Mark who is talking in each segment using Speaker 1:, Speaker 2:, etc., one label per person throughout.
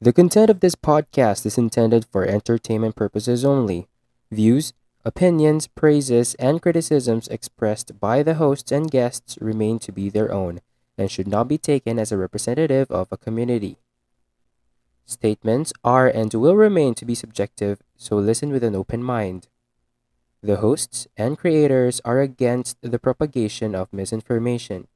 Speaker 1: The content of this podcast is intended for entertainment purposes only. Views, opinions, praises, and criticisms expressed by the hosts and guests remain to be their own and should not be taken as a representative of a community. Statements are and will remain to be subjective, so listen with an open mind. The hosts and creators are against the propagation of misinformation.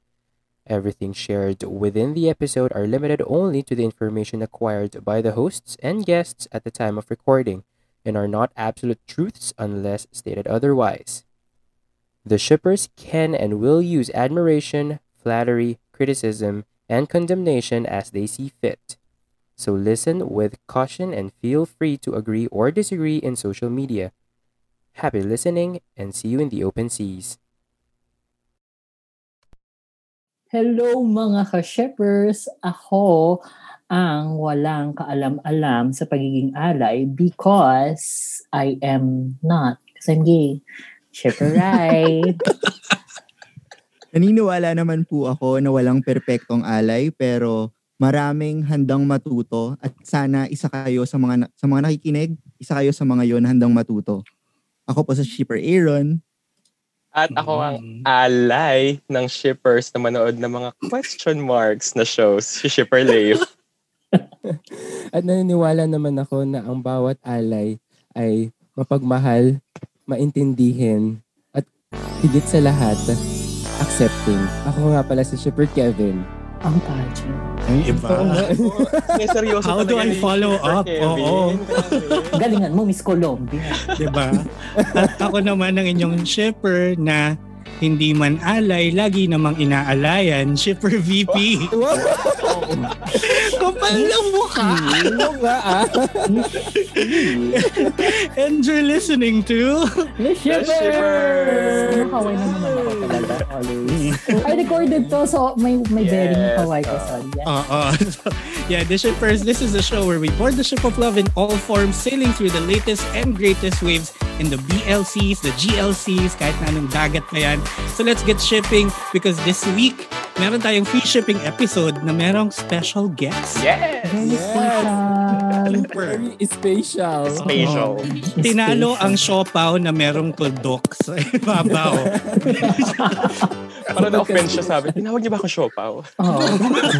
Speaker 1: Everything shared within the episode are limited only to the information acquired by the hosts and guests at the time of recording and are not absolute truths unless stated otherwise. The shippers can and will use admiration, flattery, criticism, and condemnation as they see fit. So listen with caution and feel free to agree or disagree in social media. Happy listening and see you in the open seas.
Speaker 2: Hello mga ka-shippers! Ako ang walang kaalam-alam sa pagiging alay because I am not. Because I'm gay. Shipper right?
Speaker 3: Naniniwala naman po ako na walang perpektong alay pero maraming handang matuto at sana isa kayo sa mga na- sa mga nakikinig, isa kayo sa mga yon na handang matuto. Ako po sa Shipper Aaron.
Speaker 4: At ako ang alay ng shippers na manood ng mga question marks na shows si Shipper Leif.
Speaker 1: At naniniwala naman ako na ang bawat alay ay mapagmahal, maintindihin, at higit sa lahat, accepting. Ako nga pala si Shipper Kevin.
Speaker 2: ang pageant.
Speaker 3: Ay,
Speaker 5: Iba.
Speaker 4: May seryoso
Speaker 5: How do
Speaker 4: talaga
Speaker 5: I
Speaker 4: ni
Speaker 5: follow
Speaker 4: Shipper
Speaker 5: up?
Speaker 4: Kevin.
Speaker 5: Oo.
Speaker 4: Grabe.
Speaker 2: Galingan mo, Miss Colombia.
Speaker 5: Diba? At ako naman ang inyong shipper na hindi man alay, lagi namang inaalayan, shipper VP.
Speaker 1: Wow!
Speaker 5: Kapal na mukha!
Speaker 1: Ano ba ah?
Speaker 5: And you're listening to...
Speaker 2: The Shippers!
Speaker 4: Shippers!
Speaker 2: Hawaii na naman ako talaga, always. I recorded to, so may, may
Speaker 4: Yes,
Speaker 2: bearing ng Hawaii
Speaker 5: uh,
Speaker 2: ko,
Speaker 4: oh.
Speaker 2: sorry. Yeah.
Speaker 5: Oo. So, yeah, the shippers, this is a show where we board the ship of love in all forms, sailing through the latest and greatest waves in the BLCs, the GLCs, kahit na anong dagat pa yan. So let's get shipping because this week, meron tayong free shipping episode na merong special guest.
Speaker 4: Yes!
Speaker 5: Super.
Speaker 1: Spatial.
Speaker 4: Facial.
Speaker 5: Tinalo ang siopaw na merong tuldok sa ibabaw.
Speaker 4: Parang na-offend siya sabi, tinawag niyo ba ako Shopaw?
Speaker 2: Oh,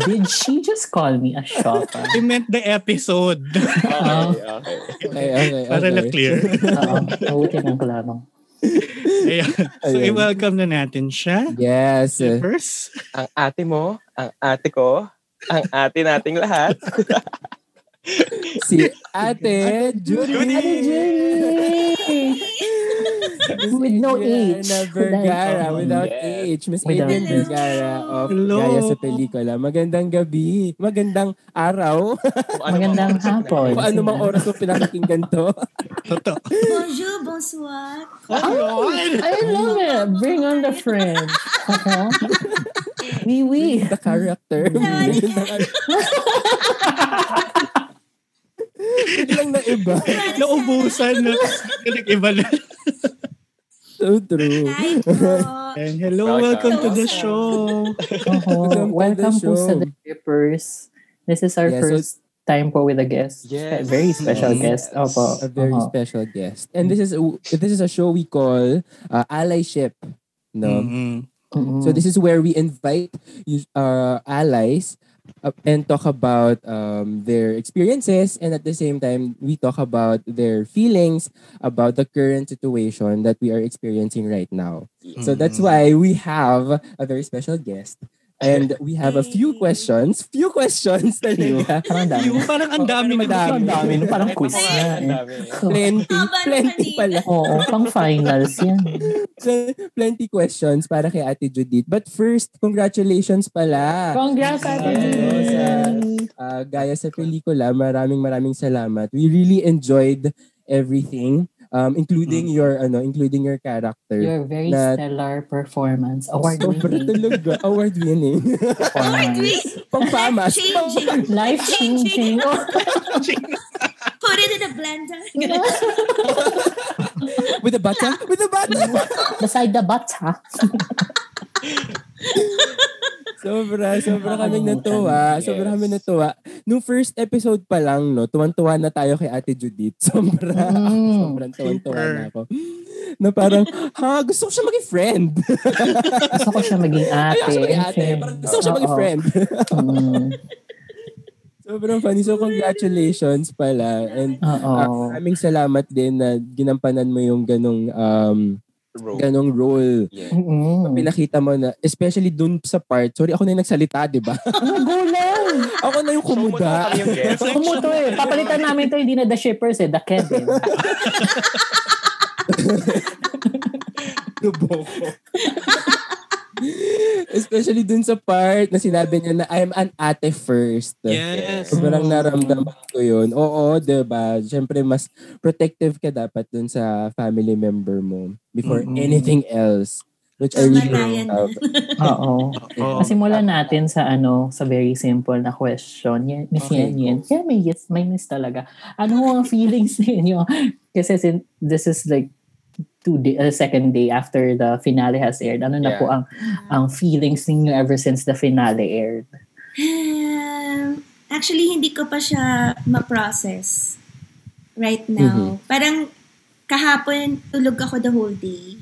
Speaker 2: did she just call me a shopper?
Speaker 5: I meant the episode.
Speaker 4: Okay, okay.
Speaker 1: Okay, okay,
Speaker 5: Para na clear.
Speaker 2: Oo, mabuti ng klamang.
Speaker 5: Ayan. So,
Speaker 1: Ayun.
Speaker 5: i-welcome na natin siya.
Speaker 1: Yes.
Speaker 5: Shippers.
Speaker 4: Ang ate mo, ang ate ko, ang ate nating lahat.
Speaker 1: Si Ate Judy.
Speaker 4: Ate
Speaker 2: With no H.
Speaker 1: Adriana Vergara without
Speaker 4: Yes.
Speaker 1: H. Miss
Speaker 2: Without
Speaker 1: Adrian
Speaker 2: H.
Speaker 1: Vergara of
Speaker 5: Hello.
Speaker 1: Gaya sa Pelikula. Magandang gabi. Magandang araw.
Speaker 4: Kung ano
Speaker 2: Magandang
Speaker 4: mang-
Speaker 2: hapon.
Speaker 1: Kung ano mang oras mo pinakakinggan to.
Speaker 5: Totoo.
Speaker 6: Bonjour, bonsoir.
Speaker 5: Ano?
Speaker 2: I love it. Bring on the friend. Uh-huh. Wee wee.
Speaker 1: The character. Biglang na iba.
Speaker 5: Naubusan na. Iba na.
Speaker 1: So true.
Speaker 6: Hi po.
Speaker 5: And hello, welcome
Speaker 4: Welcome.
Speaker 5: to the show.
Speaker 2: Uh-huh. Welcome po sa The Drippers. This is our
Speaker 1: Yeah, so-
Speaker 2: first time po with a guest.
Speaker 4: Yes.
Speaker 2: Very special
Speaker 4: Yes.
Speaker 2: guest. Opo.
Speaker 1: A very
Speaker 2: Uh-huh.
Speaker 1: special guest. And this is this is a show we call uh, Allyship. No.
Speaker 5: Mhm.
Speaker 2: Mm-mm.
Speaker 1: So this is where we invite us- our allies uh, and talk about um, their experiences, and at the same time, we talk about their feelings about the current situation that we are experiencing right now. So that's why we have a very special guest, and we have a few questions. Few questions, talaga.
Speaker 2: Parang dami.
Speaker 5: Yung parang ang dami
Speaker 1: Ang
Speaker 5: na
Speaker 1: dami.
Speaker 2: Ang dami. Parang
Speaker 4: Ito
Speaker 2: quiz
Speaker 4: pa
Speaker 2: na
Speaker 4: nga, ang
Speaker 2: eh.
Speaker 4: dami.
Speaker 1: Plenty,
Speaker 6: Haba na
Speaker 1: plenty
Speaker 6: kanina.
Speaker 1: pala.
Speaker 2: Oo, pang finals yan.
Speaker 1: Pl- Plenty questions para kay Ate Judith. But first, congratulations pala.
Speaker 2: Congrats,
Speaker 1: Ate Judy. uh, gaya sa pelikula, maraming maraming salamat. We really enjoyed everything, um, including your ano, including your character.
Speaker 2: Mm. Your very
Speaker 1: That-
Speaker 2: stellar performance. Award
Speaker 1: Sobra
Speaker 2: winning
Speaker 1: talaga. Award winning.
Speaker 2: performance.
Speaker 1: Pampamas.
Speaker 6: Changing.
Speaker 2: Life changing.
Speaker 5: ano.
Speaker 6: Put it in a blender.
Speaker 1: With a bata? With a bata!
Speaker 2: Beside the bata.
Speaker 1: Sobra, sobra kaming natuwa. Sobra kami natuwa. Nung first episode pa lang, no, tuwan-tuwa na tayo kay Ate Judith. Sobra,
Speaker 2: Mm.
Speaker 1: sobrang tuwan-tuwa
Speaker 5: Super.
Speaker 1: na ako. Na parang, ha, gusto ko siya maging friend.
Speaker 2: Gusto ko siya maging ate.
Speaker 1: Ay, ako siya maging ate. Parang gusto ko siya maging
Speaker 2: Oo.
Speaker 1: friend.
Speaker 2: Mm,
Speaker 1: Sobrang funny. So, congratulations pala. And
Speaker 2: Oo.
Speaker 1: ah, maraming salamat din na ginampanan mo yung ganong um,
Speaker 4: Rope.
Speaker 1: ganong role.
Speaker 4: Yeah.
Speaker 2: Mm-mm.
Speaker 1: Pinakita mo na, especially dun sa part, sorry, ako na yung nagsalita, di ba?
Speaker 2: Nagulang.
Speaker 1: ako na yung kumuda.
Speaker 4: So, muna kami yung guest.
Speaker 2: Kumuto eh. Papalitan namin ito, hindi na the shippers eh. The Kevin.
Speaker 1: Luboko. Especially dun sa part na sinabi niya na I'm an ate first.
Speaker 5: Yes.
Speaker 1: Sobrang
Speaker 2: Mm.
Speaker 1: naramdaman ko yun. Oo, di ba? Siyempre, mas protective ka dapat dun sa family member mo before
Speaker 5: Mm.
Speaker 1: anything else. Which I
Speaker 6: Tama
Speaker 1: really
Speaker 6: na yan.
Speaker 1: love.
Speaker 2: Oo.
Speaker 5: Oo.
Speaker 2: Simulan natin sa ano, sa very simple na question. Yan, Miss
Speaker 1: Okay,
Speaker 2: Yen Yen. Yeah, may yes, may miss talaga. Ano ho ang feelings ninyo? Kasi sin- this is like two day, uh, second day after the finale has aired. Ano na
Speaker 1: Yeah.
Speaker 2: po ang ang feelings ninyo ever since the finale aired?
Speaker 6: Um, actually, hindi ko pa siya ma-process right now.
Speaker 1: Mm-hmm.
Speaker 6: Parang kahapon, tulog ako the whole day.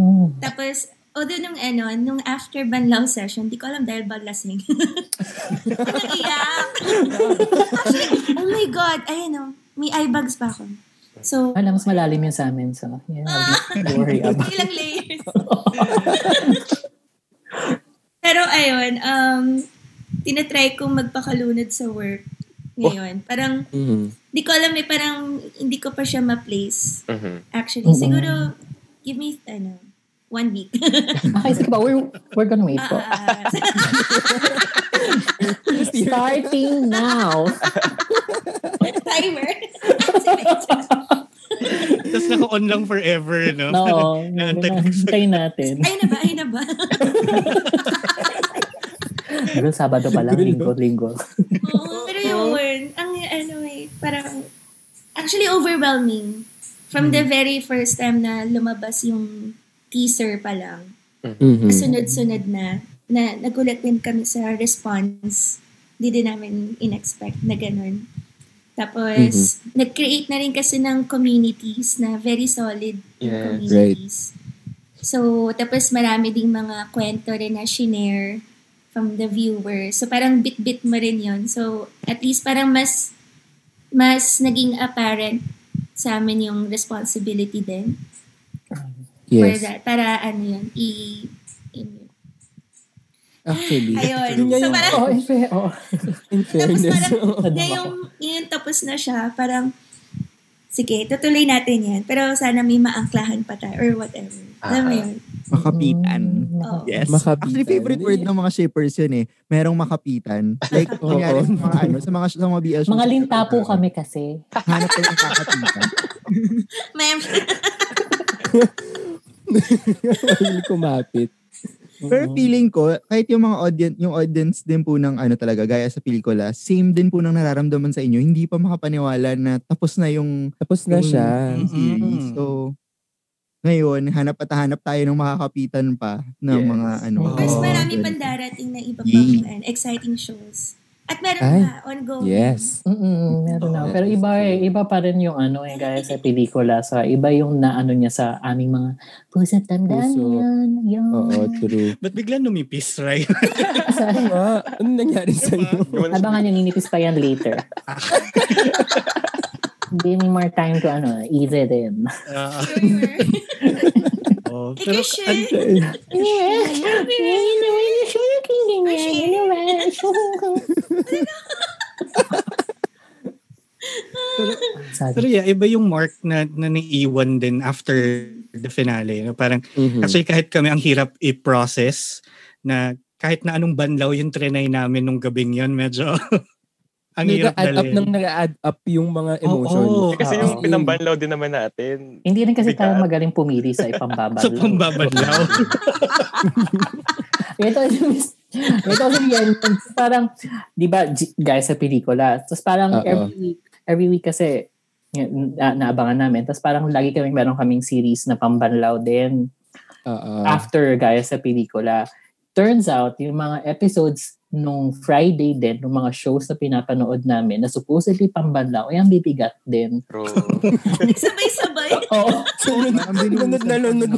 Speaker 2: Oh.
Speaker 6: Tapos, although nung ano, nung after banlaw session, di ko alam dahil ba lasing. Naiyak. Actually, oh my God, ayun o, may eye bags pa ako. So,
Speaker 2: Alam, mas malalim yun sa amin. So, yeah, don't worry Ah, about
Speaker 6: Ilang layers. Pero ayun, um, tinatry kong magpakalunod sa work ngayon. Parang,
Speaker 1: Mhm.
Speaker 6: di ko alam eh, parang hindi ko pa siya ma-place.
Speaker 4: Mhm.
Speaker 6: Actually,
Speaker 2: Mm-mm.
Speaker 6: siguro, give me, ano, one week.
Speaker 2: Okay, sige ba? We're, we're gonna wait po.
Speaker 6: Ah, ah, ah.
Speaker 2: Starting now.
Speaker 6: Timer. Activate.
Speaker 5: Tapos naka-on lang forever, no?
Speaker 2: Oo.
Speaker 5: Naantay lang siya.
Speaker 2: Hintayin natin.
Speaker 6: Ayun na ba? Ayun na ba?
Speaker 2: Pero Sabado pa lang,
Speaker 1: Linggo,
Speaker 2: linggo, linggo.
Speaker 6: Oo, pero yun, ang ano eh, parang, actually overwhelming. From the very first time na lumabas yung teaser pa lang,
Speaker 3: Hmm.
Speaker 1: Mhm.
Speaker 6: sunod-sunod na, na nagulat din kami sa response. Hindi din namin in-expect na ganun. Tapos, nag-create na rin kasi ng communities na very solid yung
Speaker 4: Yes.
Speaker 6: communities. So, tapos marami ding mga kwento rin na shinare from the viewer. So, parang bit-bit mo rin yun. So, at least parang mas mas naging apparent sa amin yung responsibility din for
Speaker 1: Yes.
Speaker 6: that. Para ano yun, i... i-
Speaker 1: Actually.
Speaker 6: Ayun.
Speaker 1: Yun
Speaker 6: So
Speaker 1: nga
Speaker 6: parang,
Speaker 2: Oo, in fair. Oo.
Speaker 1: In
Speaker 6: tapos
Speaker 1: fairness.
Speaker 6: parang,
Speaker 2: Ano
Speaker 6: ngayong, ngayon tapos na siya, parang, sige, tutuloy natin yan. Pero sana may maangklahan pa tayo or whatever. Alam mo
Speaker 4: Ah.
Speaker 6: yun?
Speaker 3: Makapitan.
Speaker 6: Oo.
Speaker 3: Yes.
Speaker 1: Makapitan.
Speaker 3: Actually, favorite word ng mga shippers yun eh. Merong makapitan. Like,
Speaker 1: Oo.
Speaker 3: kunyari sa mga ano, sa mga, sa mga BL shows.
Speaker 2: Mga linta po kami kasi.
Speaker 3: Hanap ko yung kakapitan.
Speaker 6: Ma'am,
Speaker 1: Mahilig kumapit.
Speaker 3: Pero feeling ko, kahit yung mga audience, yung audience din po ng ano talaga, gaya sa pelikula, same din po ng nararamdaman sa inyo. Hindi pa makapaniwala na tapos na yung
Speaker 1: Tapos na siya.
Speaker 5: Mm.
Speaker 3: series.
Speaker 5: Mhm.
Speaker 3: So, ngayon, hanap at hanap tayo ng makakapitan pa ng
Speaker 4: Yes.
Speaker 3: mga ano.
Speaker 2: Of
Speaker 6: mas
Speaker 1: Oo.
Speaker 6: marami
Speaker 3: audience.
Speaker 6: pang darating na iba pang
Speaker 3: Yee.
Speaker 6: ano, exciting shows. At meron
Speaker 1: Ay.
Speaker 6: pa, ongoing.
Speaker 1: Yes.
Speaker 2: Mm-mm, meron na.
Speaker 1: Oo.
Speaker 2: Pero iba eh, iba pa rin yung ano eh, gaya sa pelikula. Sa iba yung naano niya sa aming mga puso't tandaan
Speaker 1: Puso.
Speaker 2: yun. Yun.
Speaker 1: Oo, true.
Speaker 5: Ba't bigla numipis, right?
Speaker 1: Ano nga? Ano nangyari sa'yo?
Speaker 2: Abangan niya, ninipis pa yan later. Give me more time to ano, ease it in.
Speaker 5: Ah,
Speaker 6: Sure.
Speaker 5: oo. Pero,
Speaker 6: Eh, kasi-
Speaker 5: ano,
Speaker 2: Anyway, anyway, sure king din yan. Anyway, sure.
Speaker 5: pero
Speaker 2: Sabi,
Speaker 5: yeah, iba yung mark na, na naiiwan din after the finale. No? Parang,
Speaker 6: Hmm.
Speaker 1: Mhm.
Speaker 5: actually kahit kami ang hirap i-process na kahit na anong banlaw yung trinay namin nung gabing yon medyo ang hirap
Speaker 1: nag-add up
Speaker 5: dalhin.
Speaker 1: ng nag-add up yung mga emotions.
Speaker 5: Oo, oo.
Speaker 2: Oo.
Speaker 4: Kasi yung pinambanlaw din naman natin.
Speaker 2: hindi rin kasi tayo
Speaker 4: Bigat.
Speaker 2: magaling pumili sa ipambabalo.
Speaker 5: sa pambabanlaw.
Speaker 2: Ito yung ito yung yan. Parang, di ba, G- guys, sa pelikula. Tapos
Speaker 1: Oo.
Speaker 2: parang every week, every week kasi yun, na, naabangan namin. Tapos parang lagi kaming meron kaming series na pambanlaw din
Speaker 1: Oo.
Speaker 2: after gaya sa pelikula. turns out, yung mga episodes nung Friday din, nung mga shows na pinapanood namin, na supposedly pambanlaw, ay ang bibigat din.
Speaker 4: True.
Speaker 6: Sabay-sabay.
Speaker 2: Oo,
Speaker 1: Lunod na lunod.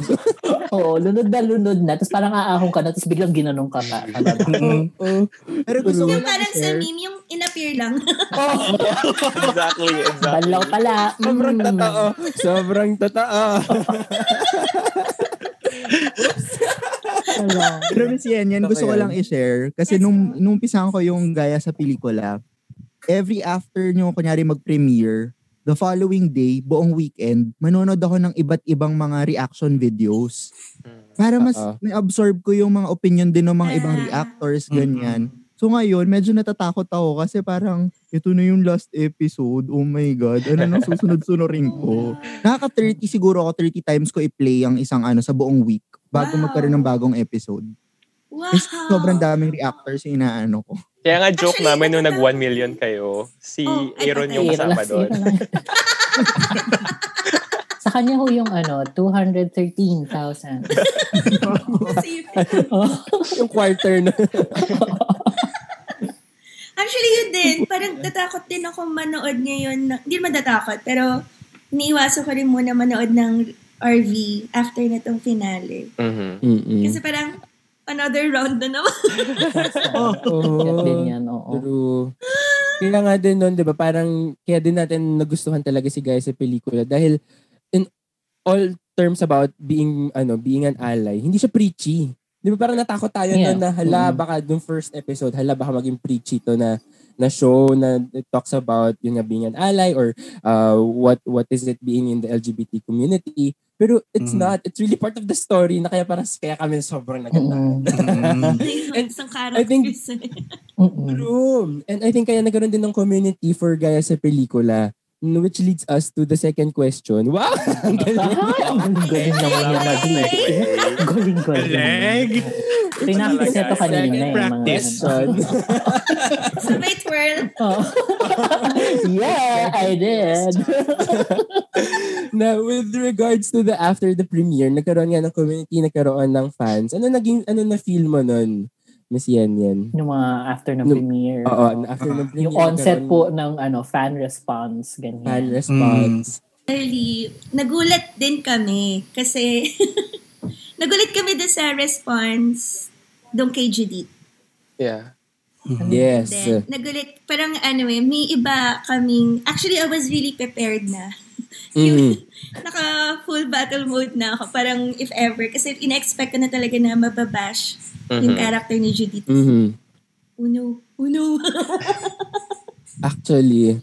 Speaker 2: oo, lunod na lunod na. Tapos parang aahong ka na, tapos biglang ginanong ka pa.
Speaker 5: Mm.
Speaker 3: Pero gusto ko
Speaker 6: Yung
Speaker 3: lang
Speaker 6: parang sa
Speaker 3: i-share.
Speaker 6: meme, yung in-appear lang.
Speaker 2: Oo,
Speaker 4: exactly, exactly.
Speaker 2: banlaw pala.
Speaker 1: Sobrang
Speaker 2: Mm.
Speaker 1: totoo. Sobrang totoo.
Speaker 2: Wala.
Speaker 3: Pero Miss Yen, yan
Speaker 1: Totoo
Speaker 3: gusto ko
Speaker 1: yan.
Speaker 3: lang i-share. Kasi
Speaker 6: Yes,
Speaker 3: nung, nung umpisahan ko yung gaya sa pelikula, every after nyo, kunyari mag-premiere, the following day, buong weekend, manonood ako ng iba't ibang mga reaction videos. Para mas
Speaker 1: Oo.
Speaker 3: na-absorb ko yung mga opinion din ng mga ibang
Speaker 6: Ah.
Speaker 3: reactors, ganyan. So ngayon, medyo natatakot ako kasi parang ito na yung last episode. Oh my God. Ano nang susunod-sunurin ko? Nakaka-30 siguro ako, 30 times ko i-play ang isang ano sa buong week bago
Speaker 6: Wow.
Speaker 3: magkaroon ng bagong episode.
Speaker 6: Wow.
Speaker 3: Kasi sobrang daming reactors yung inaano ko.
Speaker 4: Kaya nga joke
Speaker 6: Actually,
Speaker 4: namin nung
Speaker 6: naganda-
Speaker 4: nag-1 million kayo, si
Speaker 6: Oh, ay,
Speaker 4: Aaron
Speaker 6: patay.
Speaker 4: yung
Speaker 2: Ira lang,
Speaker 4: kasama doon.
Speaker 2: Ira lang. Sa kanya ho yung ano, 213,000. Oo.
Speaker 1: Yung quarter na.
Speaker 6: Actually, yun din. Parang natatakot din ako manood ngayon. ng- Hindi naman natatakot, pero iniiwaso ko rin muna manood ng RV after na tong finale.
Speaker 4: Mhm.
Speaker 1: Mm-mm.
Speaker 6: Kasi parang another round na naman.
Speaker 1: Oh,
Speaker 2: Yan din yan, oo.
Speaker 1: True. Kaya nga din nun, di ba? Parang, kaya din natin nagustuhan talaga si Guy sa pelikula. Dahil, in all terms about being, ano, being an ally, hindi siya preachy. Di ba? Parang natakot tayo
Speaker 2: Yeah.
Speaker 1: nun na, hala,
Speaker 2: Mm.
Speaker 1: baka nung first episode, hala, baka maging preachy to na na show na talks about yun nga being an ally or uh, what what is it being in the LGBT community pero it's
Speaker 5: Mm.
Speaker 1: not it's really part of the story na kaya parang kaya kami sobrang nagandahan
Speaker 2: Mm-mm. Mm.
Speaker 6: Isang character.
Speaker 1: I think-
Speaker 2: Mm-mm.
Speaker 1: True. And I think kaya nagkaroon din ng community for gaya sa pelikula. n- Which leads us to the second question. Wow! Ang galing.
Speaker 2: Ah, ang galing naman yung nag-lead.
Speaker 4: eh.
Speaker 2: Galing-galing.
Speaker 5: Galing.
Speaker 2: Pinapis na to
Speaker 1: Second
Speaker 2: kanina. eh, mga-
Speaker 1: question.
Speaker 6: Sabay twirl.
Speaker 2: Oh. yeah, I did.
Speaker 1: na with regards to the after the premiere, nagkaroon nga ng community, nagkaroon ng fans. Ano naging, ano na feel mo nun, Miss Yen Yen?
Speaker 2: Yung mga after ng
Speaker 1: Nung-
Speaker 2: premiere.
Speaker 1: Oo, after ng premiere.
Speaker 2: Yung onset
Speaker 1: nagkaroon
Speaker 2: po Mm. ng ano fan response, ganyan.
Speaker 1: ng Fan response.
Speaker 6: Actually, nagulat din kami kasi nagulat kami din sa response doon kay Judith.
Speaker 4: Yeah.
Speaker 1: Yes.
Speaker 6: Then, nagulit. Parang ano eh, may iba kaming... Actually, I was really prepared na.
Speaker 1: Mm.
Speaker 6: Naka full battle mode na ako. Parang if ever. Kasi in-expect ko na talaga na mababash
Speaker 1: Mm-hmm.
Speaker 6: yung
Speaker 4: Mhm.
Speaker 6: character ni Judith.
Speaker 1: Mhm.
Speaker 6: Oh no. Oh no.
Speaker 1: Actually.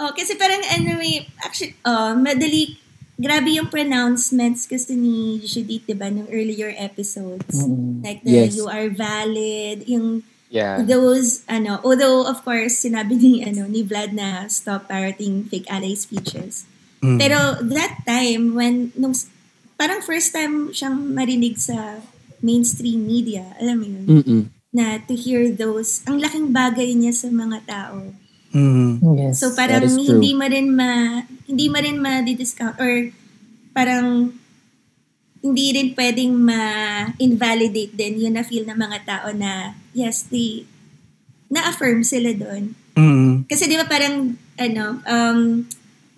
Speaker 6: oh, kasi parang ano eh, actually, oh, madali, grabe yung pronouncements gusto ni Judith, di ba, nung earlier episodes.
Speaker 2: Mm-mm.
Speaker 6: Like the
Speaker 1: Mm-hmm. Yes.
Speaker 6: you are valid, yung
Speaker 4: Yeah.
Speaker 6: Those, ano, although of course, sinabi ni, ano, ni Vlad na stop parroting fake ally speeches.
Speaker 1: Mm-hmm.
Speaker 5: Hmm,
Speaker 6: Pero that time, when, nung, parang first time siyang marinig sa mainstream media, alam mo yun,
Speaker 1: Mm-mm.
Speaker 6: na to hear those, ang laking bagay niya sa mga tao.
Speaker 5: hmm,
Speaker 2: Yes.
Speaker 6: So parang
Speaker 1: is true.
Speaker 6: hindi mo rin ma, hindi mo rin ma-discount, or parang, hindi rin pwedeng ma-invalidate din yun na feel ng mga tao na, yes, they, na-affirm sila doon.
Speaker 5: hmm.
Speaker 6: Kasi di ba parang, ano, um,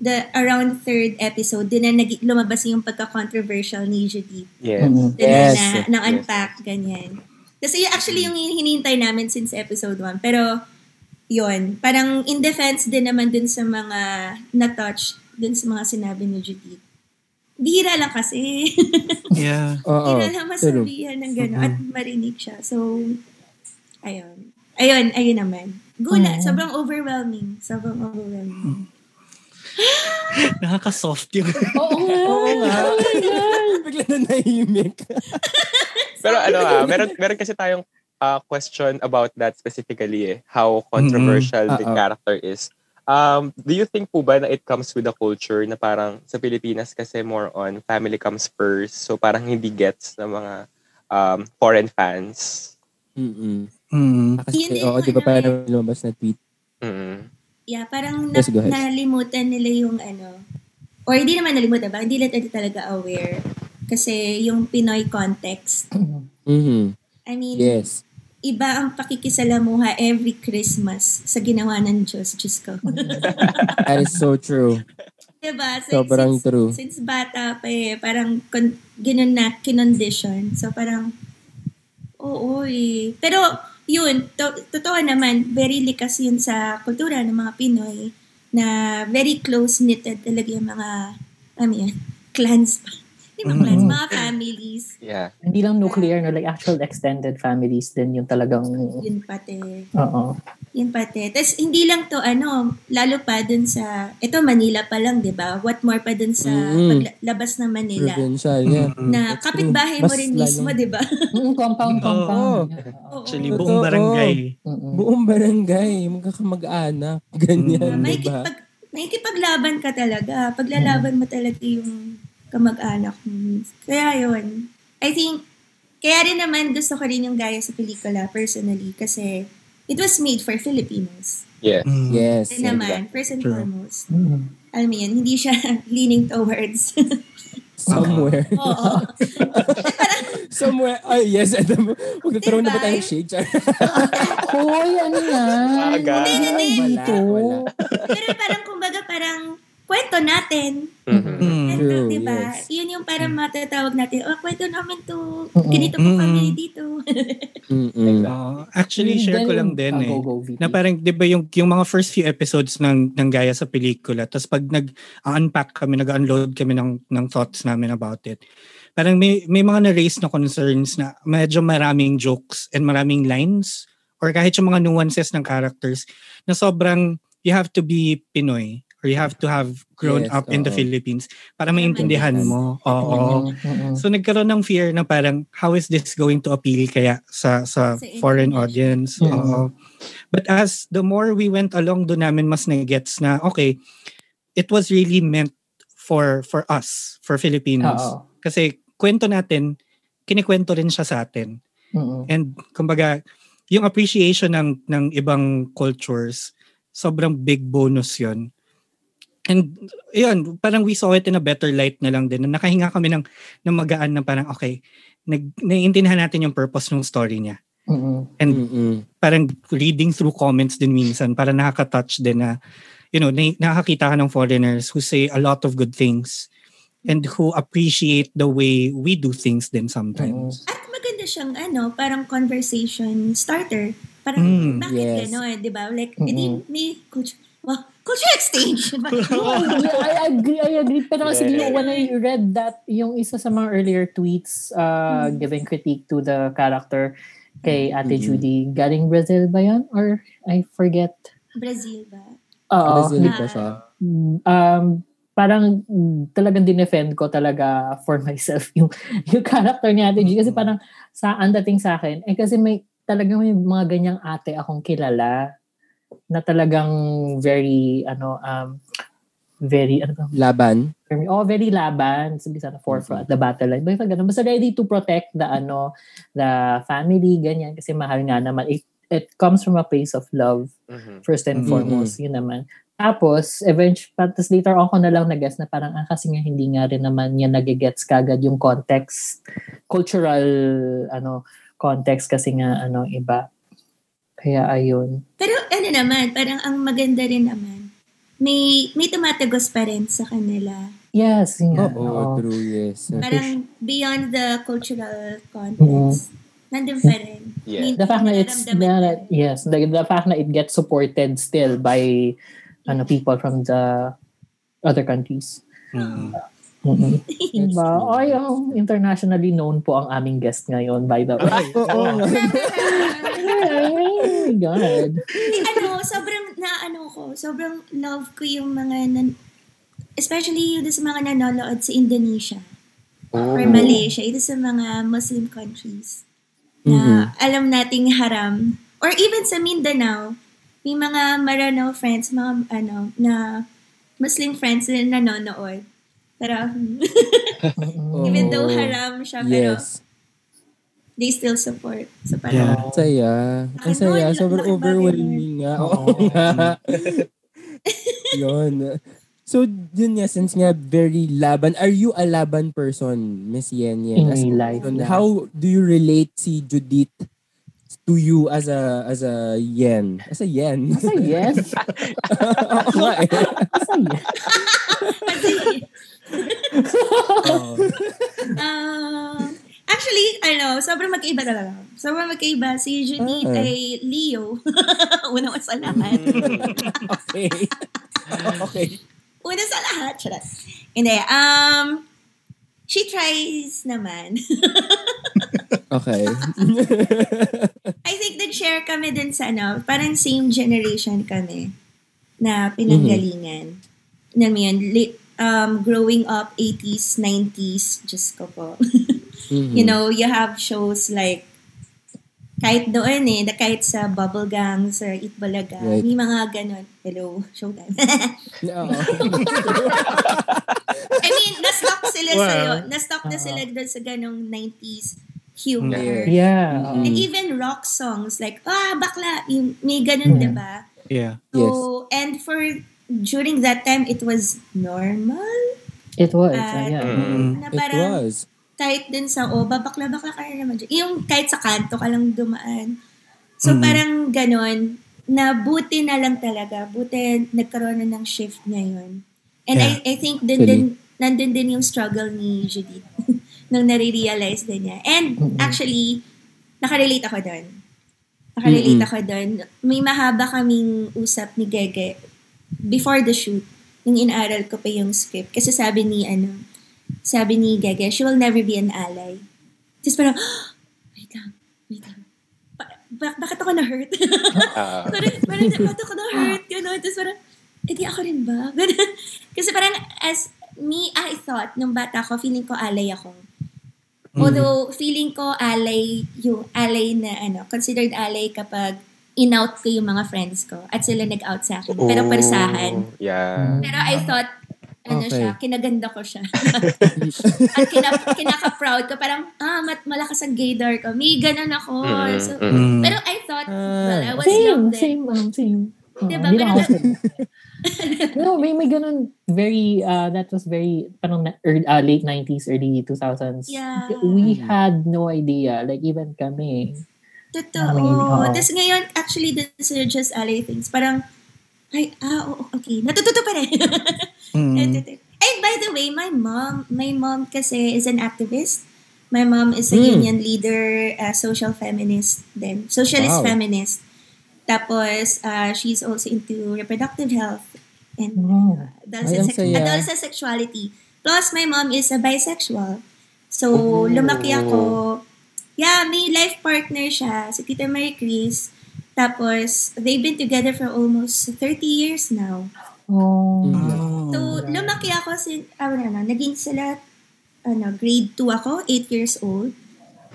Speaker 6: the around third episode, din na nag- lumabas yung pagka-controversial ni Judith.
Speaker 4: Yes.
Speaker 2: Mm-mm.
Speaker 6: Dun
Speaker 1: Yes.
Speaker 6: na, na unpack, ganyan. Kasi yun, actually yung hinihintay namin since episode 1. Pero, yon Parang in defense din naman dun sa mga na-touch, dun sa mga sinabi ni Judith. Bihira lang kasi.
Speaker 5: Yeah.
Speaker 1: Oo.
Speaker 6: Bihira lang masabihan ng gano'n at
Speaker 1: mm-hmm.
Speaker 6: marinig siya. So, ayun. Ayun, ayun naman. Gula,
Speaker 1: Mm-hmm.
Speaker 2: Oo.
Speaker 6: sobrang overwhelming. Sobrang overwhelming.
Speaker 5: Nakaka-soft yun.
Speaker 2: Oo nga. Oh
Speaker 1: Oo nga. Bigla na nahimik.
Speaker 4: Pero ano ah, meron, meron kasi tayong ah, question about that specifically eh, how controversial the
Speaker 1: Ah, ah.
Speaker 4: character is. Um, do you think po ba na it comes with a culture na parang sa Pilipinas kasi more on family comes first, so parang hindi gets ng mga um, foreign fans?
Speaker 1: Mm-mm.
Speaker 5: Mm.
Speaker 1: Ah, Kasi,
Speaker 6: Yun yung
Speaker 1: oo, di ba
Speaker 6: ano
Speaker 1: parang
Speaker 6: eh.
Speaker 1: lumabas na tweet?
Speaker 4: Mm.
Speaker 6: Yeah, parang na-
Speaker 1: Yes, go ahead.
Speaker 6: nalimutan nila yung ano. Or hindi naman nalimutan ba? Hindi nila talaga aware. Kasi yung Pinoy context.
Speaker 1: Mm-hmm.
Speaker 6: I mean,
Speaker 1: Yes.
Speaker 6: iba ang pakikisalamuha every Christmas sa ginawa ng Diyos. Diyos ko.
Speaker 1: That is so true.
Speaker 6: diba? Since,
Speaker 1: Sobrang
Speaker 6: since,
Speaker 1: true.
Speaker 6: since bata pa eh, parang con- ganun na kinondition. So parang, oo eh. Pero yun, to- totoo naman, very likas yun sa kultura ng mga Pinoy na very close-knitted talaga yung mga, ano yan, clans pa. Di ba clans?
Speaker 1: Mm-hmm.
Speaker 6: Mga families.
Speaker 4: Yeah.
Speaker 2: Hindi lang nuclear, no? like actual extended families din yung talagang...
Speaker 6: Yun pati.
Speaker 2: Oo.
Speaker 6: Yun pati. Tapos hindi lang to ano, lalo pa dun sa, ito Manila pa lang, di ba? What more pa dun sa
Speaker 1: Mm.
Speaker 6: paglabas ng Manila.
Speaker 1: Provincial, yeah.
Speaker 5: Hmm.
Speaker 6: Na
Speaker 1: That's
Speaker 6: kapitbahay
Speaker 1: true.
Speaker 6: mo
Speaker 1: Mas
Speaker 6: rin
Speaker 1: lalo.
Speaker 6: mismo, di ba?
Speaker 2: Mm, compound, compound.
Speaker 6: Oo. Ah,
Speaker 5: Actually,
Speaker 1: Totoo.
Speaker 5: buong barangay.
Speaker 2: Mm-mm.
Speaker 1: Buong barangay, magkakamag-anak, ganyan,
Speaker 5: Mm.
Speaker 1: di
Speaker 6: May
Speaker 1: ba?
Speaker 6: kipag, nakikipaglaban ka talaga. Paglalaban mo talaga yung kamag-anak mo. Kaya yun. I think, kaya rin naman gusto ko rin yung gaya sa pelikula personally kasi it was made for Filipinos.
Speaker 4: Yeah.
Speaker 5: Mm.
Speaker 1: Yes.
Speaker 6: Kasi naman, first and
Speaker 5: True.
Speaker 6: foremost.
Speaker 2: Mm.
Speaker 6: Alam mo yun, hindi siya leaning towards.
Speaker 1: Somewhere.
Speaker 6: Oo.
Speaker 1: Somewhere. Ay, yes. Adam, Huwag na na ba
Speaker 6: Diba?
Speaker 1: tayong shade? Char?
Speaker 2: Hoy, ano yan?
Speaker 4: Aga.
Speaker 1: Wala,
Speaker 2: Dito.
Speaker 1: wala.
Speaker 6: Pero parang, kumbaga, parang kwento natin.
Speaker 4: Mhm.
Speaker 5: Mm.
Speaker 6: Kwento,
Speaker 1: True,
Speaker 6: diba?
Speaker 1: yes.
Speaker 6: Yun yung parang matatawag natin, oh, kwento namin to.
Speaker 2: Mm-mm.
Speaker 6: Ganito po kami
Speaker 5: Mm-mm.
Speaker 6: dito.
Speaker 1: Mm-mm.
Speaker 5: Oo. Ah, actually, share
Speaker 2: Then,
Speaker 5: ko lang din
Speaker 2: ah,
Speaker 5: eh.
Speaker 2: Go, go, VP.
Speaker 1: Mm-hmm.
Speaker 5: Na parang, di ba yung, yung mga first few episodes ng, ng Gaya sa pelikula, tapos pag nag-unpack kami, nag-unload kami ng, ng thoughts namin about it, parang may, may mga na-raise na concerns na medyo maraming jokes and maraming lines or kahit yung mga nuances ng characters na sobrang you have to be Pinoy or you have to have grown
Speaker 1: Yes,
Speaker 5: up in the
Speaker 1: oo. Mm-hmm.
Speaker 5: Philippines para maintindihan mo. Oo.
Speaker 2: Mm-mm. Mm-mm.
Speaker 5: So nagkaroon ng fear na parang how is this going to appeal kaya sa sa
Speaker 6: Sa
Speaker 5: foreign
Speaker 6: international.
Speaker 5: audience.
Speaker 2: Yeah.
Speaker 5: Oo. But as the more we went along do namin mas nagets na okay, it was really meant for for us, for Filipinos.
Speaker 2: Oo.
Speaker 5: Kasi kwento natin, kinikwento rin siya sa atin.
Speaker 2: Mm-mm.
Speaker 5: And kumbaga, yung appreciation ng ng ibang cultures, sobrang big bonus 'yon. And yun, parang we saw it in a better light na lang din. Na nakahinga kami ng, ng magaan na parang, okay, nag, naiintindihan natin yung purpose ng story niya.
Speaker 2: Mm-mm.
Speaker 1: Mm-mm.
Speaker 5: Parang reading through comments din minsan, para nakaka-touch din na, you know, na, nakakita ka ng foreigners who say a lot of good things and who appreciate the way we do things din sometimes.
Speaker 6: At maganda siyang, ano, parang conversation starter.
Speaker 5: Mm,
Speaker 6: Parang, bakit
Speaker 1: yes.
Speaker 6: gano'n, di ba? Like,
Speaker 2: Mm-mm.
Speaker 6: edi, may culture, well, culture exchange.
Speaker 2: I agree, I agree. Pero kasi
Speaker 4: Yeah.
Speaker 2: yung when I read that, yung isa sa mga earlier tweets uh,
Speaker 5: Mm.
Speaker 2: giving critique to the character kay Ate
Speaker 1: Mhm.
Speaker 2: Judy, galing Brazil ba yan? Or I forget.
Speaker 6: Brazil ba?
Speaker 2: Oo.
Speaker 1: Brazil ba siya?
Speaker 2: Um, parang mm, talagang dinefend ko talaga for myself yung, yung character ni Ate Judy. Kasi
Speaker 5: Mhm.
Speaker 2: parang sa ang dating sa akin, eh kasi may talagang may mga ganyang ate akong kilala na talagang very ano um very ano ba
Speaker 1: Laban.
Speaker 2: Very- oh, very laban. Sabi sana forefront, the battle line. Basta ganun. Basta ready to protect the, ano, the family, ganyan. Kasi mahal nga naman. It, it comes from a place of love,
Speaker 4: Mhm.
Speaker 6: Mm-hmm.
Speaker 2: first and
Speaker 5: Mhm.
Speaker 2: foremost. Yun naman. Tapos, eventually, tapos later on ko na lang nag-guess na parang, ah, kasi nga hindi nga rin naman niya nagigets kagad yung context, cultural, ano, context kasi nga, ano, iba. Kaya ayun.
Speaker 6: Pero ano naman, parang ang maganda rin naman, may, may tumatagos pa rin sa kanila.
Speaker 2: Yes, yun nga.
Speaker 1: Oo, true, yes.
Speaker 6: Parang beyond the cultural context. Nandun pa rin.
Speaker 4: Yeah.
Speaker 6: Mean-
Speaker 2: the fact na it's
Speaker 6: nararamdaman
Speaker 2: na,
Speaker 6: pa rin.
Speaker 2: yes the, the fact na it gets supported still by ano people from the other countries
Speaker 5: Mm.
Speaker 2: mm Diba?
Speaker 1: true.
Speaker 2: Ay, oh, internationally known po ang aming guest ngayon, by the way.
Speaker 1: Oo, nga.
Speaker 2: Ay, Oh God.
Speaker 6: Hindi, ano, sobrang naano ko, sobrang love ko yung mga, nan- especially yung sa mga nanonood sa Indonesia
Speaker 4: Oh.
Speaker 6: or Malaysia, ito sa mga Muslim countries
Speaker 2: Mm-hmm.
Speaker 6: na alam nating haram. Or even sa Mindanao, may mga Maranao friends, mga ano, na Muslim friends na nanonood. Pero,
Speaker 2: Mm-mm.
Speaker 1: Oo.
Speaker 6: even though haram siya, pero
Speaker 1: Yes.
Speaker 6: they still support. So
Speaker 5: Yeah.
Speaker 6: parang,
Speaker 1: Ang saya. Ang
Speaker 6: Ano,
Speaker 1: saya.
Speaker 6: laki-
Speaker 1: Sobrang
Speaker 6: laki bagay
Speaker 1: overwhelming nga. Oo nga. Yun. So, yun nga, since nga very laban, are you a laban person, Miss Yen Yen?
Speaker 2: In
Speaker 1: As a
Speaker 2: my life,
Speaker 1: person,
Speaker 2: yeah.
Speaker 1: How do you relate si Judith to you as a as a Yen? As a Yen?
Speaker 2: Basta yes.
Speaker 1: Oo nga eh.
Speaker 2: Basta yes.
Speaker 1: Oo.
Speaker 6: Um, actually, ano, sobrang magkaiba talaga. Sobrang magkaiba. Si Judith
Speaker 1: Ah.
Speaker 6: ay Leo. Una ko sa lahat.
Speaker 1: okay. okay.
Speaker 6: Una sa lahat. Charot. Hindi. Um, she tries naman.
Speaker 1: Okay.
Speaker 6: I think nag-share kami din sa ano, parang same generation kami na pinanggalingan.
Speaker 1: Mm-hmm.
Speaker 6: Alam mo yun, li- um, growing up 80s, 90s, just ko po.
Speaker 1: Mm-hmm.
Speaker 6: You know, you have shows like kahit doon eh, na kahit sa Bubble Gang, sa Eat Balaga,
Speaker 1: Right.
Speaker 6: may mga ganun. Hello, showtime.
Speaker 1: Oo.
Speaker 6: I mean, na-stock sila
Speaker 5: Wow.
Speaker 6: sa'yo. Na-stock na
Speaker 2: Oo.
Speaker 6: sila doon sa ganong 90s humor.
Speaker 2: Yeah. oo.
Speaker 6: And even rock songs, like, ah, bakla, yung, may ganun,
Speaker 2: Yeah.
Speaker 6: di ba?
Speaker 5: Yeah.
Speaker 6: So, and for during that time, it was normal.
Speaker 2: It was. uh,
Speaker 6: At-
Speaker 2: yeah.
Speaker 5: Mm.
Speaker 6: Na
Speaker 1: It
Speaker 6: parang
Speaker 1: was.
Speaker 6: kahit dun sa, oh, babakla-bakla ka na naman dyan. Yung kahit sa kanto ka lang dumaan. So,
Speaker 5: Mm.
Speaker 6: parang ganon, na buti na lang talaga. Buti nagkaroon na ng shift ngayon. And
Speaker 5: Yeah.
Speaker 6: I, I think dun din, nandun din yung struggle ni Judith nung nare-realize din niya. And
Speaker 2: Mm-mm.
Speaker 6: actually, nakarelate ako dun. Nakarelate
Speaker 1: Mm-mm.
Speaker 6: ako dun. May mahaba kaming usap ni Gege before the shoot, nung inaral ko pa yung script. Kasi sabi ni, ano, sabi ni Gege, she will never be an ally. Tapos parang, wait lang, wait lang. Ba- ba- bakit ako na-hurt?
Speaker 4: Ah.
Speaker 6: parang, parang, bakit ako na-hurt? Gano'n. Tapos parang, edi ako rin ba? Ganun. Kasi parang, as me, I thought, nung bata ko, feeling ko alay ako.
Speaker 5: Mm.
Speaker 6: Although, feeling ko alay, yung alay na, ano, considered alay kapag in-out ko yung mga friends ko at sila nag-out sa akin. Pero persahan.
Speaker 4: Oh, Yeah.
Speaker 6: Pero I thought, ano
Speaker 1: Okay.
Speaker 6: siya, kinaganda ko siya. At kina- kinaka-proud ko. Parang, ah, mat malakas ang gaydar ko. May ganun ako.
Speaker 4: Mm,
Speaker 6: So,
Speaker 4: mm.
Speaker 6: pero I thought, well, I was
Speaker 2: Ah, Same,
Speaker 6: young then.
Speaker 2: same, um, same. Oo,
Speaker 6: Diba?
Speaker 2: Hindi lang
Speaker 6: Pero-
Speaker 2: ako No, may, may ganun very, uh, that was very, parang na, er, uh, late 90s, early 2000s.
Speaker 6: Yeah.
Speaker 2: We had no idea. Like, even kami.
Speaker 6: Totoo.
Speaker 2: Ayun, oo.
Speaker 6: Tapos ngayon, actually, dun sa Just LA Things, parang, ay, ah, oo, okay. Natututo pa rin.
Speaker 5: Mm.
Speaker 6: And by the way, my mom, my mom kasi is an activist. My mom is a
Speaker 1: Mm.
Speaker 6: union leader, uh, social feminist then Socialist
Speaker 1: Wow.
Speaker 6: feminist. Tapos, uh, she's also into reproductive health and
Speaker 2: Mm.
Speaker 6: adults,
Speaker 1: Ay,
Speaker 6: and
Speaker 1: ang
Speaker 6: sex-
Speaker 1: saya.
Speaker 6: adults and sexuality. Plus, my mom is a bisexual. So,
Speaker 1: Oh.
Speaker 6: lumaki ako. Yeah, may life partner siya, si Tita Mary Chris. Tapos, they've been together for almost 30 years now.
Speaker 2: Oh.
Speaker 5: Oh.
Speaker 6: So, lumaki ako, sin, ah, wala na, naging sila, ano, grade 2 ako, 8 years old.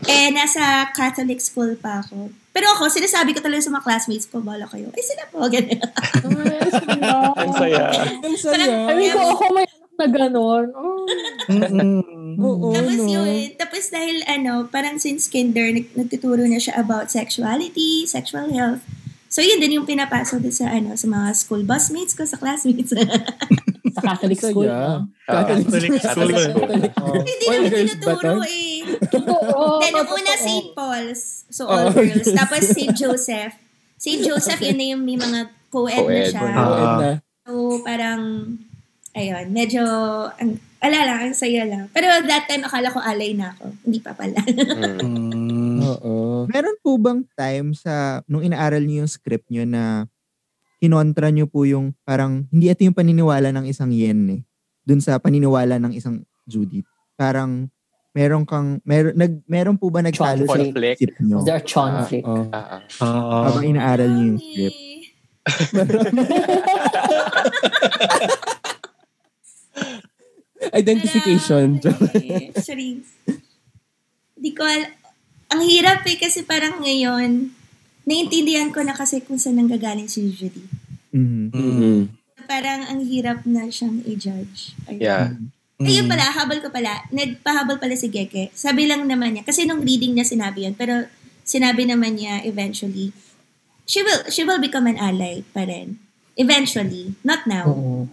Speaker 6: Eh, nasa Catholic school pa ako. Pero ako, sinasabi ko talaga sa mga classmates ko, bala kayo. Ay, sila po, ganun.
Speaker 4: Ang saya.
Speaker 1: Ang saya.
Speaker 2: I mean, kung ako may anak na ganun. Oh.
Speaker 5: Mm-mm.
Speaker 1: Oo,
Speaker 6: Tapos
Speaker 1: no?
Speaker 6: yun, tapos dahil ano, parang since kinder, nag- nagtuturo na siya about sexuality, sexual health. So yun din yung pinapasok din sa ano, sa mga school busmates ko, sa classmates.
Speaker 2: Sa Catholic
Speaker 1: Saya.
Speaker 2: school. no?
Speaker 4: Catholic
Speaker 5: Catholic
Speaker 4: school.
Speaker 5: school.
Speaker 1: Oh.
Speaker 6: Hindi
Speaker 1: All
Speaker 6: naman
Speaker 1: girls ba to?
Speaker 6: tinuturo eh.
Speaker 2: Totoo.
Speaker 6: Then nung
Speaker 2: totoo.
Speaker 6: una, St. Paul's. So all
Speaker 1: Oh,
Speaker 6: girls.
Speaker 1: yes.
Speaker 6: Tapos St. Joseph. St. Joseph, yun na yung may mga co-ed, na
Speaker 4: Co-ed.
Speaker 6: siya.
Speaker 5: Ah.
Speaker 1: Ayun na.
Speaker 6: So parang, ayun, medyo, ang, ala lang, ang saya lang. Pero that time, akala ko alay na ako. Hindi pa pala.
Speaker 4: Mm.
Speaker 5: Mm.
Speaker 1: Oo.
Speaker 3: Meron po bang time sa, nung inaaral niyo yung script niyo na kinontra niyo po yung parang, hindi ito yung paniniwala ng isang yen eh. Dun sa paniniwala ng isang Judith. Parang, meron kang, meron, nag, meron po ba nagtalo sa
Speaker 4: Conflict.
Speaker 3: script niyo?
Speaker 2: Was there a conflict?
Speaker 1: Oo.
Speaker 4: Ah, ah.
Speaker 5: Oo.
Speaker 3: Habang inaaral niyo yung script.
Speaker 6: Mami.
Speaker 1: Identification.
Speaker 6: Marami. Sorry. Di ko al- Ang hirap eh kasi parang ngayon, naiintindihan ko na kasi kung saan nanggagaling si Judy.
Speaker 3: Mhm.
Speaker 4: mm.
Speaker 1: Mm-mm.
Speaker 6: Parang ang hirap na siyang i-judge. Ayun.
Speaker 4: Yeah.
Speaker 6: Ayun Eh, pala, habol ko pala. Nagpahabol pala si Geke. Sabi lang naman niya, kasi nung reading niya sinabi yun, pero sinabi naman niya eventually, she will she will become an ally pa rin. Eventually. Not now.
Speaker 2: Oo.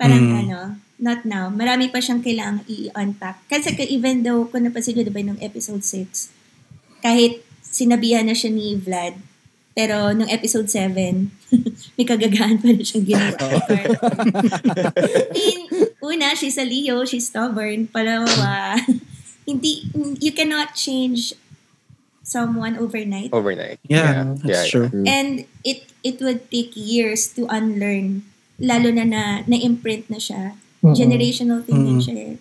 Speaker 6: Parang
Speaker 5: Mm.
Speaker 6: ano, not now. Marami pa siyang kailangang i-unpack. Kasi ka- even though, kung napansin nyo, di ba, nung episode 6, kahit sinabihan na siya ni Vlad, pero nung episode 7, may kagagahan pa rin siyang ginawa. I mean, una, she's a Leo, she's stubborn. Palawa, hindi, you cannot change someone overnight.
Speaker 4: Overnight.
Speaker 5: Yeah, that's
Speaker 4: yeah. Mm.
Speaker 5: true.
Speaker 6: And it it would take years to unlearn. Lalo na na na-imprint na siya.
Speaker 2: Mm-mm.
Speaker 6: Generational thinking
Speaker 5: Mm.
Speaker 6: siya. eh.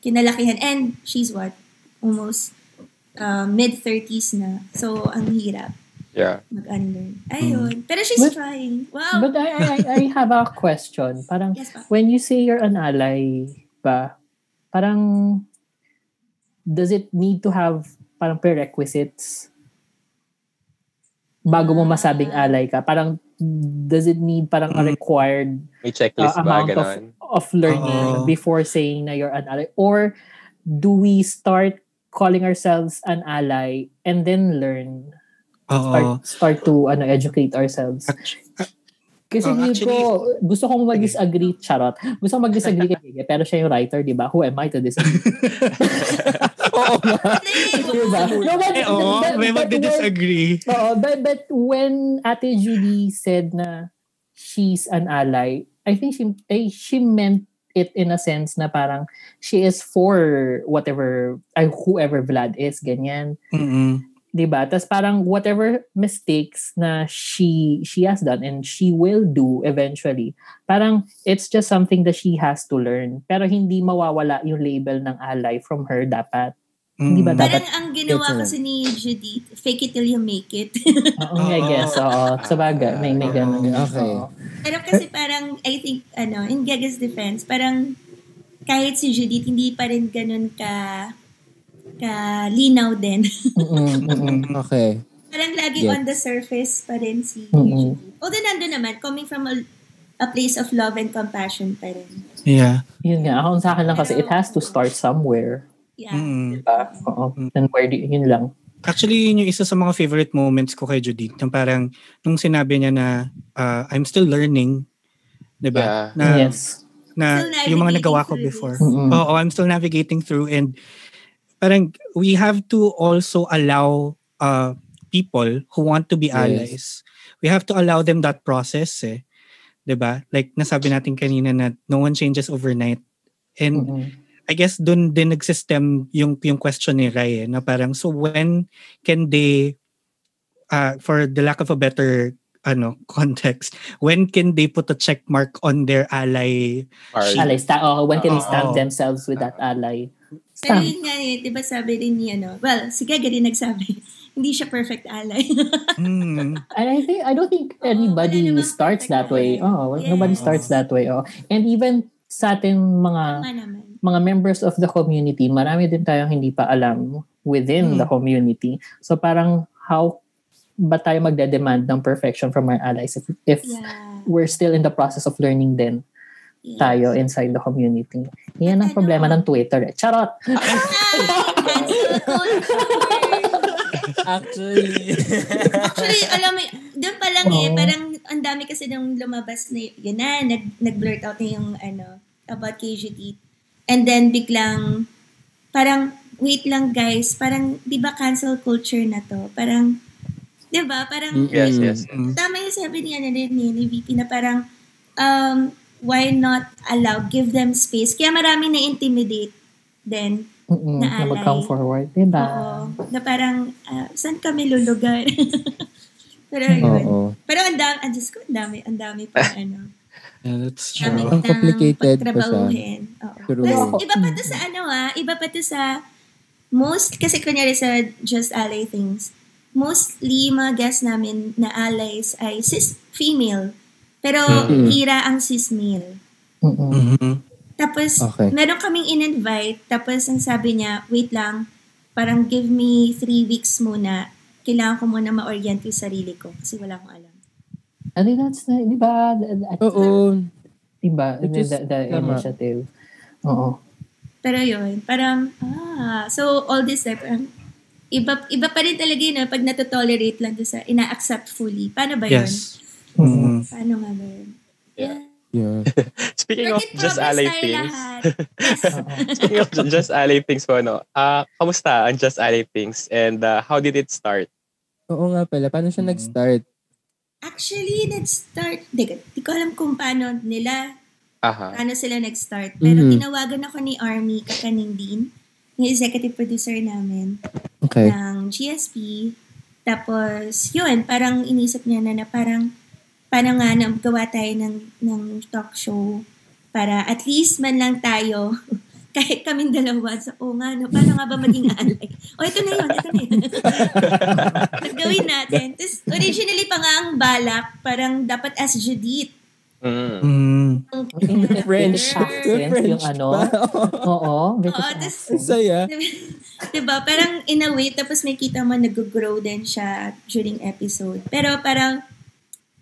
Speaker 6: Kinalakihan. And she's what? Almost uh, mid-30s na. So, ang hirap
Speaker 4: Yeah.
Speaker 6: mag-unlearn. Ayun. Pero she's
Speaker 2: But-
Speaker 6: trying. Wow.
Speaker 2: But I, I, I- I have a question. Parang,
Speaker 6: yes, pa.
Speaker 2: when you say you're an ally ba, parang, does it need to have parang prerequisites bago mo masabing ally ka? Parang, does it need parang a
Speaker 5: Mm.
Speaker 2: required
Speaker 4: May
Speaker 2: uh,
Speaker 4: checklist ba,
Speaker 2: amount of,
Speaker 4: ganon?
Speaker 2: of learning
Speaker 5: Oo.
Speaker 2: before saying na you're an ally? Or do we start calling ourselves an ally and then learn? Start,
Speaker 5: Oo.
Speaker 2: start to ano, educate ourselves? Kasi
Speaker 5: Oh,
Speaker 2: oh,
Speaker 5: actually-
Speaker 2: ko, gusto kong mag-disagree, charot. Gusto kong mag-disagree kay Gigi, pero siya yung writer, di ba? Who am I to disagree?
Speaker 5: Oo.
Speaker 2: di ba? No, but,
Speaker 5: Eh, oo,
Speaker 2: but-
Speaker 5: may
Speaker 2: but when-
Speaker 5: magdi-disagree.
Speaker 2: Oo, but, but when Ate Judy said na she's an ally, I think she, eh, she meant it in a sense na parang she is for whatever, ay, whoever Vlad is, ganyan.
Speaker 5: Mm-mm.
Speaker 2: 'di ba? Tas parang whatever mistakes na she she has done and she will do eventually. Parang it's just something that she has to learn. Pero hindi mawawala yung label ng ally from her dapat. Hindi ba
Speaker 5: Mm.
Speaker 2: dapat-
Speaker 6: Parang ang ginawa
Speaker 2: Yes,
Speaker 6: kasi ni Judith, fake it till you make it.
Speaker 2: Oo, I
Speaker 5: Oo. Ah.
Speaker 2: guess. Oo, sa bagay, may may ganun.
Speaker 3: Okay.
Speaker 2: Oo.
Speaker 6: Pero kasi parang, I think, ano, in Gaga's defense, parang kahit si Judith, hindi pa rin ganun ka ka linaw din.
Speaker 2: Mm-mm, mm-mm.
Speaker 3: Okay.
Speaker 6: parang lagi
Speaker 3: Yes.
Speaker 6: on the surface pa rin si
Speaker 2: Mm-mm.
Speaker 6: Judith. Although nandun naman, coming from a, a place of love and compassion pa rin.
Speaker 5: Yeah.
Speaker 2: Yun nga, ako sa akin lang kasi it has to start somewhere.
Speaker 6: Yeah.
Speaker 5: Mm-mm.
Speaker 2: Diba? Oo.
Speaker 5: Mm.
Speaker 2: And where do, yun lang.
Speaker 5: Actually, yun yung isa sa mga favorite moments ko kay Judith. Yung parang, nung sinabi niya na, ah, I'm still learning. Diba?
Speaker 4: Yeah.
Speaker 5: Na,
Speaker 2: yes.
Speaker 5: na
Speaker 6: Still navigating
Speaker 5: yung mga nagawa ko
Speaker 6: through this.
Speaker 5: before.
Speaker 2: Mm-mm.
Speaker 5: Oo, I'm still navigating through and parang we have to also allow uh, people who want to be
Speaker 3: Yes.
Speaker 5: allies, we have to allow them that process eh. 'Di ba? Like nasabi natin kanina na no one changes overnight. And
Speaker 2: Mm-mm.
Speaker 5: I guess dun din nag-system yung, yung question ni Rai eh, na parang so when can they, uh, for the lack of a better ano context, when can they put a check mark on their ally
Speaker 4: Parang-
Speaker 2: Ally, sta- oh, when can they stamp
Speaker 5: Oo.
Speaker 2: themselves with that ally?
Speaker 6: Pero
Speaker 2: Stamp.
Speaker 6: yun nga eh, di ba sabi rin niya, no? Well, si Gaga din nagsabi, hindi siya perfect ally.
Speaker 5: Mm.
Speaker 2: And I think I don't think
Speaker 6: Oo,
Speaker 2: anybody
Speaker 6: wala namang
Speaker 2: starts that way.
Speaker 6: perfect way.
Speaker 2: Oh, nobody
Speaker 6: Yes.
Speaker 2: starts that way. Oh. And even sa ating mga
Speaker 6: nga naman.
Speaker 2: mga members of the community, marami din tayong hindi pa alam within
Speaker 5: Hmm.
Speaker 2: the community. So parang how ba tayo magde-demand ng perfection from our allies if, if
Speaker 6: Yeah.
Speaker 2: we're still in the process of learning din
Speaker 6: yeah.
Speaker 2: tayo inside the community. Yan ang
Speaker 6: Ano?
Speaker 2: problema ng Twitter. Eh. Charot!
Speaker 6: Ay, cancel culture.
Speaker 1: Actually.
Speaker 6: Actually, alam mo, doon pa lang eh,
Speaker 2: Oo.
Speaker 6: parang ang dami kasi nung lumabas na y- yun na, nag, nag-blurt out na yung ano, about KGT. And then biglang, parang, wait lang guys, parang, di ba cancel culture na to? Parang, di ba? Parang,
Speaker 4: yes, yes.
Speaker 5: Mm.
Speaker 6: tama yung sabi niya na rin ni, ni VP na parang, um, why not allow, give them space. Kaya marami na-intimidate then
Speaker 2: Mm-mm, na
Speaker 6: Na alay.
Speaker 2: mag-come forward. Diba?
Speaker 6: Oo. Na parang, ah, saan kami lulugar? Pero yun.
Speaker 3: Oo.
Speaker 6: Pero ang dami, ang Diyos ko, ang dami, ang dami pa, ano.
Speaker 5: Yeah, that's
Speaker 6: ang dami
Speaker 5: true.
Speaker 3: Ang
Speaker 6: pang
Speaker 3: complicated pa siya.
Speaker 6: pagtrabahuhin. Oo.
Speaker 3: True.
Speaker 6: Plus,
Speaker 2: Ako-
Speaker 6: iba pa to sa ano ah, iba pa to sa, most, kasi kunyari sa Just Ally Things, mostly mga guests namin na allies ay cis female. Pero
Speaker 4: Mm.
Speaker 6: hira ang cis male.
Speaker 2: Mm-mm.
Speaker 5: Mhm.
Speaker 6: Tapos,
Speaker 3: Okay.
Speaker 6: meron kaming in-invite. Tapos, ang sabi niya, wait lang, parang give me three weeks muna. Kailangan ko muna ma-orient yung sarili ko kasi wala akong alam.
Speaker 2: I think that's, na- di ba? At-
Speaker 1: Oo.
Speaker 2: di ba?
Speaker 1: Which
Speaker 2: The,
Speaker 1: is
Speaker 2: the, the
Speaker 1: tama.
Speaker 2: initiative. Oo.
Speaker 6: Pero yun, parang, ah, so all this time, parang, iba, iba pa rin talaga yun, ah, pag natotolerate lang doon sa, ina-accept fully. Paano ba
Speaker 2: Mm-hmm.
Speaker 6: yun?
Speaker 5: Yes. Mm.
Speaker 6: Paano nga ba yun? Yeah.
Speaker 1: Yeah.
Speaker 4: Speaking of
Speaker 6: Bakit
Speaker 4: just
Speaker 6: promise
Speaker 4: alay
Speaker 6: tayo
Speaker 4: things,
Speaker 6: lahat?
Speaker 4: speaking of just alay things po, no? ah kamusta ang just alay things and ah, how did it start?
Speaker 1: Oo nga pala. Paano siya
Speaker 3: Mm.
Speaker 1: nag-start?
Speaker 6: Actually, nag-start, di, di ko alam kung paano nila,
Speaker 4: Aha.
Speaker 6: paano sila nag-start. Pero
Speaker 1: Mhm.
Speaker 6: tinawagan ako ni Army Kakaning Dean, yung executive producer namin
Speaker 1: Okay.
Speaker 6: ng GSP. Tapos, yun, parang inisip niya na, na parang, parang nga na gawa tayo ng, ng talk show para at least man lang tayo, kahit kaming dalawa, sa, oh nga, no, paano nga ba maging alay? O, ito na yun, ito na yun. At gawin natin. Tapos, originally pa nga ang balak, parang dapat as Judith.
Speaker 4: Mm.
Speaker 5: Mm.
Speaker 1: French.
Speaker 6: Sure.
Speaker 2: French yung ano. Oo,
Speaker 6: Oo,
Speaker 2: British
Speaker 1: Ang
Speaker 6: tas-
Speaker 2: accent.
Speaker 1: saya.
Speaker 6: diba? Parang in a way, tapos may kita mo nag-grow din siya during episode. Pero parang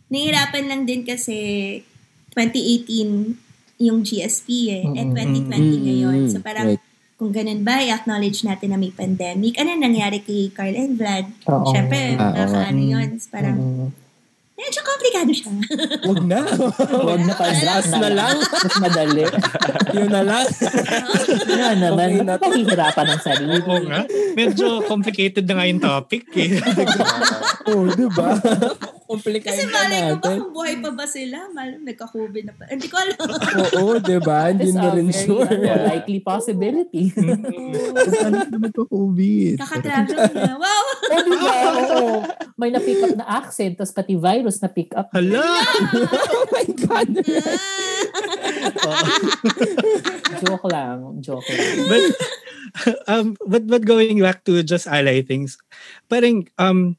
Speaker 6: nahihirapan lang din kasi 2018 yung GSP eh. At
Speaker 2: Mm,
Speaker 6: 2020 ngayon. So parang kung ganun ba, i-acknowledge natin na may pandemic. Ano nangyari kay Carl and Vlad?
Speaker 2: Oo.
Speaker 6: Siyempre,
Speaker 1: Ah, oo
Speaker 6: nakakaano
Speaker 5: nga.
Speaker 6: yun. Tapos Parang,
Speaker 2: Mm.
Speaker 6: medyo komplikado siya.
Speaker 1: Huwag na.
Speaker 2: Mm-hmm. Huwag na pa
Speaker 1: Last na lang.
Speaker 2: Mas madali.
Speaker 1: Yun na lang.
Speaker 2: Nga naman,
Speaker 1: Okay
Speaker 2: okay,
Speaker 1: na to.
Speaker 2: napahihirapan ang sarili.
Speaker 5: Oo nga. Medyo complicated na nga yung topic eh.
Speaker 1: Oo, diba? Komplikado na
Speaker 6: Kasi malay ko ba
Speaker 1: natin.
Speaker 6: kung buhay pa ba sila? Malay, nagka-COVID na pa. Hindi ko alam.
Speaker 1: Oo, diba? Hindi
Speaker 2: It's
Speaker 1: na
Speaker 2: a
Speaker 1: rin
Speaker 2: very
Speaker 1: sure. Mm.
Speaker 2: ano, likely possibility.
Speaker 3: Ano na magka-COVID?
Speaker 6: Kakatravel na. Wow!
Speaker 2: o diba? Oo. May na-pick up na accent, tapos pati virus na-pick up.
Speaker 5: Hala!
Speaker 1: Oh my God.
Speaker 6: Mm. Ah,
Speaker 2: Joke lang. Joke lang.
Speaker 5: but um but but going back to just ally things parang um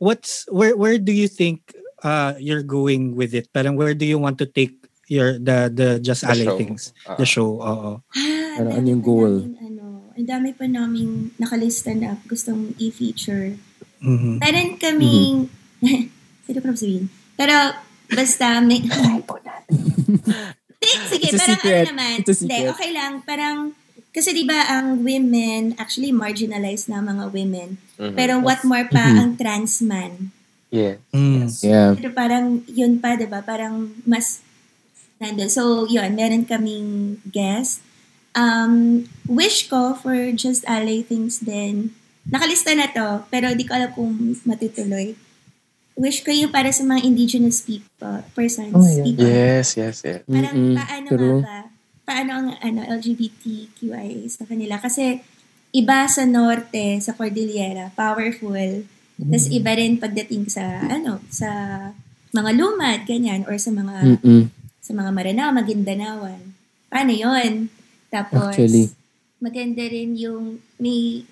Speaker 5: what's where where do you think uh you're going with it parang where do you want to take your the the just
Speaker 4: The
Speaker 5: ally
Speaker 4: show.
Speaker 5: things
Speaker 4: Ah.
Speaker 5: the show oo
Speaker 6: Ah,
Speaker 1: Ano,
Speaker 6: ang
Speaker 1: ano
Speaker 6: dami
Speaker 1: yung
Speaker 6: pa
Speaker 1: goal?
Speaker 6: naming, ano, ang dami pa namin nakalista na gustong i-feature.
Speaker 5: Mhm.
Speaker 6: Meron kaming,
Speaker 1: Mm-hmm.
Speaker 6: sino pa sabihin? Pero, basta may... Sige, sige,
Speaker 1: It's a
Speaker 6: parang
Speaker 1: secret.
Speaker 6: ano naman.
Speaker 1: It's a
Speaker 6: Hindi,
Speaker 1: secret.
Speaker 6: okay lang. Parang, kasi di ba ang women, actually marginalized na ang mga women.
Speaker 4: Mhm.
Speaker 6: Pero what more pa
Speaker 1: Mhm.
Speaker 6: ang trans man.
Speaker 4: yeah.
Speaker 5: Mm.
Speaker 1: Yeah.
Speaker 6: Pero parang yun pa, 'di ba Parang mas nandun. So, yun, meron kaming guest. Um, wish ko for Just Ally Things din. Nakalista na to, pero di ko alam kung matutuloy. Wish ko yung para sa mga indigenous people, persons.
Speaker 2: Oh, yeah.
Speaker 6: people.
Speaker 4: Yes, yes, yes.
Speaker 6: Parang
Speaker 1: Mm-mm,
Speaker 6: paano
Speaker 1: true.
Speaker 6: nga ba? Paano ang ano, LGBTQIA sa kanila? Kasi iba sa norte, sa Cordillera, powerful. Tapos iba rin pagdating sa ano, sa mga lumad, ganyan, or sa mga
Speaker 1: Mm-mm.
Speaker 6: sa mga Maranao, Magindanawan. Paano yon? Tapos,
Speaker 1: Actually.
Speaker 6: maganda rin yung may,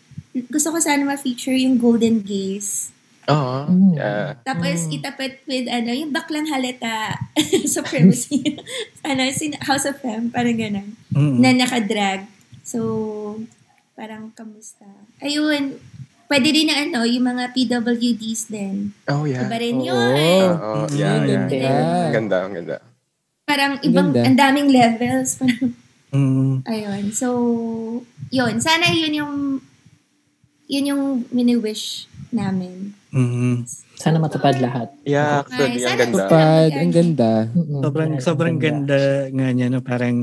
Speaker 6: gusto ko sana ma-feature yung Golden Gaze.
Speaker 4: Oo.
Speaker 2: Mm.
Speaker 4: Yeah.
Speaker 6: Tapos
Speaker 2: Mm.
Speaker 6: itapat with ano, yung baklang halata supremacy. ano, sin House of Femme, parang ganun.
Speaker 5: Mm.
Speaker 6: Na nakadrag. So, parang kamusta. Ayun, pwede rin na ano, yung mga PWDs din.
Speaker 4: Oh, yeah.
Speaker 6: Iba rin
Speaker 1: Oo.
Speaker 6: yun.
Speaker 4: Oo, mm-hmm.
Speaker 5: Mm.
Speaker 4: yeah, yeah.
Speaker 1: Ganda.
Speaker 4: Ang ganda, ang ganda.
Speaker 6: Parang ibang,
Speaker 1: Ganda.
Speaker 6: ang daming levels. Parang
Speaker 5: Mm.
Speaker 6: Ayun. So, yun. Sana yun yung yun yung mini-wish namin.
Speaker 5: Mm.
Speaker 2: Sana matupad lahat.
Speaker 4: Yeah, actually, ang
Speaker 6: sana
Speaker 4: ganda.
Speaker 6: gusto-
Speaker 1: Pad, ang ganda.
Speaker 2: Mm-mm.
Speaker 5: sobrang
Speaker 2: Yan,
Speaker 5: sobrang ganda nga niya no parang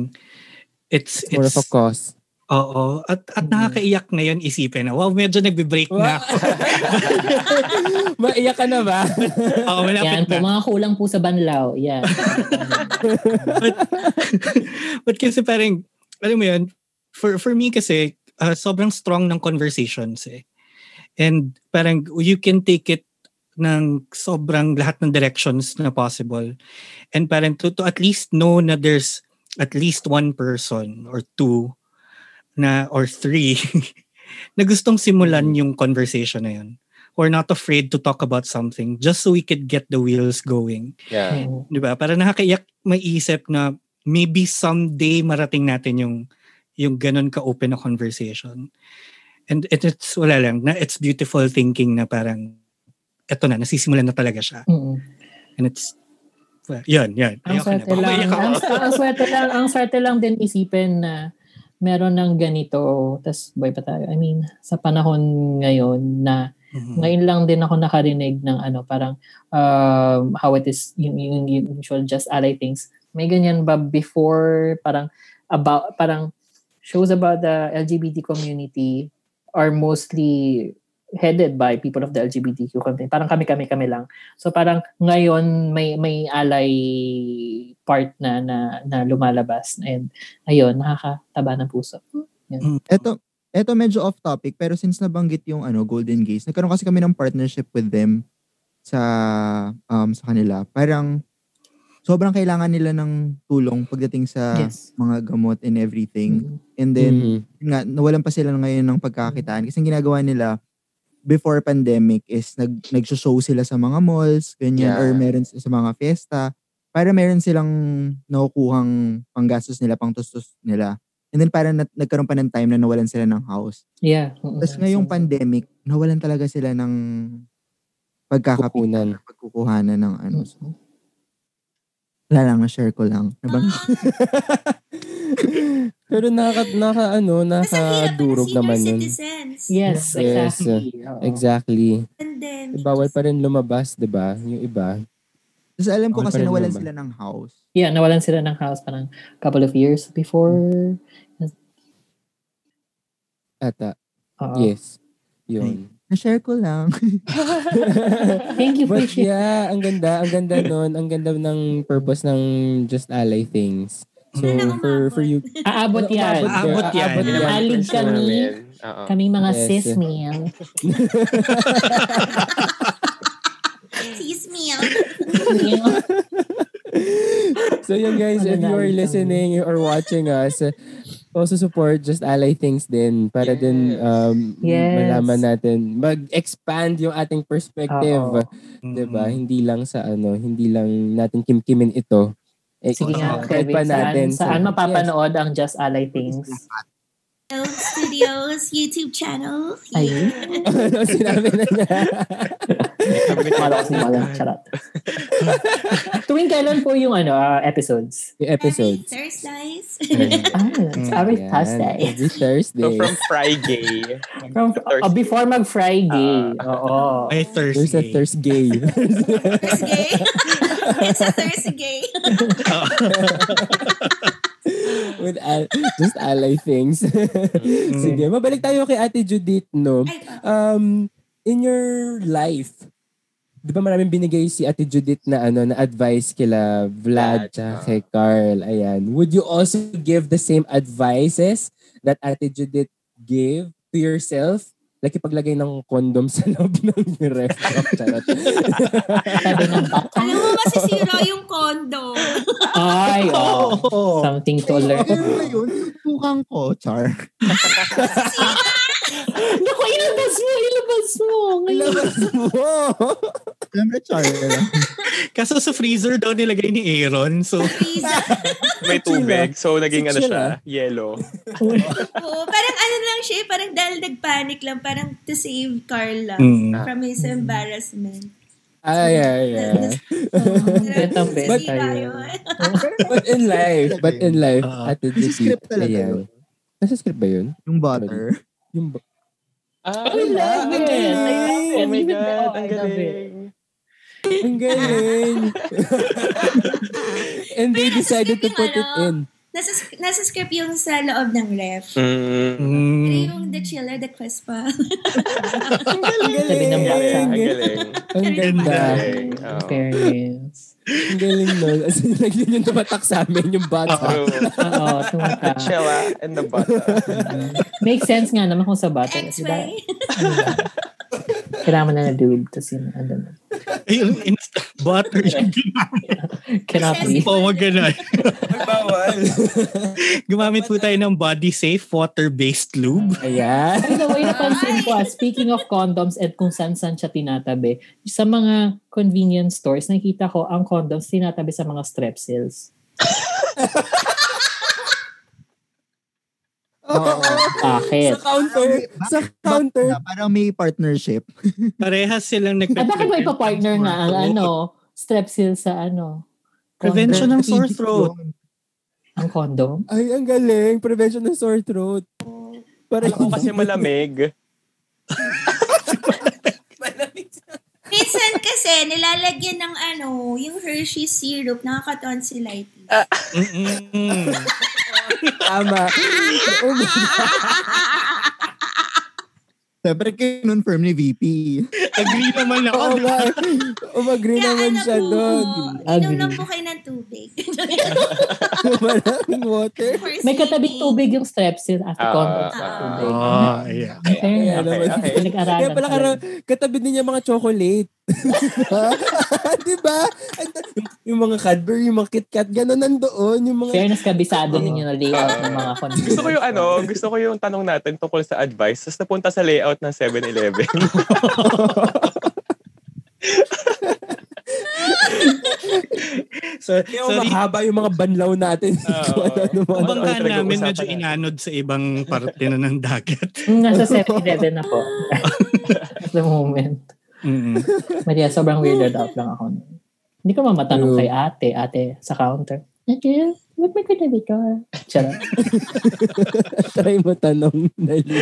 Speaker 5: it's
Speaker 1: It's more of
Speaker 5: it's
Speaker 1: a Mm-hmm. cause.
Speaker 5: oo at at
Speaker 2: Mm.
Speaker 5: nakakaiyak na yun isipin na wow medyo nagbe-break na ako
Speaker 1: Maiyak ka na ba?
Speaker 5: oo
Speaker 2: Yan po,
Speaker 5: malapit na
Speaker 2: mga kulang po sa banlaw. Yan.
Speaker 5: But kasi parang, alam mo yun, for, for me kasi, uh, sobrang strong ng conversations eh. And parang you can take it ng sobrang lahat ng directions na possible. And parang to, to at least know na there's at least one person or two na or three na gustong simulan yung conversation na yun. Or not afraid to talk about something just so we could get the wheels going.
Speaker 4: Yeah.
Speaker 2: Mm.
Speaker 5: Di ba? Para nakakaiyak maisip na maybe someday marating natin yung yung ganun ka-open na conversation. And it, it's, wala lang, na it's beautiful thinking na parang, eto na, nasisimulan na talaga siya.
Speaker 2: Mm-mm.
Speaker 5: And it's, well, yun, yun.
Speaker 2: Ang
Speaker 5: Ayoko na.
Speaker 2: swerte
Speaker 5: Baka
Speaker 2: lang,
Speaker 5: maiyak ako.
Speaker 2: ang, ang swerte lang, ang swerte lang din isipin na meron ng ganito, tas boy pa tayo. I mean, sa panahon ngayon na
Speaker 3: Mm.
Speaker 5: Mhm.
Speaker 2: ngayon lang din ako nakarinig ng ano, parang um, how it is, yung, yung, yung usual just ally things, May ganyan ba before parang about parang shows about the LGBT community are mostly headed by people of the LGBTQ community. Parang kami-kami-kami lang. So parang ngayon may may ally part na na, na lumalabas and ayun nakakataba ng puso.
Speaker 3: Eto, eto medyo off topic pero since nabanggit yung ano Golden Gaze, nagkaroon kasi kami ng partnership with them sa um sa kanila. Parang sobrang kailangan nila ng tulong pagdating sa
Speaker 2: Yes. Mm.
Speaker 3: mga gamot and everything. And then
Speaker 1: Mhm.
Speaker 3: yun nga, nawalan pa sila ngayon ng pagkakitaan. Kasi ang ginagawa nila before pandemic is nag, nag-show sila sa mga malls, ganyan,
Speaker 4: Yeah.
Speaker 3: or meron sila sa mga fiesta. Para meron silang nakukuhang panggastos nila, pangtustos nila. And then para nat- nagkaroon pa ng time na nawalan sila ng house.
Speaker 2: Yeah. Mm-mm.
Speaker 3: Tapos ngayong pandemic, nawalan talaga sila ng pagkakapit,
Speaker 1: Kukunan.
Speaker 3: pagkukuhanan ng ano.
Speaker 2: Mm.
Speaker 3: Wala lang, na-share ko lang. Nabang-
Speaker 1: Pero naka, naka ano,
Speaker 6: Mas ang hirap ng
Speaker 1: nakadurog
Speaker 6: senior
Speaker 1: naman yun.
Speaker 6: citizens.
Speaker 2: Yes,
Speaker 1: Yes.
Speaker 2: exactly. Oo.
Speaker 1: Exactly.
Speaker 6: Pandemic.
Speaker 1: Bawal pa rin lumabas, 'di ba? Yung iba.
Speaker 3: Tapos alam ko
Speaker 1: Okay
Speaker 3: kasi
Speaker 1: pa rin
Speaker 3: nawalan
Speaker 1: naman.
Speaker 3: sila ng house.
Speaker 2: Yeah, nawalan sila ng house parang couple of years before.
Speaker 1: Ata.
Speaker 2: Oo.
Speaker 1: Yes. Yun.
Speaker 3: Na-share ko lang.
Speaker 2: Thank you for
Speaker 1: But
Speaker 2: sharing.
Speaker 1: yeah, ang ganda, ang ganda nun. Ang ganda ng purpose ng Just Ally Things. So,
Speaker 6: Wala na
Speaker 1: for, for you,
Speaker 2: Aabot Ano yan.
Speaker 1: Aabot
Speaker 5: Aabot yan.
Speaker 1: Aabot
Speaker 4: Yun naman ang
Speaker 2: Alig
Speaker 4: intention
Speaker 2: kami.
Speaker 4: namin. Oo.
Speaker 2: Kaming mga
Speaker 1: Yes.
Speaker 2: cis male.
Speaker 6: Excuse me. ah.
Speaker 1: so yun guys, if you are
Speaker 2: Mananalo kami.
Speaker 1: listening or watching us, uh, also support Just Ally Things din para
Speaker 4: Yes.
Speaker 1: din um,
Speaker 2: Yes.
Speaker 1: malaman natin, mag-expand yung ating
Speaker 2: Oo.
Speaker 1: perspective.
Speaker 5: Mm-hmm.
Speaker 1: 'Di ba Hindi lang sa ano, hindi lang natin kimkimin ito. Eh,
Speaker 2: Sige nga,
Speaker 1: kahit
Speaker 2: Kevin.
Speaker 1: pa natin.
Speaker 2: Saan, saan
Speaker 1: So,
Speaker 2: mapapanood ang Just Ally Things?
Speaker 6: Hello, Studios YouTube channel.
Speaker 2: Ayun.
Speaker 1: yes. Ano, sinabi na niya.
Speaker 2: Kala ko sinala. Charot. Tuwing kailan po yung ano ah, episodes?
Speaker 1: Yung
Speaker 6: Every
Speaker 1: episodes.
Speaker 6: Thursdays.
Speaker 2: Ah, it's every
Speaker 1: Ayan,
Speaker 2: Thursday.
Speaker 1: Every
Speaker 4: So
Speaker 1: Thursday.
Speaker 4: from Friday.
Speaker 2: From, oh, before mag-Friday.
Speaker 1: Ah.
Speaker 2: Oo.
Speaker 5: Ay,
Speaker 1: There's
Speaker 5: Thursday.
Speaker 1: a Thursday.
Speaker 6: Thursday. It's a Thursday.
Speaker 5: Oh.
Speaker 1: With al- just ally things. Sige, mabalik tayo kay Ate Judith, no?
Speaker 6: Ay, oh.
Speaker 1: Um, in your life, di ba maraming binigay si Ate Judith na ano na advice kila Vlad
Speaker 4: Vlad,
Speaker 1: tsaka
Speaker 4: ah.
Speaker 1: kay Carl. Ayan. Would you also give the same advices that Ate Judith gave to yourself? Like ipaglagay ng condom sa loob ng ref. Oh, charot.
Speaker 2: Sabi ng bata.
Speaker 6: Alam mo, masisira yung condo.
Speaker 2: Ay, oo.
Speaker 1: Oh.
Speaker 3: Oo.
Speaker 2: Something to learn.
Speaker 3: Ayun na Ano yun. Tukang ko, Char.
Speaker 2: Naku, ilabas mo, ilabas mo. Ngayon.
Speaker 1: Wow!
Speaker 3: Alam na, Char.
Speaker 5: Kaso sa freezer daw nilagay ni Aaron. So,
Speaker 6: Please.
Speaker 4: May tubig. So, naging ano
Speaker 1: Chill,
Speaker 4: siya,
Speaker 1: ah.
Speaker 4: yellow.
Speaker 6: Oo, parang ano lang siya, eh, parang dahil nag-panic lang, parang to save Carl lang
Speaker 5: Mm.
Speaker 6: from his embarrassment.
Speaker 1: Ay, ay, ay.
Speaker 2: Ganda ang best
Speaker 6: Masisira
Speaker 2: tayo.
Speaker 6: yun.
Speaker 1: But in life, but in life,
Speaker 5: Ah.
Speaker 1: Ate
Speaker 3: Nasa
Speaker 1: Judith,
Speaker 3: script talaga
Speaker 1: ayan.
Speaker 3: yun.
Speaker 1: Nasa script ba yun?
Speaker 3: Yung butter.
Speaker 1: Yung ba-
Speaker 4: Ah,
Speaker 2: I love it. I love it.
Speaker 4: Oh my
Speaker 2: Even
Speaker 4: God,
Speaker 2: though
Speaker 4: ang
Speaker 2: I love it.
Speaker 4: galing.
Speaker 1: Ang galing. And they
Speaker 6: Pero nasa
Speaker 1: decided to
Speaker 6: script yung
Speaker 1: put it
Speaker 6: ano?
Speaker 1: in.
Speaker 6: Nasa, nasa script yung sa loob ng ref.
Speaker 4: Mm.
Speaker 6: Pero
Speaker 5: Mm.
Speaker 6: yung the chiller, the crispa.
Speaker 1: Ang
Speaker 2: Sabi
Speaker 1: galing.
Speaker 2: ng
Speaker 4: Ang
Speaker 2: bata.
Speaker 4: galing, Mm. ang galing.
Speaker 1: Ang ganda.
Speaker 4: Galing. Oo.
Speaker 2: Experience.
Speaker 1: Ang galing nun. As in, like, yun yung tumatak sa amin, yung bata.
Speaker 4: True.
Speaker 2: Oo,
Speaker 4: The
Speaker 2: tumata.
Speaker 4: chilla and the butter.
Speaker 2: Makes sense nga naman kung sa bata. Kasi ba,
Speaker 6: X-ray.
Speaker 1: Diba?
Speaker 2: kailangan mo na na-dube. Tapos yun, ano na.
Speaker 5: Ayun, instant butter yung ginamit.
Speaker 2: Cannot be.
Speaker 5: Oo, wag ganun.
Speaker 4: Bawal.
Speaker 5: Gumamit po tayo ng body safe water-based lube.
Speaker 1: Ayan.
Speaker 2: By the way, napansin ko, ah, speaking of condoms at kung saan-saan siya tinatabi, sa mga convenience stores, nakita ko ang condoms tinatabi sa mga strepsils.
Speaker 1: Oo. Sa
Speaker 2: Bakit?
Speaker 1: counter. Sa counter.
Speaker 3: Bakit? Parang may partnership.
Speaker 5: Parehas silang nag-
Speaker 2: At Ah, bakit mo ipapartner nga ang ano, strepsils sa ano?
Speaker 5: Prevention
Speaker 2: condom?
Speaker 5: ng sore throat.
Speaker 2: Ang condom?
Speaker 1: Ay, ang galing. Prevention ng sore throat. Para
Speaker 4: Alam ko kasi malamig.
Speaker 6: Minsan kasi kasi nilalagyan ng ano, yung Hershey syrup, nakaka-tonsillitis.
Speaker 5: Mm-mm.
Speaker 2: Tama. Oo nga.
Speaker 3: Siyempre, kinonfirm ni VP.
Speaker 5: Agree naman ako.
Speaker 1: Oo nga. Umagree naman siya
Speaker 6: po,
Speaker 1: doon. Ah,
Speaker 6: inom
Speaker 2: Agree.
Speaker 6: lang po kayo ng tubig.
Speaker 1: Maraming water.
Speaker 6: For
Speaker 2: May katabing
Speaker 6: safety.
Speaker 2: tubig yung strepsil at
Speaker 4: Ah,
Speaker 2: context
Speaker 6: ah,
Speaker 2: ng
Speaker 6: ah.
Speaker 2: tubig.
Speaker 5: Oh, yeah.
Speaker 2: Okay.
Speaker 1: Kaya naman.
Speaker 4: Okay, okay.
Speaker 2: Pinag-aralan
Speaker 1: Kaya pala
Speaker 2: pa rin.
Speaker 1: karo, katabi din niya mga chocolate. Di ba? Yung mga Cadbury, yung mga KitKat, gano'n nandoon. Yung mga...
Speaker 2: Fairness, kabisado ninyo na layout
Speaker 4: Ah.
Speaker 2: ng mga convenience.
Speaker 4: Gusto ko yung ano, gusto ko yung tanong natin tungkol sa advice. Tapos napunta sa layout ng 7-Eleven.
Speaker 5: So,
Speaker 1: Kaya
Speaker 5: sorry.
Speaker 1: mahaba yung mga banlaw natin.
Speaker 4: Oo.
Speaker 1: Kung ano-ano, mga-
Speaker 4: Ano
Speaker 5: Bangka
Speaker 4: talaga
Speaker 5: namin
Speaker 4: usapan
Speaker 5: medyo
Speaker 4: natin?
Speaker 5: inanod sa ibang parte na ng dagat.
Speaker 2: Mm, Nasa 7-Eleven na po. At the moment.
Speaker 5: Mm-mm.
Speaker 2: Maria, sobrang weirded out lang ako. nun. Hindi ko mamatanong
Speaker 1: True.
Speaker 2: kay ate, ate sa counter. Ate, ba't may katabi ka? Charot.
Speaker 1: Try mo tanong. Dali.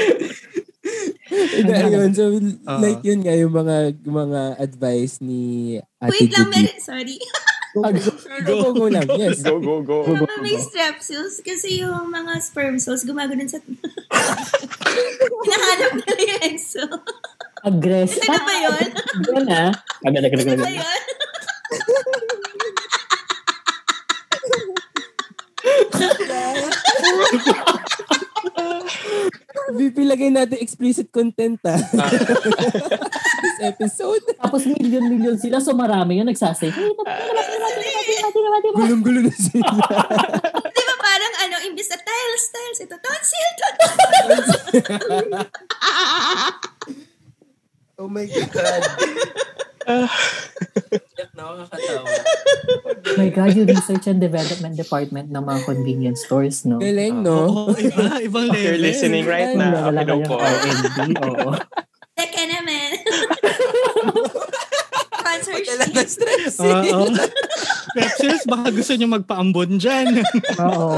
Speaker 1: Hindi,
Speaker 2: Ano?
Speaker 1: yun. So,
Speaker 5: Oo.
Speaker 1: like yun nga, yung mga mga advice ni Ate
Speaker 6: Wait lang,
Speaker 1: Judy.
Speaker 6: meron, sorry.
Speaker 1: Go, go, go, go, go lang. Yes.
Speaker 4: go, go, go.
Speaker 1: Go, go,
Speaker 6: Mga may strep cells kasi yung mga sperm cells gumagano'n sa... Hinahanap nila yung exo.
Speaker 2: Aggressive.
Speaker 6: Ano ba yun?
Speaker 2: Yun ah. Agad, agad, agad,
Speaker 6: Ano ba
Speaker 2: agad.
Speaker 6: yun?
Speaker 1: VP, lagay natin explicit content ah. This episode.
Speaker 2: Tapos million-million sila, so marami yun nagsasay. Hey, tapos na ba,
Speaker 6: Kasi,
Speaker 1: Gulong-gulo na sila.
Speaker 6: Di ba parang ano, imbis na tiles, tiles, ito, tonsil, tonsil.
Speaker 1: Oh my God. Yak na ako kakatawa.
Speaker 2: Oh my God, yung research and development department ng mga convenience stores, no?
Speaker 1: Galing, no?
Speaker 5: Oo, iba, ibang
Speaker 4: If you're
Speaker 5: level.
Speaker 4: listening right
Speaker 1: Ayun,
Speaker 4: now,
Speaker 2: wala
Speaker 4: hello
Speaker 2: kayong
Speaker 4: po.
Speaker 2: R&D, oo.
Speaker 6: Teka naman. Concert
Speaker 1: Kailan na
Speaker 6: sheet.
Speaker 1: stress eh.
Speaker 5: Oo. Pepsis, baka gusto nyo magpaambon dyan.
Speaker 2: Oo.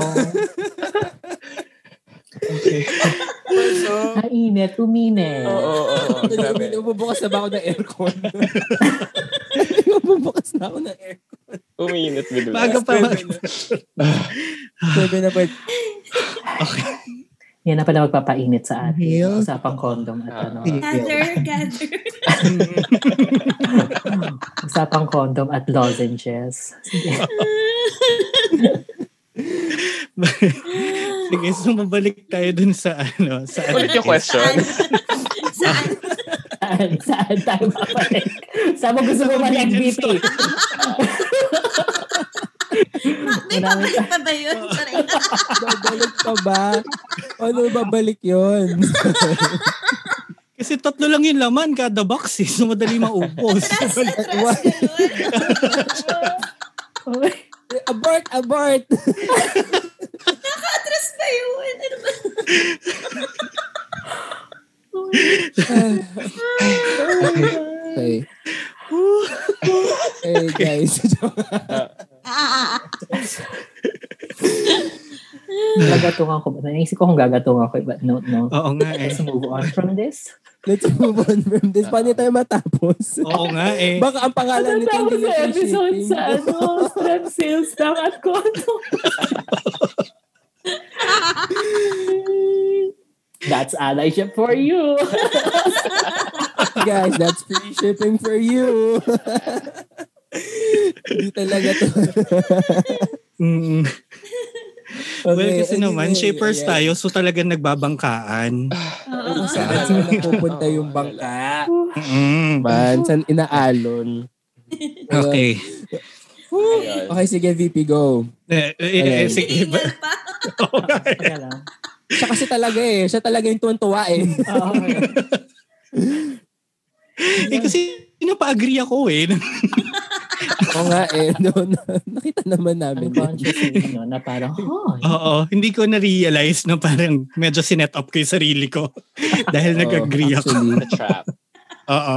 Speaker 2: Kainit, uminit.
Speaker 4: Oo, oo, oo. Grabe.
Speaker 1: Ibubukas na ba ako ng aircon? Ibubukas na ako ng aircon.
Speaker 4: Umiinit bigla.
Speaker 5: Bago pa.
Speaker 1: Pwede na pwede.
Speaker 2: Yan na pala magpapainit sa atin.
Speaker 3: Hell.
Speaker 2: Usapang condom at ano.
Speaker 6: Gather, gather.
Speaker 2: Usapang condom at lozenges.
Speaker 5: Sige, so mabalik tayo dun sa ano. Sa
Speaker 4: Ulit yung
Speaker 6: Saan?
Speaker 4: question.
Speaker 6: Saan?
Speaker 2: Saan, saan tayo papalik? Saan mo gusto mo man MVP?
Speaker 6: May pabalik pa ba yun? Sorry.
Speaker 1: Babalik pa ba? Ano babalik yun?
Speaker 5: Kasi tatlo lang yung laman kada box eh. So madali maubos.
Speaker 6: Atras, atras. ganun.
Speaker 1: abort! Abort!
Speaker 6: Atras ba yun? Ano ba?
Speaker 1: okay. Hey guys.
Speaker 6: Ah,
Speaker 2: Gagatungan ko ba? Naisip ko kung gagatungan ko iba. No, no.
Speaker 5: Oo nga eh.
Speaker 2: Let's move on from this.
Speaker 1: Let's move on from this. Paano tayo matapos?
Speaker 5: Oo nga eh.
Speaker 1: Baka ang pangalan nito hindi
Speaker 2: Natapos sa
Speaker 1: natin
Speaker 2: episode
Speaker 1: shipping.
Speaker 2: sa ano, strap sales lang at condom. That's allyship for you.
Speaker 1: Guys, that's free shipping for you. Hindi talaga to.
Speaker 5: Mm. well,
Speaker 1: Okay,
Speaker 5: kasi naman,
Speaker 1: anyway,
Speaker 5: shapers
Speaker 1: ayan.
Speaker 5: tayo. So talaga nagbabangkaan.
Speaker 6: Oo.
Speaker 1: Kung saan saan napupunta yung bangka.
Speaker 5: Mm.
Speaker 1: Man, saan inaalon.
Speaker 5: Okay.
Speaker 4: Ayun.
Speaker 1: Okay, sige, VP, go.
Speaker 5: Eh, eh, eh,
Speaker 1: Ayan.
Speaker 5: sige.
Speaker 6: Tingal pa.
Speaker 5: Oo nga eh.
Speaker 2: Teka lang.
Speaker 1: Siya kasi talaga eh. Siya talaga yung tuwan-tuwa eh.
Speaker 2: Oo.
Speaker 5: Eh, kasi pinapa-agree ako eh.
Speaker 1: Oo nga eh. No, na- nakita naman namin. eh.
Speaker 2: unconscious yun, no, na parang, hoy.
Speaker 5: Oo, hindi ko na-realize na parang medyo sinet up ko yung sarili ko. Dahil
Speaker 1: Oo,
Speaker 5: nag-agree ako.
Speaker 1: actually.
Speaker 4: The trap.
Speaker 5: Oo.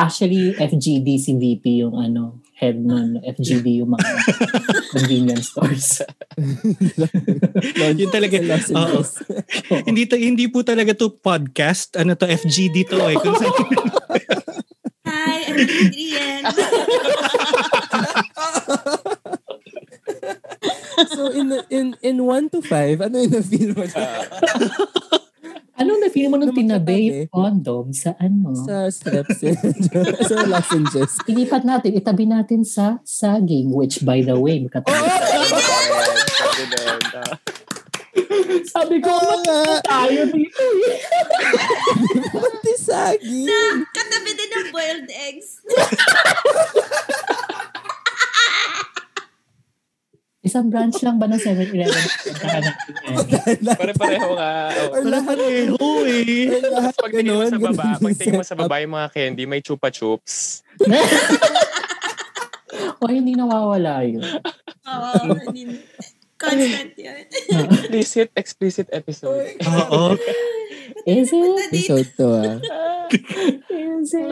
Speaker 2: Actually, FGD si VP yung ano, head nun. FGD yung mga convenience stores.
Speaker 5: Yun talaga.
Speaker 1: Lost in
Speaker 5: Oo.
Speaker 1: Lost.
Speaker 5: Hindi, to, hindi po talaga to podcast. Ano to, FGD to eh. Kung saan,
Speaker 6: Hi, Hi, I'm Adrian.
Speaker 7: So in in in 1 to 5, ano yung na-feel mo na,
Speaker 2: Anong na-feel Ano mo nung
Speaker 7: Lumaki
Speaker 2: tinabi
Speaker 7: kami.
Speaker 2: yung condom sa ano?
Speaker 7: sa steps
Speaker 1: eh.
Speaker 7: and sa lozenges?
Speaker 2: Ilipat natin, itabi natin sa saging, which by the way, katabi. Sabi
Speaker 4: Sabi doon, ah,
Speaker 2: ko, "Ano
Speaker 7: Oo nga.
Speaker 2: tayo dito.
Speaker 7: Pati saging.
Speaker 6: Katabi din ng boiled eggs.
Speaker 2: Isang branch lang ba ng 7-Eleven? Puntahan natin yan.
Speaker 4: Pare-pareho nga. oo.
Speaker 7: Or lahat
Speaker 5: Pareho eh.
Speaker 7: or lahat
Speaker 4: ah, oh. Pag tingin mo sa
Speaker 7: ganun,
Speaker 4: baba,
Speaker 7: ganun
Speaker 4: pag tingin mo
Speaker 7: yung
Speaker 4: sa baba yung mga candy, may chupa chups.
Speaker 2: o hindi nawawala yun.
Speaker 6: Oo, hindi. Constant yun.
Speaker 4: Explicit, explicit
Speaker 7: Oh
Speaker 4: episode.
Speaker 5: Oo.
Speaker 2: Is it?
Speaker 7: Episode to ah.
Speaker 2: Is it?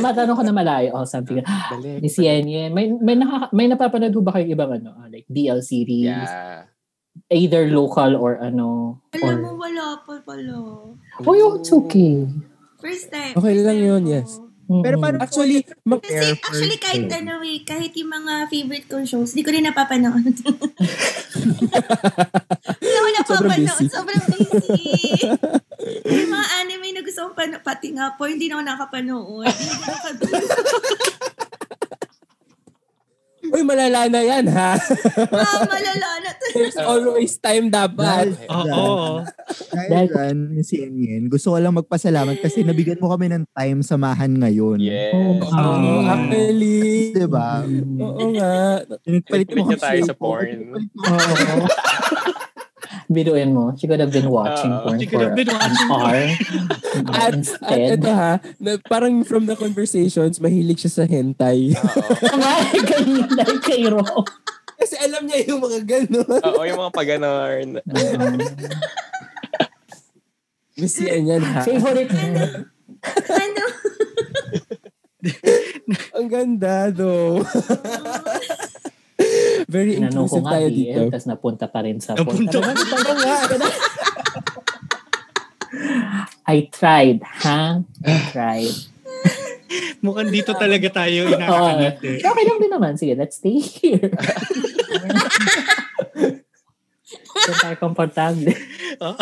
Speaker 2: Matanong ko na malayo. Oh, something.
Speaker 4: Balik.
Speaker 2: Ni Sienye, may, may, nakaka- may napapanood ho ba kayo ibang ano? ah, Like BL series?
Speaker 4: Yeah.
Speaker 2: Either local or ano?
Speaker 6: Alam mo,
Speaker 2: Or...
Speaker 6: wala pa pala.
Speaker 2: Oh, yung it's okay.
Speaker 6: First time.
Speaker 7: Okay
Speaker 6: first
Speaker 7: lang
Speaker 6: time
Speaker 7: yun,
Speaker 6: ko.
Speaker 7: yes.
Speaker 2: Mm-mm.
Speaker 3: Pero paano
Speaker 7: Actually, mag-
Speaker 6: Kasi actually kahit ano eh, kahit yung mga favorite kong shows, di ko rin napapanood. Hindi ako napapanood.
Speaker 7: busy.
Speaker 6: Sobrang busy. yung mga anime na gusto kong panood, pati nga po, hindi na ako nakapanood. Hindi na ako
Speaker 7: uy, malala na yan ha.
Speaker 6: Ah, malala na to.
Speaker 7: There's always time dapat.
Speaker 5: Oo.
Speaker 3: Dahil dyan, Miss Yenyen, gusto ko lang magpasalamat kasi nabigyan mo kami ng time samahan ngayon.
Speaker 4: Yes.
Speaker 2: Oh,
Speaker 7: Oo,
Speaker 5: Ah.
Speaker 7: actually.
Speaker 3: Diba?
Speaker 7: Oo nga.
Speaker 3: Palit mo
Speaker 4: Pinagpalit
Speaker 3: kami
Speaker 4: na tayo
Speaker 3: sa
Speaker 4: sa porn.
Speaker 2: Oo. Biduin mo. She could have been watching
Speaker 4: Oo,
Speaker 2: porn
Speaker 5: Uh, she could
Speaker 2: for
Speaker 5: have been
Speaker 2: an
Speaker 5: watching
Speaker 2: hour.
Speaker 7: At, at
Speaker 2: Instead.
Speaker 7: ito ha, na, parang from the conversations, mahilig siya sa hentai.
Speaker 2: Kamay, kanina kay Ro.
Speaker 7: Kasi alam niya yung mga ganun.
Speaker 4: Oo, yung mga paganorn.
Speaker 7: Miss yan yan ha.
Speaker 2: Favorite niya.
Speaker 6: Ano?
Speaker 7: Ang ganda though. Very
Speaker 2: Tinanong ko
Speaker 7: inclusive
Speaker 2: nga
Speaker 7: tayo
Speaker 2: BL,
Speaker 7: dito.
Speaker 2: tapos napunta pa rin sa
Speaker 5: Napunta
Speaker 2: porn. Talaga, talaga. I tried, ha? I tried.
Speaker 5: Mukhang dito talaga tayo
Speaker 2: Oo.
Speaker 5: inakalat eh.
Speaker 2: Okay lang din naman. Sige, let's stay here. Doon tayo komportable.
Speaker 5: Oo.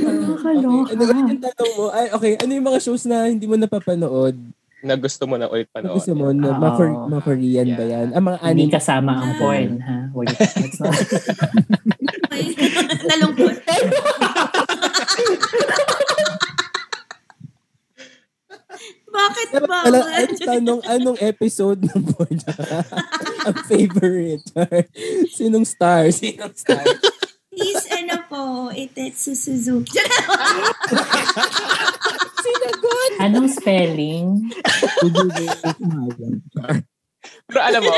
Speaker 2: Nakakaloka.
Speaker 7: Ano yung tanong mo? Ay, okay, ano yung mga shows na hindi mo napapanood?
Speaker 4: Na gusto mo na ulit
Speaker 7: Ano
Speaker 4: panood.
Speaker 7: gusto mo?
Speaker 2: Oo.
Speaker 7: Na, mga, Kor- mga Korean ba yan? Ah, mga
Speaker 2: Ah, oh. Hindi
Speaker 7: anime.
Speaker 2: kasama ang porn, ha? Wait, let's not.
Speaker 6: Okay. Nalungkot. Bakit
Speaker 7: Dapat
Speaker 6: ba?
Speaker 7: pala, ang tanong, anong episode ng Borja? ang favorite. Sinong star? Sinong star?
Speaker 6: Please, ano po, Itetsu Suzuki.
Speaker 2: Anong spelling?
Speaker 4: Pero alam mo,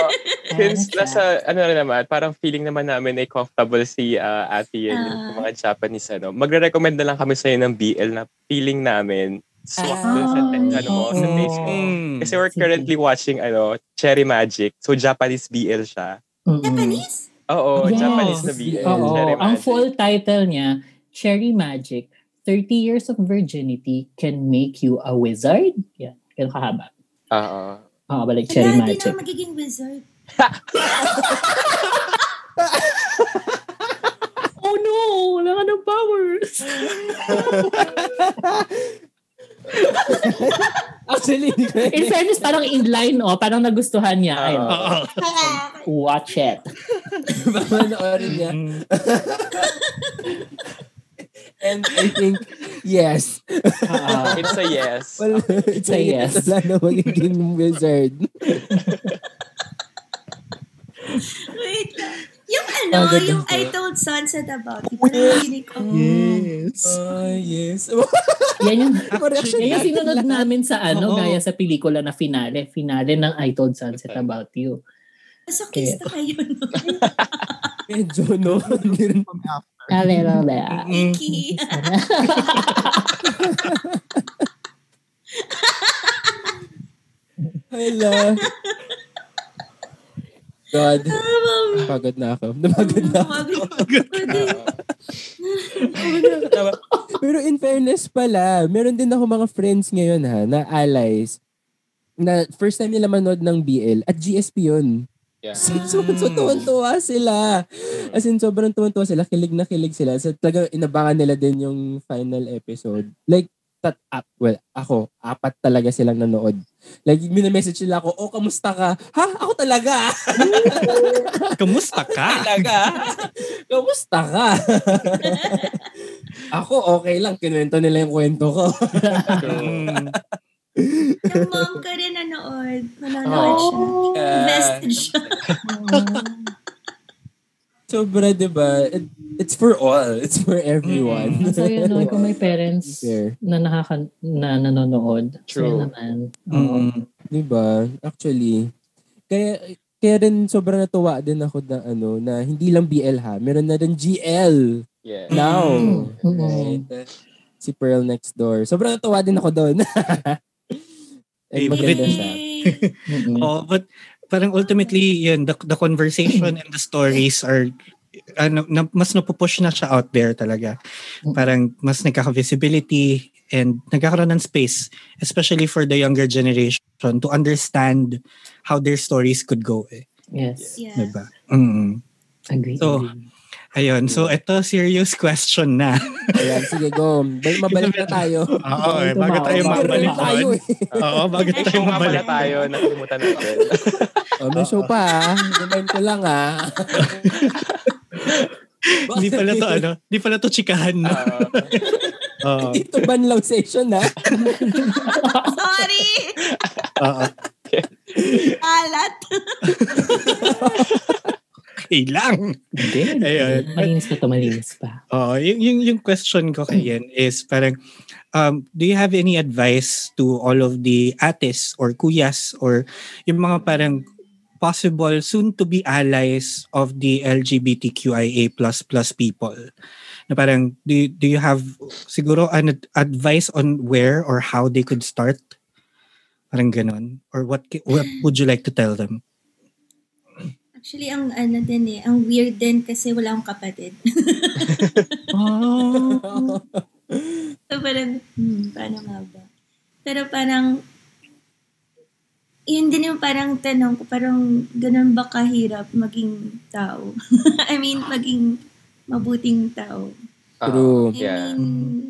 Speaker 4: since
Speaker 2: Parang
Speaker 4: nasa, ano na naman, parang feeling naman namin ay comfortable si ah, ate yun,
Speaker 6: Ah.
Speaker 4: yung mga Japanese, ano, magre-recommend na lang kami sa'yo ng BL na feeling namin swak dun sa, te-
Speaker 2: Ah.
Speaker 4: ano mo, sa taste mo.
Speaker 5: Mm.
Speaker 4: Kasi we're
Speaker 2: Sige.
Speaker 4: currently watching, ano, Cherry Magic. So, Japanese BL siya.
Speaker 2: Mm-mm.
Speaker 6: Japanese?
Speaker 4: Oo,
Speaker 2: Yes.
Speaker 4: Japanese na BL.
Speaker 2: Oo.
Speaker 4: Cherry
Speaker 2: Ang
Speaker 4: Magic.
Speaker 2: full title niya, Cherry Magic, 30 Years of Virginity Can Make You a Wizard? Yan. Ganun kahaba.
Speaker 4: Oo.
Speaker 2: Oo, balik
Speaker 6: Wala,
Speaker 2: Cherry
Speaker 6: hindi na
Speaker 2: Magic.
Speaker 6: ako magiging wizard.
Speaker 2: Oh no! Wala ka ng powers!
Speaker 7: Actually, hindi ko
Speaker 2: In fairness, parang inline, oh. Parang nagustuhan niya. Ayun.
Speaker 4: Ah.
Speaker 5: Oo.
Speaker 2: Watch it.
Speaker 7: Papanoorin niya.
Speaker 5: Mm.
Speaker 7: And I think, yes.
Speaker 2: Oo.
Speaker 4: It's a yes.
Speaker 7: Well, it's a yes.
Speaker 2: yes.
Speaker 7: Wala na magiging wizard.
Speaker 6: Wait lang. Yung ano,
Speaker 7: Ah, ganun
Speaker 6: yung
Speaker 7: po.
Speaker 6: I told Sunset about it. Nakikinig ko.
Speaker 3: Yes.
Speaker 7: Ah, yes.
Speaker 2: yan yung,
Speaker 7: Correction.
Speaker 2: yan yung sinunod namin sa ano,
Speaker 5: Oo.
Speaker 2: gaya sa pelikula na finale. Finale ng I Told Sunset About You.
Speaker 6: Masokista kayo no?
Speaker 7: Medyo, no? Hindi rin
Speaker 2: Kalelala.
Speaker 5: Mm.
Speaker 6: Ki.
Speaker 7: Hala. God.
Speaker 6: Ah, ma'am.
Speaker 7: Mm. Pagod na ako. Napagod na ako.
Speaker 6: Pagod. Pagod.
Speaker 7: Tama.
Speaker 1: Pero in fairness pala, meron din ako mga friends ngayon ha, na allies, na first time nila manood ng BL, at GSP yun.
Speaker 4: Yeah.
Speaker 1: So, so, so tuwan-tuwa sila. As in, sobrang tuwan-tuwa sila. Kilig na kilig sila. So, talaga, inabangan nila din yung final episode. Like, tat up. Well, ako, apat talaga silang nanood. Like, minamessage nila ako, oh, kamusta ka? Ha? Ako talaga?
Speaker 5: Kamusta ka?
Speaker 1: talaga? kamusta ka? ako, okay lang. Kinuwento nila yung kwento ko.
Speaker 5: Mm.
Speaker 6: Yung mom ko rin nanood. Nanonood siya. Invested siya.
Speaker 1: Sobra, di ba? It, it's for all. It's for everyone.
Speaker 2: Ang saya no, kung may parents
Speaker 1: Fair.
Speaker 2: na, nakaka- na nanonood.
Speaker 4: True.
Speaker 2: Saya naman. Oo.
Speaker 5: Mm.
Speaker 1: Di ba? Actually, kaya kaya rin sobrang natuwa din ako na ano na hindi lang BL ha, meron na rin GL
Speaker 4: Yeah.
Speaker 1: now.
Speaker 2: Mm.
Speaker 1: Right? Si Pearl Next Door. Sobrang natuwa din ako doon. And maganda siya.
Speaker 6: Yay!
Speaker 2: Mm-mm.
Speaker 5: Eh, Oh, but parang ultimately, yun, the, the conversation and the stories are ano, na, mas napupush na siya out there talaga. Parang mas nagkaka-visibility and nagkakaroon ng space, especially for the younger generation to understand how their stories could go. Eh,
Speaker 2: Yes.
Speaker 6: Yeah.
Speaker 5: Diba? Mm.
Speaker 2: Agree.
Speaker 5: So,
Speaker 2: agree.
Speaker 5: ayun. So, ito, serious question na.
Speaker 1: Ayan, sige, go. Bal- Mabalik na tayo.
Speaker 5: Oo, eh,
Speaker 2: Tumawa.
Speaker 5: bago tayo
Speaker 1: Mabalik na
Speaker 5: mabalik.
Speaker 1: tayo
Speaker 5: doon.
Speaker 1: eh.
Speaker 5: Oo, bago
Speaker 4: May
Speaker 5: tayo
Speaker 4: show nga pala
Speaker 5: mabalik.
Speaker 4: tayo, nakalimutan natin.
Speaker 1: Oh, may show pa ha. Remind ko lang ha.
Speaker 5: Hindi pala to, ano, hindi pala to chikahan, no?
Speaker 4: Ah,
Speaker 5: Oo.
Speaker 1: Dito banlaw session ha.
Speaker 6: Sorry!
Speaker 5: Oo.
Speaker 6: Alat!
Speaker 5: Okay lang.
Speaker 2: Hindi.
Speaker 5: Ayun.
Speaker 2: Malinis na to, malinis pa.
Speaker 5: Oo, yung, yung, yung question ko kay Yen is parang, um, do you have any advice to all of the ates or kuyas or yung mga parang possible soon-to-be allies of the LGBTQIA++ people? Na parang, do, you- do you have siguro an ad- advice on where or how they could start? Parang ganon. Or what, ki- what would you like to tell them?
Speaker 6: Actually, ang ano din eh, ang weird din kasi wala akong kapatid.
Speaker 5: Oh.
Speaker 6: So parang, hmm, paano nga ba? Pero parang, yun din yung parang tanong ko, parang ganun ba kahirap maging tao? I mean, maging mabuting tao.
Speaker 1: True.
Speaker 6: I
Speaker 4: Yeah.
Speaker 6: mean, Mm.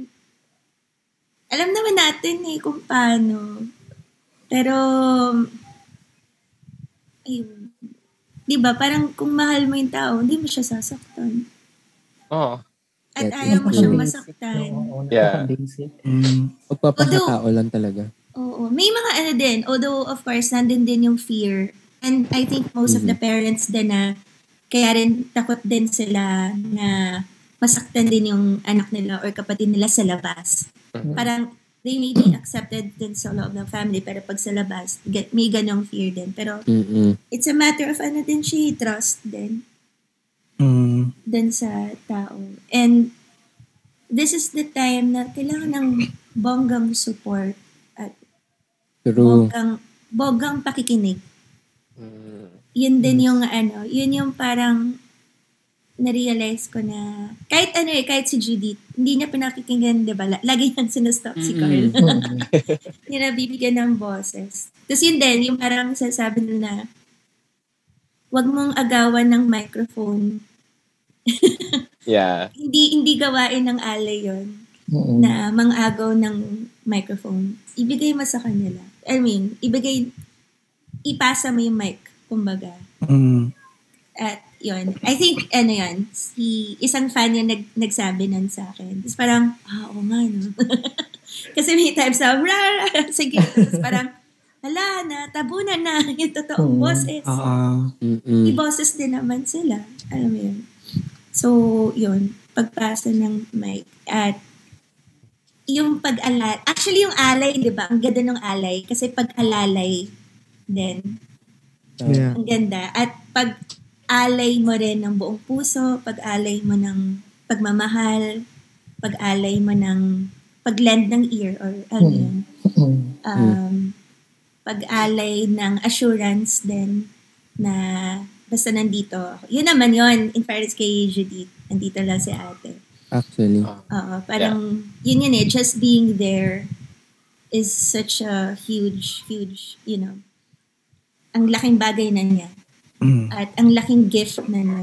Speaker 6: alam naman natin eh kung paano. Pero, ayun. Di ba, parang kung mahal mo yung tao, hindi mo siya sasaktan.
Speaker 4: Oh,
Speaker 6: At
Speaker 1: That's
Speaker 6: ayaw mo
Speaker 1: true.
Speaker 6: siyang
Speaker 2: Basic,
Speaker 6: masaktan.
Speaker 2: Oo,
Speaker 4: Yeah.
Speaker 2: napaka-basic.
Speaker 5: Mm.
Speaker 1: Magpapakatao lang talaga.
Speaker 6: Oo. May mga ano din, although of course, nandun din yung fear. And I think most of the parents din na kaya rin takot din sila na masaktan din yung anak nila or kapatid nila sa labas. Parang they may be accepted din sa loob ng family pero pag sa labas, ga- may ganong fear din. Pero
Speaker 1: Mm-mm.
Speaker 6: it's a matter of ano din siya, trust din
Speaker 5: Mm.
Speaker 6: dun sa tao. And this is the time na kailangan ng bonggang support at
Speaker 1: True.
Speaker 6: bonggang, bonggang pakikinig.
Speaker 4: Mm.
Speaker 6: Yun din yung ano, yun yung parang na-realize ko na kahit ano eh, kahit si Judith, hindi niya pinakikinggan, di ba? La- Lagi niyang sinustop si Carl. Hindi na bibigyan ng boses. Tapos yun din, yung parang sasabi nila na wag mong agawan ng microphone.
Speaker 4: Yeah.
Speaker 6: Hindi hindi gawain ng alay yon
Speaker 2: Oo.
Speaker 6: na mangagaw ng microphone, ibigay mo sa kanila. I mean, ibigay, ipasa mo yung mic, kumbaga.
Speaker 5: Mm.
Speaker 6: At yon I think, ano yan, si, isang fan yung nag, nagsabi nun sa akin. Tapos parang, ah, oo nga, no? Kasi may times na, "Rar, rar," sige. Tapos parang, hala, natabunan na yung totoong
Speaker 2: Oo.
Speaker 6: boses.
Speaker 5: Ah.
Speaker 6: May
Speaker 1: Mm-mm.
Speaker 6: boses din naman sila. Alam mo yun. So, yun. Pagpasa ng mic. At yung pag-alay. Actually, yung alay, di ba? Ang ganda ng alay. Kasi pag-alalay din.
Speaker 3: Yeah.
Speaker 6: Ang ganda. At pag-alay mo rin ng buong puso. Pag-alay mo ng pagmamahal. Pag-alay mo ng pag-lend ng ear. Or ano
Speaker 2: Mm.
Speaker 6: yun.
Speaker 2: Mm.
Speaker 3: Hmm.
Speaker 6: Um, pag-alay ng assurance din na basta nandito. ako. Yun naman yun, in fairness kay Judith, nandito lang si ate.
Speaker 3: actually.
Speaker 6: Oo, parang yun yun eh, just being there is such a huge, huge, you know, ang laking bagay na niya.
Speaker 5: Mm.
Speaker 3: Hmm.
Speaker 6: At ang laking gift na niya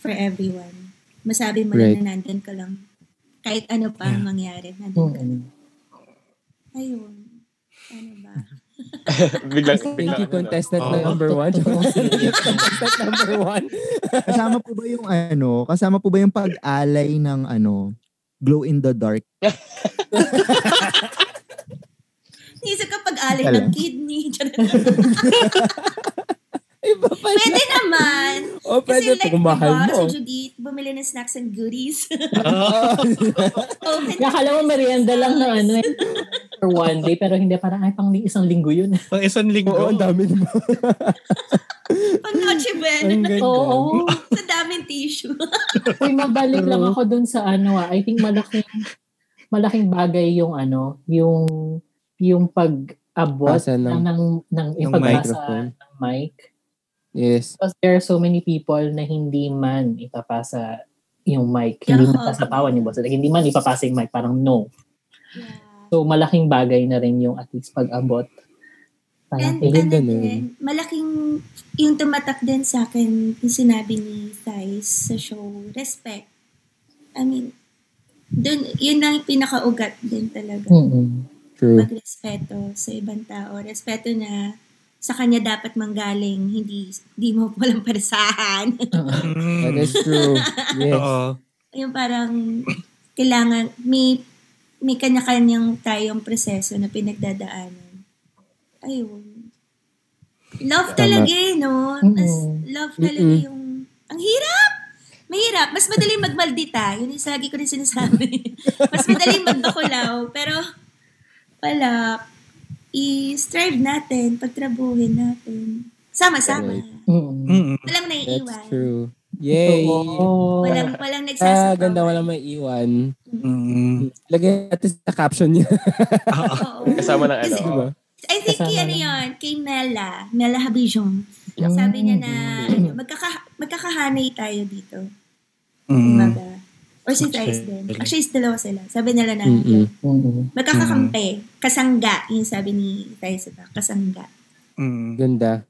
Speaker 6: for everyone. Masabi mo
Speaker 3: Right.
Speaker 6: lang na nandun ka lang. Kahit ano pa ang mangyari,
Speaker 3: Hmm.
Speaker 6: nandun ka lang. Ayun. Ano ba?
Speaker 4: Biglang,
Speaker 1: Thank
Speaker 4: biglang,
Speaker 1: you, contestant
Speaker 5: Oo.
Speaker 1: number one.
Speaker 2: Totoo.
Speaker 1: contestant number one.
Speaker 3: Kasama po ba yung ano, kasama po ba yung pag-alay ng ano, glow in the dark?
Speaker 6: Naisip ka pag-alay
Speaker 3: Alam.
Speaker 6: ng kidney.
Speaker 1: Iba pala.
Speaker 6: Pwede naman.
Speaker 1: O, pwede
Speaker 6: Kasi like,
Speaker 1: kung mahal
Speaker 6: diba,
Speaker 1: mo. Ah.
Speaker 6: si Judith, bumili ng snacks and goodies. Oh,
Speaker 2: Nakala mo merienda lang na ano eh. For one day, pero hindi parang ay pang isang linggo yun.
Speaker 5: Pang isang linggo.
Speaker 3: Oo, ang dami naman.
Speaker 6: Pag Noche
Speaker 5: Ang
Speaker 6: Buena,
Speaker 5: ganda.
Speaker 2: Oo.
Speaker 6: sa daming tissue.
Speaker 2: Uy, mabalik lang ako dun sa ano ah. I think malaking malaking bagay yung ano, yung yung pag-abot
Speaker 1: Pasa ng-
Speaker 2: ng, ng, ng,
Speaker 3: ng
Speaker 2: ipagbasa
Speaker 3: microphone.
Speaker 2: ng mic.
Speaker 1: Yes.
Speaker 2: Because there are so many people na hindi man ipapasa yung mic. Hindi
Speaker 6: Yeah.
Speaker 2: man sasapawan yung boses. Like, hindi man ipapasa yung mic. Parang no.
Speaker 6: Yeah.
Speaker 2: So, malaking bagay na rin yung at least pag-abot. Parang,
Speaker 6: And
Speaker 2: eh,
Speaker 6: ano
Speaker 1: ganun.
Speaker 6: din, malaking yung tumatak din sa akin yung sinabi ni Thais sa show, respect. I mean, dun, yun lang yung pinakaugat din
Speaker 2: Hmm.
Speaker 6: talaga.
Speaker 2: mm-mm.
Speaker 1: True.
Speaker 6: Magrespeto sa ibang tao. Respeto na sa kanya dapat manggaling, hindi, hindi mo walang parasahan.
Speaker 5: Mm.
Speaker 1: That is true. Yes.
Speaker 5: Oo.
Speaker 6: yung parang kailangan may may kanya-kanyang tayong proseso na pinagdadaanan. Ayun.
Speaker 1: Tama.
Speaker 6: Love
Speaker 1: Mm-hmm.
Speaker 6: talaga eh, no? Mas
Speaker 2: Mm-mm.
Speaker 6: love talaga
Speaker 1: Mm-mm.
Speaker 6: yung... Ang hirap! Mahirap. Mas madaling magmaldita. Yun yung lagi ko rin sinasabi. Mas madaling magdakulaw. Pero, wala. I-strive natin. Pagtrabuhin natin. Sama-sama.
Speaker 2: Mm-mm.
Speaker 5: Mm-mm.
Speaker 6: Walang
Speaker 1: That's
Speaker 6: naiiwan.
Speaker 1: true. Yay!
Speaker 2: Oo.
Speaker 6: Walang, walang
Speaker 1: Ah,
Speaker 6: nagsasabaw.
Speaker 1: ganda wala may iwan.
Speaker 5: Mm-mm.
Speaker 1: Lagay natin sa caption niya.
Speaker 6: Oo.
Speaker 4: kasama ng ano.
Speaker 6: Kasi-
Speaker 1: Diba?
Speaker 6: I think
Speaker 2: Kasama
Speaker 6: kay ano
Speaker 2: ng-
Speaker 6: yun, kay Mela, Mela Habijon.
Speaker 2: Mm.
Speaker 6: Sabi niya na, ano, magkaka, magkakahanay tayo dito.
Speaker 5: Mm-mm.
Speaker 6: Kumbaga. Or si Thais din.
Speaker 5: Actually.
Speaker 6: Actually, is dalawa sila. Sabi nila na,
Speaker 1: Mm-mm.
Speaker 2: Mm-mm.
Speaker 6: magkakakampi. Kasangga. Yung sabi ni Thais ba? Kasangga.
Speaker 5: Mm-mm.
Speaker 1: Ganda.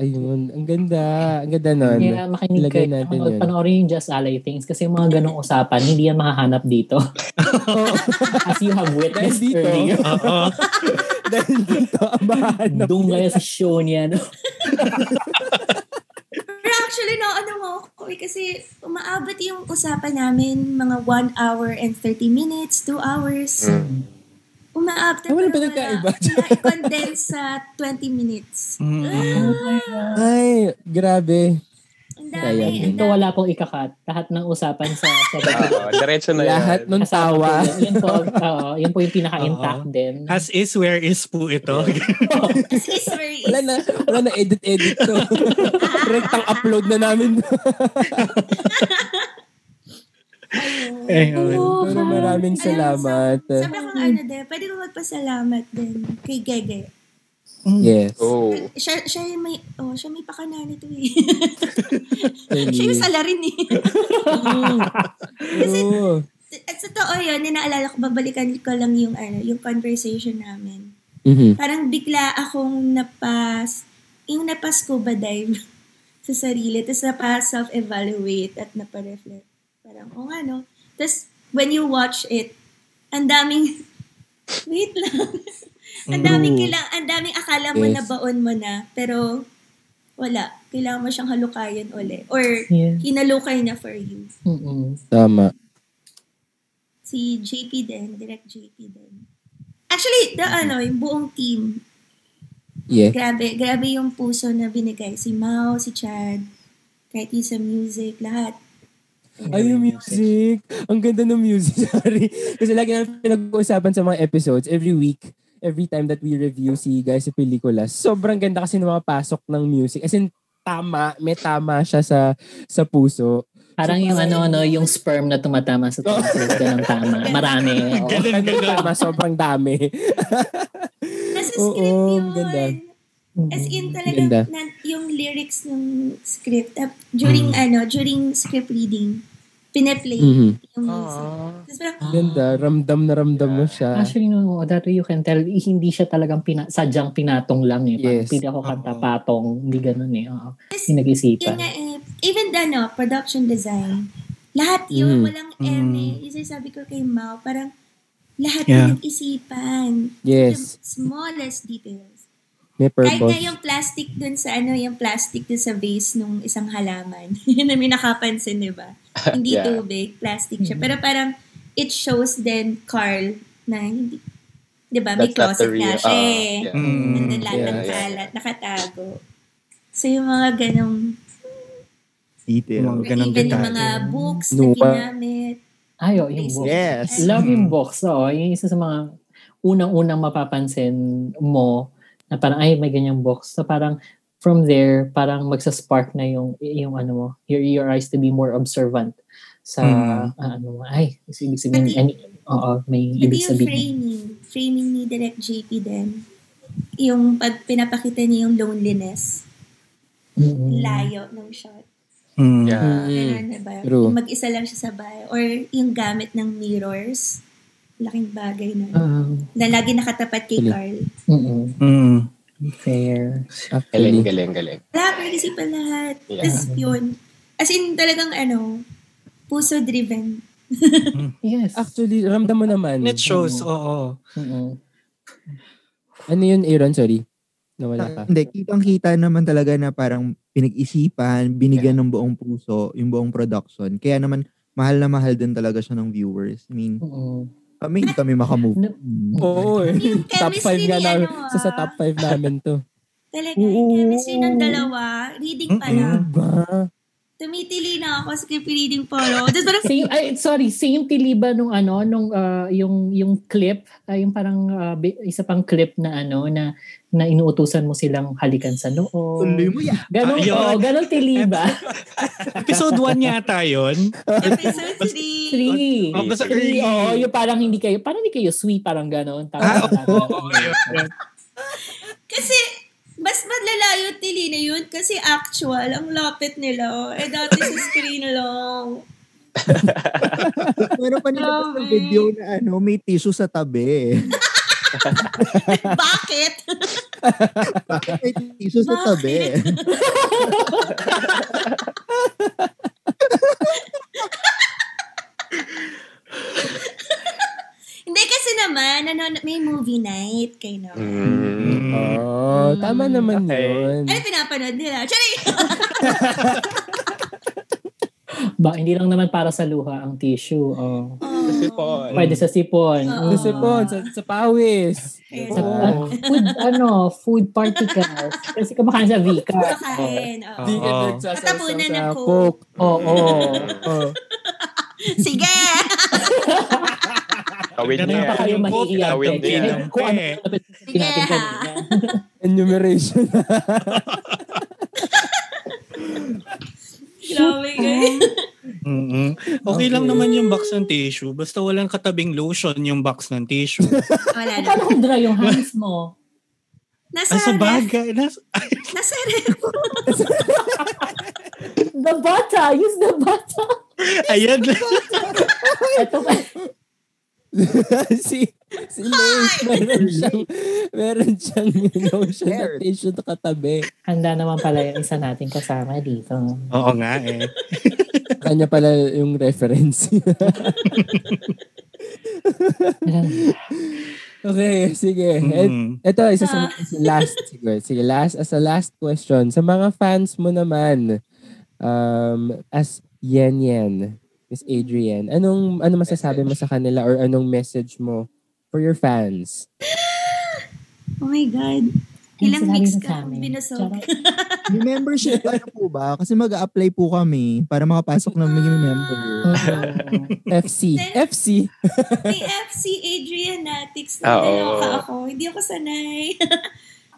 Speaker 1: Ayun, ang ganda. Ang ganda nun.
Speaker 2: Kaya makinig
Speaker 1: Ilagay
Speaker 2: kayo.
Speaker 1: natin
Speaker 2: Panood-
Speaker 1: yun.
Speaker 2: Panoorin yung Just Ally Things kasi yung mga ganong usapan, hindi yan makahanap dito. As you have witnessed
Speaker 1: Dahil dito.
Speaker 2: earlier.
Speaker 5: Oo.
Speaker 1: Dahil dito, abahan na.
Speaker 2: Doon kayo sa show niya. no?
Speaker 6: Pero actually, no, ano mo ako eh, kasi umaabot yung usapan namin mga 1 hour and 30 minutes, 2 hours. Umaabot.
Speaker 1: Ah, walang
Speaker 6: pero
Speaker 1: pinagkaiba.
Speaker 6: wala- I-condense sa 20 minutes. Ah,
Speaker 5: Mm-mm.
Speaker 1: Ay, grabe.
Speaker 6: Ang
Speaker 1: Kaya
Speaker 6: dami. Ang
Speaker 2: Dito
Speaker 6: dami.
Speaker 2: wala pong ikakat. Lahat ng usapan sa... sa
Speaker 4: Oo, diretso na
Speaker 1: Lahat
Speaker 4: yan.
Speaker 1: nung tawa.
Speaker 2: Yun, yun po, oo, yun po yung pinaka-intact din.
Speaker 5: As is, where is po ito?
Speaker 6: This is very
Speaker 1: Wala na, wala na edit-edit to. Rectang upload na namin.
Speaker 5: Ayun.
Speaker 1: Pero maraming salamat.
Speaker 6: Alam, sabi ko ano din, pwede ko magpasalamat din kay Gege.
Speaker 1: Yes.
Speaker 4: Oh.
Speaker 6: Siya, siya yung may, oh, siya may pakana nito eh. siya yung salarin eh.
Speaker 1: Oo.
Speaker 6: At sa totoo yun, yung naalala ko, babalikan ko lang yung, ano, yung conversation namin.
Speaker 1: Mhm.
Speaker 6: Parang bigla akong napas, yung napas ko ba dive sa sarili, tapos napas self-evaluate at napareflect. Parang, oh nga no. Tapos, when you watch it, ang daming, wait lang. ang daming, kailang, ang daming akala mo
Speaker 1: Yes.
Speaker 6: na baon mo na, pero wala. Kailangan mo siyang halukayan uli. Or,
Speaker 2: Yeah.
Speaker 6: hinalukay na for you.
Speaker 2: Mm-mm.
Speaker 1: Tama.
Speaker 6: Si JP din, direct JP din. Actually, the ano, yung buong team,
Speaker 1: Yeah.
Speaker 6: grabe, grabe yung puso na binigay. Si Mao, si Chad, kahit yung sa music, lahat.
Speaker 1: Ay, yung music. Ang ganda ng music. Sorry. Kasi lagi namin pinag-uusapan sa mga episodes every week. Every time that we review si guys sa pelikula. Sobrang ganda kasi ng mga pasok ng music. As in, tama. May tama siya sa sa puso.
Speaker 2: Parang yung ano, no, yung sperm na tumatama sa tonsils. Ganun tama. Marami. oo.
Speaker 5: Ganun, ganun.
Speaker 1: Tama, sobrang dami.
Speaker 6: Nasa
Speaker 1: Oo,
Speaker 6: script yun.
Speaker 1: ganda.
Speaker 6: As in
Speaker 1: Ganda.
Speaker 6: talaga uh,
Speaker 1: Mm.
Speaker 6: na, yung lyrics ng script. Ah, during ano, during script reading, pinaplay
Speaker 1: Mhm.
Speaker 6: yung music.
Speaker 4: Aww.
Speaker 6: Tapos parang,
Speaker 1: Ganda. Ramdam na ramdam mo
Speaker 7: Ah.
Speaker 1: siya.
Speaker 2: Actually, no, that way you can tell, eh, hindi siya talagang pina, sadyang pinatong lang eh. Parang
Speaker 1: Yes.
Speaker 2: Hindi ako kanta
Speaker 7: Oo.
Speaker 2: patong, hindi ganun eh. Oo.
Speaker 6: Yes.
Speaker 2: Hindi
Speaker 6: yun
Speaker 2: nag-isipan.
Speaker 6: nga eh, even the ano, production design, lahat yun,
Speaker 1: Mm.
Speaker 6: walang M eh.
Speaker 7: Mm.
Speaker 6: Isa sabi ko kay Mau, parang lahat
Speaker 7: Yeah.
Speaker 6: yung nag-isipan.
Speaker 1: Yes.
Speaker 6: The smallest details.
Speaker 1: May
Speaker 6: Kahit nga
Speaker 1: purpose.
Speaker 6: yung plastic dun sa ano, yung plastic dun sa base nung isang halaman. Yun na may nakapansin, di ba? Hindi
Speaker 4: Yeah.
Speaker 6: tubig, plastic siya. Pero parang, it shows then Carl na hindi, di ba, may
Speaker 4: That's not the
Speaker 6: closet
Speaker 4: real. ah,
Speaker 6: na siya eh.
Speaker 4: yeah.
Speaker 6: And
Speaker 7: Mm.
Speaker 6: then lahat ng
Speaker 1: yeah, yeah.
Speaker 6: kalat, nakatago. So yung mga ganong,
Speaker 3: Detail.
Speaker 7: Mga ganong
Speaker 6: even yung
Speaker 7: detalye.
Speaker 6: mga books
Speaker 1: Nuwa.
Speaker 6: na ginamit.
Speaker 2: Ayo, yung box.
Speaker 3: Yes.
Speaker 2: Love
Speaker 7: Mm.
Speaker 2: yung box. Oo, yung isa sa mga unang-unang mapapansin mo na parang, ay, may ganyang box. So parang, from there, parang magsaspark na yung, yung ano mo, your, your eyes to be more observant sa,
Speaker 7: Mm.
Speaker 2: ah, ano mo, ay, ibig sabihin,
Speaker 6: Pati-
Speaker 2: any, oo, may
Speaker 6: Hindi
Speaker 2: ibig
Speaker 6: yung
Speaker 2: sabihin.
Speaker 6: framing. Framing ni Direct JP din. Yung pag pinapakita niya yung loneliness.
Speaker 2: Mm.
Speaker 6: Layo ng shot.
Speaker 7: Mm.
Speaker 4: Yeah.
Speaker 1: Mm.
Speaker 6: Ganun, diba?
Speaker 1: True.
Speaker 6: Yung mag-isa lang siya sa bahay. Or yung gamit ng mirrors. Laking bagay na.
Speaker 2: Um,
Speaker 6: na lagi nakatapat kay
Speaker 1: Ah. Tuloy.
Speaker 6: Carl.
Speaker 2: mm
Speaker 7: Mm.
Speaker 2: Fair.
Speaker 4: Galing,
Speaker 1: Actually.
Speaker 4: galing, galing.
Speaker 6: Wala, pag-isipan lahat.
Speaker 4: Yeah.
Speaker 6: Tapos yun. As in, talagang ano, puso-driven.
Speaker 2: Yes.
Speaker 1: Actually, ramdam mo naman.
Speaker 7: And it shows, oo.
Speaker 2: Mm-mm.
Speaker 1: Ano yun, Aaron? Sorry. Nawala ka.
Speaker 3: Hindi, kitang-kita naman talaga na parang pinag-isipan, binigyan ng buong puso, yung buong production. Kaya naman, mahal na mahal din talaga siya ng viewers. I mean,
Speaker 2: Mm-mm.
Speaker 3: kami, hindi kami makamove.
Speaker 2: No.
Speaker 3: Mm.
Speaker 1: Oo eh.
Speaker 6: Yung
Speaker 1: top 5
Speaker 6: chemistry
Speaker 1: nga
Speaker 6: ni
Speaker 1: namin.
Speaker 6: ano,
Speaker 1: Isa sa
Speaker 6: ah.
Speaker 1: top 5 namin to.
Speaker 6: Talaga, yung
Speaker 1: Oo.
Speaker 6: chemistry ng dalawa. Reading pa lang.
Speaker 1: Ba?
Speaker 6: Tumitili na ako sa reading polo. Tapos parang,
Speaker 2: Same, ay, sorry, same tiliba nung ano, nung ah, yung yung clip, ah, yung parang ah, bi- isa pang clip na ano na na inuutusan mo silang halikan sa noo.
Speaker 3: Tuloy mo yan.
Speaker 2: Ganon,
Speaker 7: Ayun.
Speaker 2: oh, ganon tiliba.
Speaker 7: Episode 1 yata yun.
Speaker 6: episode 3.
Speaker 2: Three.
Speaker 7: Oh, basta
Speaker 2: Three,
Speaker 7: early.
Speaker 2: oo, yung parang hindi kayo, parang hindi kayo sweet, parang ganon. Tapos,
Speaker 7: Ah,
Speaker 2: parang-
Speaker 7: oo, yun, yun.
Speaker 6: Kasi, mas malalayo yung tili na yun kasi actual, ang lapit nila. oh. Eh, dati sa screen lang.
Speaker 3: Meron pa nila
Speaker 6: Grabe.
Speaker 3: sa video na ano, may tissue sa tabi. eh.
Speaker 6: Bakit?
Speaker 3: Bakit may tissue sa tabi?
Speaker 6: Hindi kasi naman, ano, may movie night kayo. No?
Speaker 4: Mm.
Speaker 7: Mm.
Speaker 1: Oh, tama naman
Speaker 4: Okay.
Speaker 1: yun.
Speaker 6: Ano pinapanood nila? Sorry!
Speaker 2: ba, hindi lang naman para sa luha ang tissue. Oh.
Speaker 4: Kasi po.
Speaker 2: Pwede sa sipon.
Speaker 6: Oo.
Speaker 1: Kasi po,
Speaker 2: Ah.
Speaker 1: sa, sa pawis.
Speaker 6: Ayun.
Speaker 2: Sa,
Speaker 1: Oo.
Speaker 2: ah, food, ano, food particles. Kasi kumakain sa Vika.
Speaker 6: Kakain. oh. oo.
Speaker 1: Di ka
Speaker 7: Oo.
Speaker 1: nagsasaw
Speaker 6: Tatapunan ng
Speaker 1: sa
Speaker 6: Coke.
Speaker 1: Coke.
Speaker 2: Oo.
Speaker 1: Oh.
Speaker 6: Sige!
Speaker 4: Kawin
Speaker 7: Ganun
Speaker 2: Hindi pa
Speaker 4: niya.
Speaker 2: kayo
Speaker 7: Yung Coke,
Speaker 2: mahihiya.
Speaker 4: tawid
Speaker 2: Kung
Speaker 4: niya.
Speaker 2: ano- Kung ano
Speaker 7: Eh.
Speaker 2: yung napag-usapan
Speaker 6: Sige,
Speaker 2: natin
Speaker 6: ha?
Speaker 2: kanina.
Speaker 1: Enumeration.
Speaker 6: Grabe kayo.
Speaker 7: Mm-mm. Okay lang
Speaker 1: Okay.
Speaker 7: naman yung box ng tissue. Basta walang katabing lotion yung box ng tissue.
Speaker 6: Wala na.
Speaker 2: Paano kung dry yung hands mo?
Speaker 6: Nasa
Speaker 7: Ah, sa
Speaker 6: ref.
Speaker 7: bagay. Nas,
Speaker 6: Nasa ref.
Speaker 2: The bata! Use the bata!
Speaker 7: ayan.
Speaker 2: Ito pa.
Speaker 1: si si Lace, meron siyang, meron siyang notion na
Speaker 3: Hair.
Speaker 1: tissue na katabi.
Speaker 2: Handa naman pala yung isa nating kasama dito.
Speaker 7: Oo nga eh.
Speaker 1: Kanya pala yung reference. okay, sige. Et-
Speaker 7: Mm.
Speaker 1: Ito, isa sa last siguro. Sige, last as a last question sa mga fans mo naman um as Yen Yen, Miss Adrian, anong ano masasabi mo sa kanila or anong message mo for your fans?
Speaker 6: Oh my God. Ilang
Speaker 2: Sinabi
Speaker 6: weeks
Speaker 2: mo sa
Speaker 6: ka
Speaker 2: amin.
Speaker 6: binusog.
Speaker 2: Charot.
Speaker 3: May membership pa na po ba? Kasi mag apply po kami para makapasok ng maging member.
Speaker 2: Oo.
Speaker 1: FC. FC.
Speaker 6: May FC Adrianatics
Speaker 4: Ah,
Speaker 6: na
Speaker 4: oo.
Speaker 6: naloka ako. Hindi ako sanay.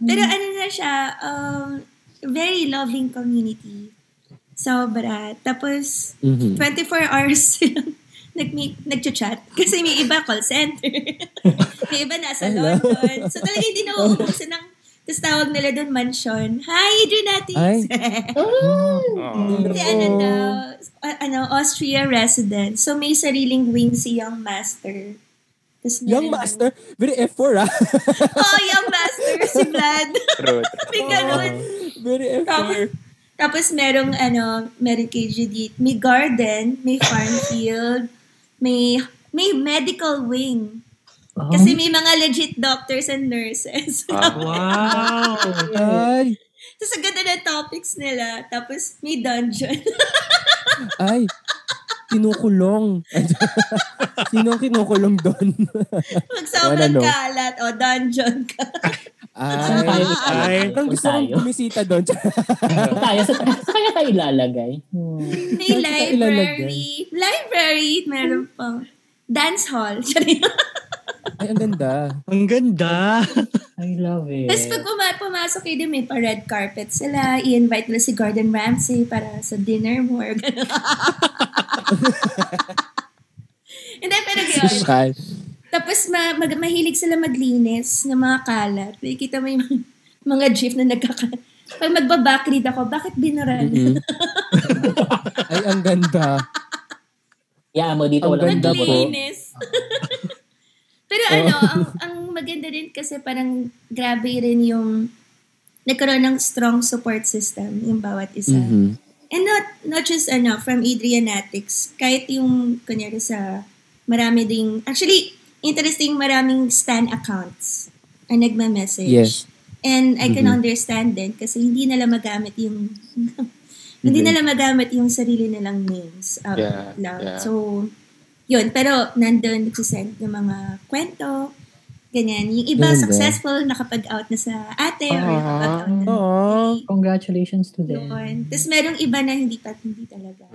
Speaker 6: Pero ano na siya, um, very loving community. Sobra. Tapos,
Speaker 1: Mhm.
Speaker 6: 24 hours silang nag-meet, nag-chat. Kasi may iba call center. may iba nasa
Speaker 1: Hello.
Speaker 6: London. So talaga hindi nauubusan ng... Tapos Tapos tawag nila doon mansion. Hi, Adrianatics! Kasi ano daw, a- ano, Austria resident. So may sariling wing si Young Master. Tapos
Speaker 5: Young
Speaker 6: meron-
Speaker 5: Master, very F4 ah.
Speaker 6: Oo, oh, Young Master, si Vlad.
Speaker 4: True.
Speaker 5: Oh,
Speaker 6: may ganun.
Speaker 5: Very F4.
Speaker 6: Tapos, tapos merong ano, meron kay Judith, may garden, may farm field, may may medical wing.
Speaker 2: Ah.
Speaker 6: Kasi may mga legit doctors and nurses.
Speaker 4: Ah.
Speaker 7: Wow!
Speaker 5: Ay,
Speaker 6: Tapos ang ganda ng topics nila. Tapos may dungeon.
Speaker 5: ay. Kinukulong. Sino ang kinukulong doon? Ano,
Speaker 6: Pag
Speaker 1: Wanna
Speaker 6: sobrang
Speaker 1: know?
Speaker 6: kalat, o dungeon ka.
Speaker 5: Ay,
Speaker 7: Ay,
Speaker 5: parang gusto kong
Speaker 2: tayo.
Speaker 5: bumisita doon.
Speaker 2: Saan tayo, sa, sa kaya tayo ilalagay?
Speaker 5: Saan
Speaker 6: May
Speaker 5: ka ilalagay?
Speaker 6: library. Library, meron pa. Dance hall. Tapos
Speaker 5: Ay, ang ganda.
Speaker 7: Ang ganda!
Speaker 2: I love it.
Speaker 6: pag puma- pumasok kayo dun, may pa-red carpet sila. I-invite nila si Gordon Ramsay para sa dinner mo. or ganun. Hindi, pero yun.
Speaker 1: Social.
Speaker 6: Tapos ma- mag- mahilig sila maglinis ng mga kalat. Makikita mo yung mga- mga gif na nagkakalat. Pag magbabackread ako, bakit binaran?
Speaker 1: Mm-mm. Ay, ang ganda.
Speaker 2: Yeah, mo dito
Speaker 1: Ang
Speaker 2: walang
Speaker 1: ganda po. Oh.
Speaker 6: Naglinis. Pero ano, ang, ang maganda rin kasi parang grabe rin yung nagkaroon ng strong support system yung bawat isa.
Speaker 1: Mhm.
Speaker 6: And not not just ano, from Adrianatics, kahit yung kunyari sa marami ding, actually, interesting maraming stan accounts ang nagma-message.
Speaker 1: Yes.
Speaker 6: And I can
Speaker 1: Mhm.
Speaker 6: understand din kasi hindi nila magamit yung hindi
Speaker 1: Mhm.
Speaker 6: nila magamit yung sarili nilang names Uh, out
Speaker 4: Yeah,
Speaker 6: loud.
Speaker 4: yeah.
Speaker 6: So, yun. Pero nandun nagsisend ng mga kwento, ganyan. Yung iba
Speaker 1: Ganda.
Speaker 6: successful, nakapag-out na sa ate
Speaker 1: Ah,
Speaker 6: or
Speaker 1: Oh,
Speaker 6: nakapag-out na
Speaker 5: ah.
Speaker 2: Congratulations to them.
Speaker 6: doon. Tapos merong iba na hindi pa, hindi talaga.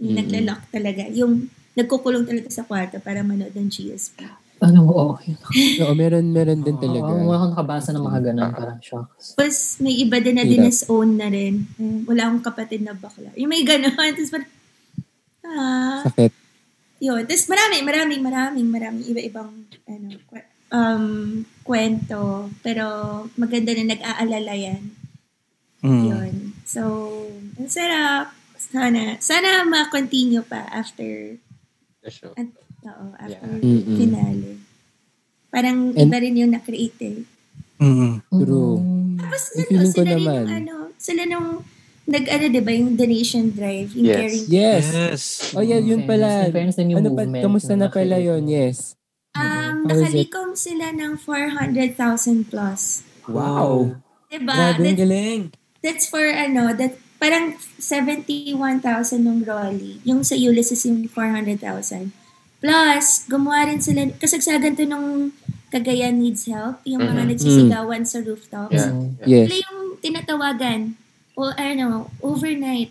Speaker 6: Yung
Speaker 1: Mm.
Speaker 6: nagla-lock talaga. Yung nagkukulong talaga sa kwarto para manood ng GSP.
Speaker 2: Ano mo, oh. yun.
Speaker 1: Oo, meron, meron din
Speaker 2: Oh,
Speaker 1: talaga.
Speaker 2: mga akong nakabasa ng mga ganun. Parang shocks.
Speaker 6: Tapos may iba din na
Speaker 1: Hirap.
Speaker 6: dinis-own na rin. Eh, Wala akong kapatid na bakla. Yung may gano'n. Tapos parang, ah,
Speaker 1: Sakit.
Speaker 6: yun. Tapos marami, maraming, maraming, maraming iba-ibang ano, kwe- um, kwento. Pero maganda na nag-aalala yan.
Speaker 1: Hmm.
Speaker 5: Mm.
Speaker 6: Yun. So, ang sarap. Sana, sana ma-continue pa after,
Speaker 4: Sure.
Speaker 6: oo, after
Speaker 4: Yeah.
Speaker 1: Mm-mm.
Speaker 6: finale. Parang
Speaker 1: Hmm. And-
Speaker 6: iba rin yung na-create eh.
Speaker 7: Mm.
Speaker 1: True.
Speaker 2: Mm.
Speaker 6: Tapos
Speaker 1: Yung
Speaker 6: ano,
Speaker 1: feeling ko
Speaker 6: sila rin
Speaker 1: naman.
Speaker 6: yung ano, sila nung nag ano, di ba, yung donation drive, yung
Speaker 4: Yes.
Speaker 6: caring.
Speaker 1: Yes.
Speaker 7: Yes.
Speaker 1: Oh, yeah, yun pala.
Speaker 2: In fairness, in fairness, yung
Speaker 1: Ano ba,
Speaker 2: movement
Speaker 1: kamusta na pala
Speaker 2: nakita.
Speaker 1: yun? Yes.
Speaker 6: Um,
Speaker 1: Mm-hmm. How is it?
Speaker 6: nakalikom sila ng 400,000 plus.
Speaker 1: Wow.
Speaker 6: Diba?
Speaker 5: Grabe, ang
Speaker 6: That,
Speaker 5: galing.
Speaker 6: that's for ano, that parang 71,000 nung Rolly. Yung sa Ulysses yung 400,000. Plus, gumawa rin sila, kasagsagan to nung Cagayan Needs Help, yung mga
Speaker 4: Mhm.
Speaker 6: nagsisigawan sa rooftops.
Speaker 4: Yeah.
Speaker 2: Mm.
Speaker 1: Yes.
Speaker 6: Sila yung tinatawagan. O ano, overnight.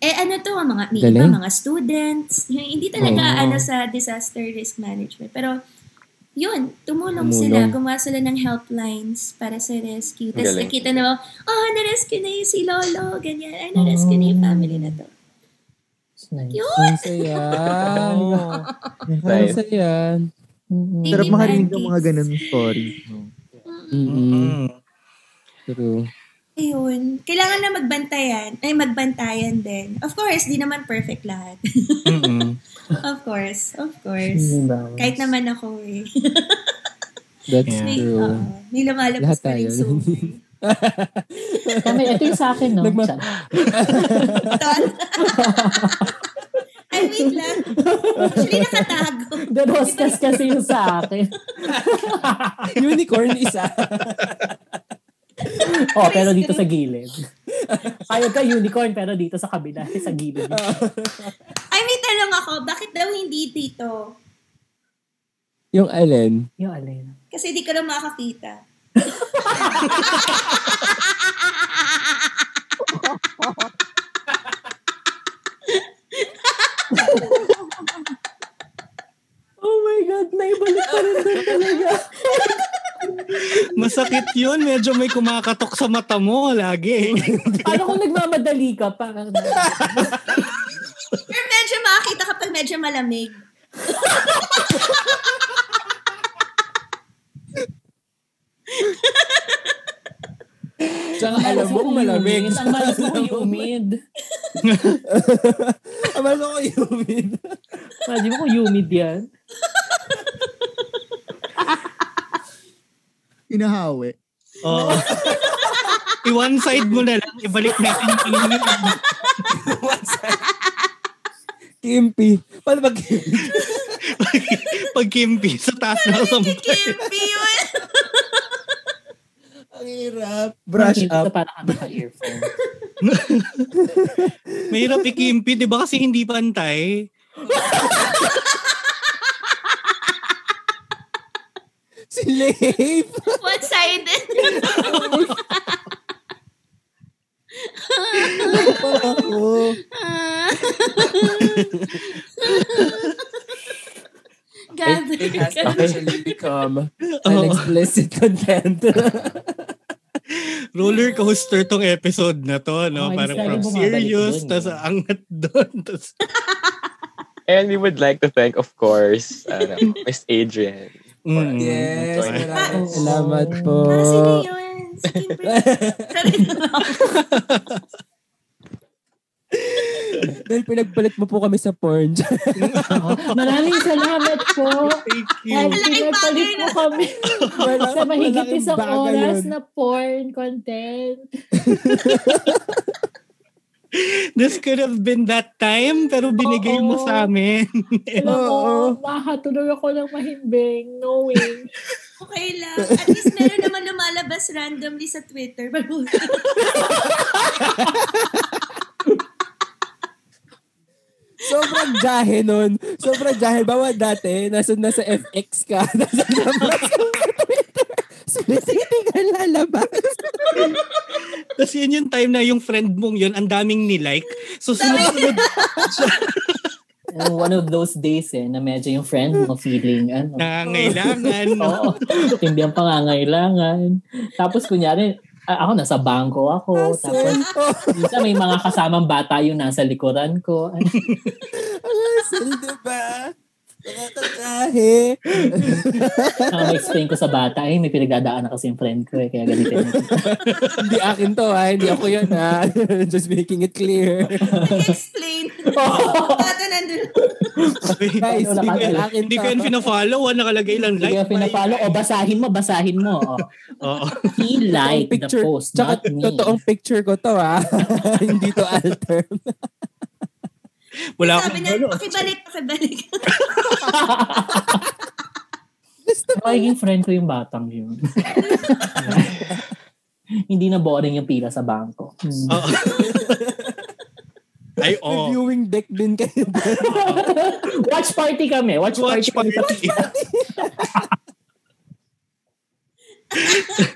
Speaker 6: Eh ano to, mga, may iba,
Speaker 1: Galing.
Speaker 6: mga students. Yung, hindi talaga
Speaker 1: Oo.
Speaker 6: ano sa disaster risk management. Pero yun,
Speaker 1: Tumulong.
Speaker 6: tumulong, sila. Gumawa sila ng helplines para sa rescue. Tapos
Speaker 4: Galing.
Speaker 6: nakita na, oh, na-rescue na yung si Lolo, ganyan. Ay,
Speaker 1: Ah.
Speaker 6: na-rescue na yung family na to.
Speaker 2: It's nice.
Speaker 6: Yun!
Speaker 1: Ang saya.
Speaker 7: Oh.
Speaker 1: Ang saya.
Speaker 2: Mm-mm.
Speaker 6: Thank
Speaker 3: Sarap
Speaker 6: Baby
Speaker 3: makarinig ng mga
Speaker 6: pancakes.
Speaker 3: ganun stories. No?
Speaker 1: Mm-mm.
Speaker 7: Mm.
Speaker 1: True.
Speaker 6: Ayun. Kailangan na magbantayan. Ay, magbantayan din. Of course, di naman perfect lahat.
Speaker 7: Mm-mm.
Speaker 6: of course. Of course.
Speaker 2: Feeling balance.
Speaker 6: Kahit naman ako eh.
Speaker 1: That's
Speaker 7: Yeah.
Speaker 6: May,
Speaker 1: true.
Speaker 6: oo, may lumalabas
Speaker 1: Lahat
Speaker 6: pa
Speaker 1: tayo.
Speaker 6: rin soon.
Speaker 2: Kami, ito yung sa akin, no?
Speaker 1: Nagma-
Speaker 2: Chan.
Speaker 6: Ton. Ay, wait lang. Actually, nakatago.
Speaker 2: The Roscas kasi yung sa akin.
Speaker 1: Unicorn isa.
Speaker 2: Oh, pero dito sa gilid. Ayaw ka unicorn, pero dito sa kabila, eh, sa gilid.
Speaker 6: Ay, may tanong ako. Bakit daw hindi dito?
Speaker 1: Yung Allen.
Speaker 2: Yung alin.
Speaker 6: Kasi di ka na makakita.
Speaker 2: Oh my God, naibalik pa rin doon talaga.
Speaker 7: Masakit yun. Medyo may kumakatok sa mata mo lagi.
Speaker 2: Paano kung nagmamadali ka pa?
Speaker 6: Pero medyo makakita kapag medyo malamig.
Speaker 5: Tsaka alam mo kung malamig.
Speaker 2: Ang malas mo kung humid.
Speaker 3: Amal ko humid.
Speaker 2: Imagine mo kung humid yan.
Speaker 3: Hinahawi.
Speaker 5: Oo. I-one side mo na lang, ibalik natin yung tingin mo.
Speaker 7: Kimpi. Paano ba kimpi?
Speaker 5: pag kimpi sa taas na sampay.
Speaker 6: Kimpi yun.
Speaker 3: Ang hirap.
Speaker 2: Hindi,
Speaker 7: Brush
Speaker 2: Ito
Speaker 7: up.
Speaker 2: para ka naka-earphone.
Speaker 5: Mahirap ikimpi, di ba? Kasi hindi pantay.
Speaker 7: Slave.
Speaker 6: One-sided.
Speaker 3: Ako.
Speaker 6: Ah.
Speaker 7: It,
Speaker 6: Gathering
Speaker 7: it has
Speaker 6: ka.
Speaker 7: officially become an
Speaker 5: Oo.
Speaker 7: explicit content.
Speaker 5: roller coaster tong episode na to, no?
Speaker 2: Oh,
Speaker 5: Parang
Speaker 2: hindi
Speaker 5: from
Speaker 2: tayo bumabalik
Speaker 5: serious,
Speaker 2: dun,
Speaker 5: tas
Speaker 2: eh.
Speaker 5: angat doon. Tas,
Speaker 4: And we would like to thank, of course, ano, Miss Adrian.
Speaker 5: mm,
Speaker 7: yes.
Speaker 5: okay.
Speaker 1: Ah,
Speaker 7: Maraming salamat po.
Speaker 2: Oh.
Speaker 6: Ah, sige yun. Si Kimberly. Sorry na lang.
Speaker 7: Dahil pinagpalit mo po kami sa porn.
Speaker 2: Oo. Maraming salamat po.
Speaker 5: Thank you.
Speaker 2: At
Speaker 6: Malaking
Speaker 2: pinagpalit
Speaker 6: bagay
Speaker 2: mo kami
Speaker 7: Wala-
Speaker 2: sa mahigit
Speaker 7: malaking
Speaker 2: isang
Speaker 7: bagay
Speaker 2: oras
Speaker 7: yun.
Speaker 2: na porn content.
Speaker 5: This could have been that time, pero binigay mo
Speaker 2: Oo.
Speaker 5: sa amin.
Speaker 2: Alam mo,
Speaker 7: Eh, Oo.
Speaker 2: makakatulog ako ng mahimbing knowing.
Speaker 6: Okay lang. At least meron naman lumalabas randomly sa Twitter.
Speaker 7: Sobrang jahe nun. Sobrang jahe. Bawa dati, nasa, nasa FX ka. Nasa labas ka sa Twitter. Sumisiti ka lalabas.
Speaker 5: Tapos yun yung time na yung friend mong yun, ang daming nilike. So sunod-sunod,
Speaker 2: And one of those days eh, na medyo yung friend mo feeling, ano,
Speaker 5: nangangailangan. No?
Speaker 2: Oo. Hindi ang pangangailangan. Tapos kunyari, a- ako nasa bangko ako. Tapos
Speaker 7: Asshole.
Speaker 2: minsan may mga kasamang bata yung nasa likuran ko. Ano,
Speaker 7: Asshole, diba? Nakakajahe.
Speaker 2: Ang explain ko sa bata, eh, may pinagdadaan na kasi yung friend ko eh, kaya ganito.
Speaker 7: Hindi akin to ha. Hindi ako yun ha. Just making it clear.
Speaker 6: Explain. Bata nandun.
Speaker 7: Guys,
Speaker 2: Ano,
Speaker 7: hindi ko
Speaker 2: nakaka-
Speaker 7: yan akin
Speaker 5: Hindi
Speaker 7: to.
Speaker 5: ko yan pinafollow, ah, nakalagay lang
Speaker 2: Kaya
Speaker 5: like.
Speaker 2: pinapalo, o basahin mo, basahin mo. Oh.
Speaker 5: Oo.
Speaker 2: He liked the
Speaker 7: picture,
Speaker 2: post, not
Speaker 7: Tsaka
Speaker 2: me.
Speaker 7: totoong picture ko to ha. hindi to alter.
Speaker 5: Wala akong
Speaker 6: Sabi na, pakibalik, pakibalik.
Speaker 2: Magiging friend ko yung batang yun. Hindi na boring yung pila sa bangko. Hmm.
Speaker 5: Oo. Ay,
Speaker 2: Oh.
Speaker 5: oo.
Speaker 7: Viewing deck din kayo.
Speaker 2: Watch party kami. Watch,
Speaker 5: Watch
Speaker 2: party. kami.
Speaker 5: party.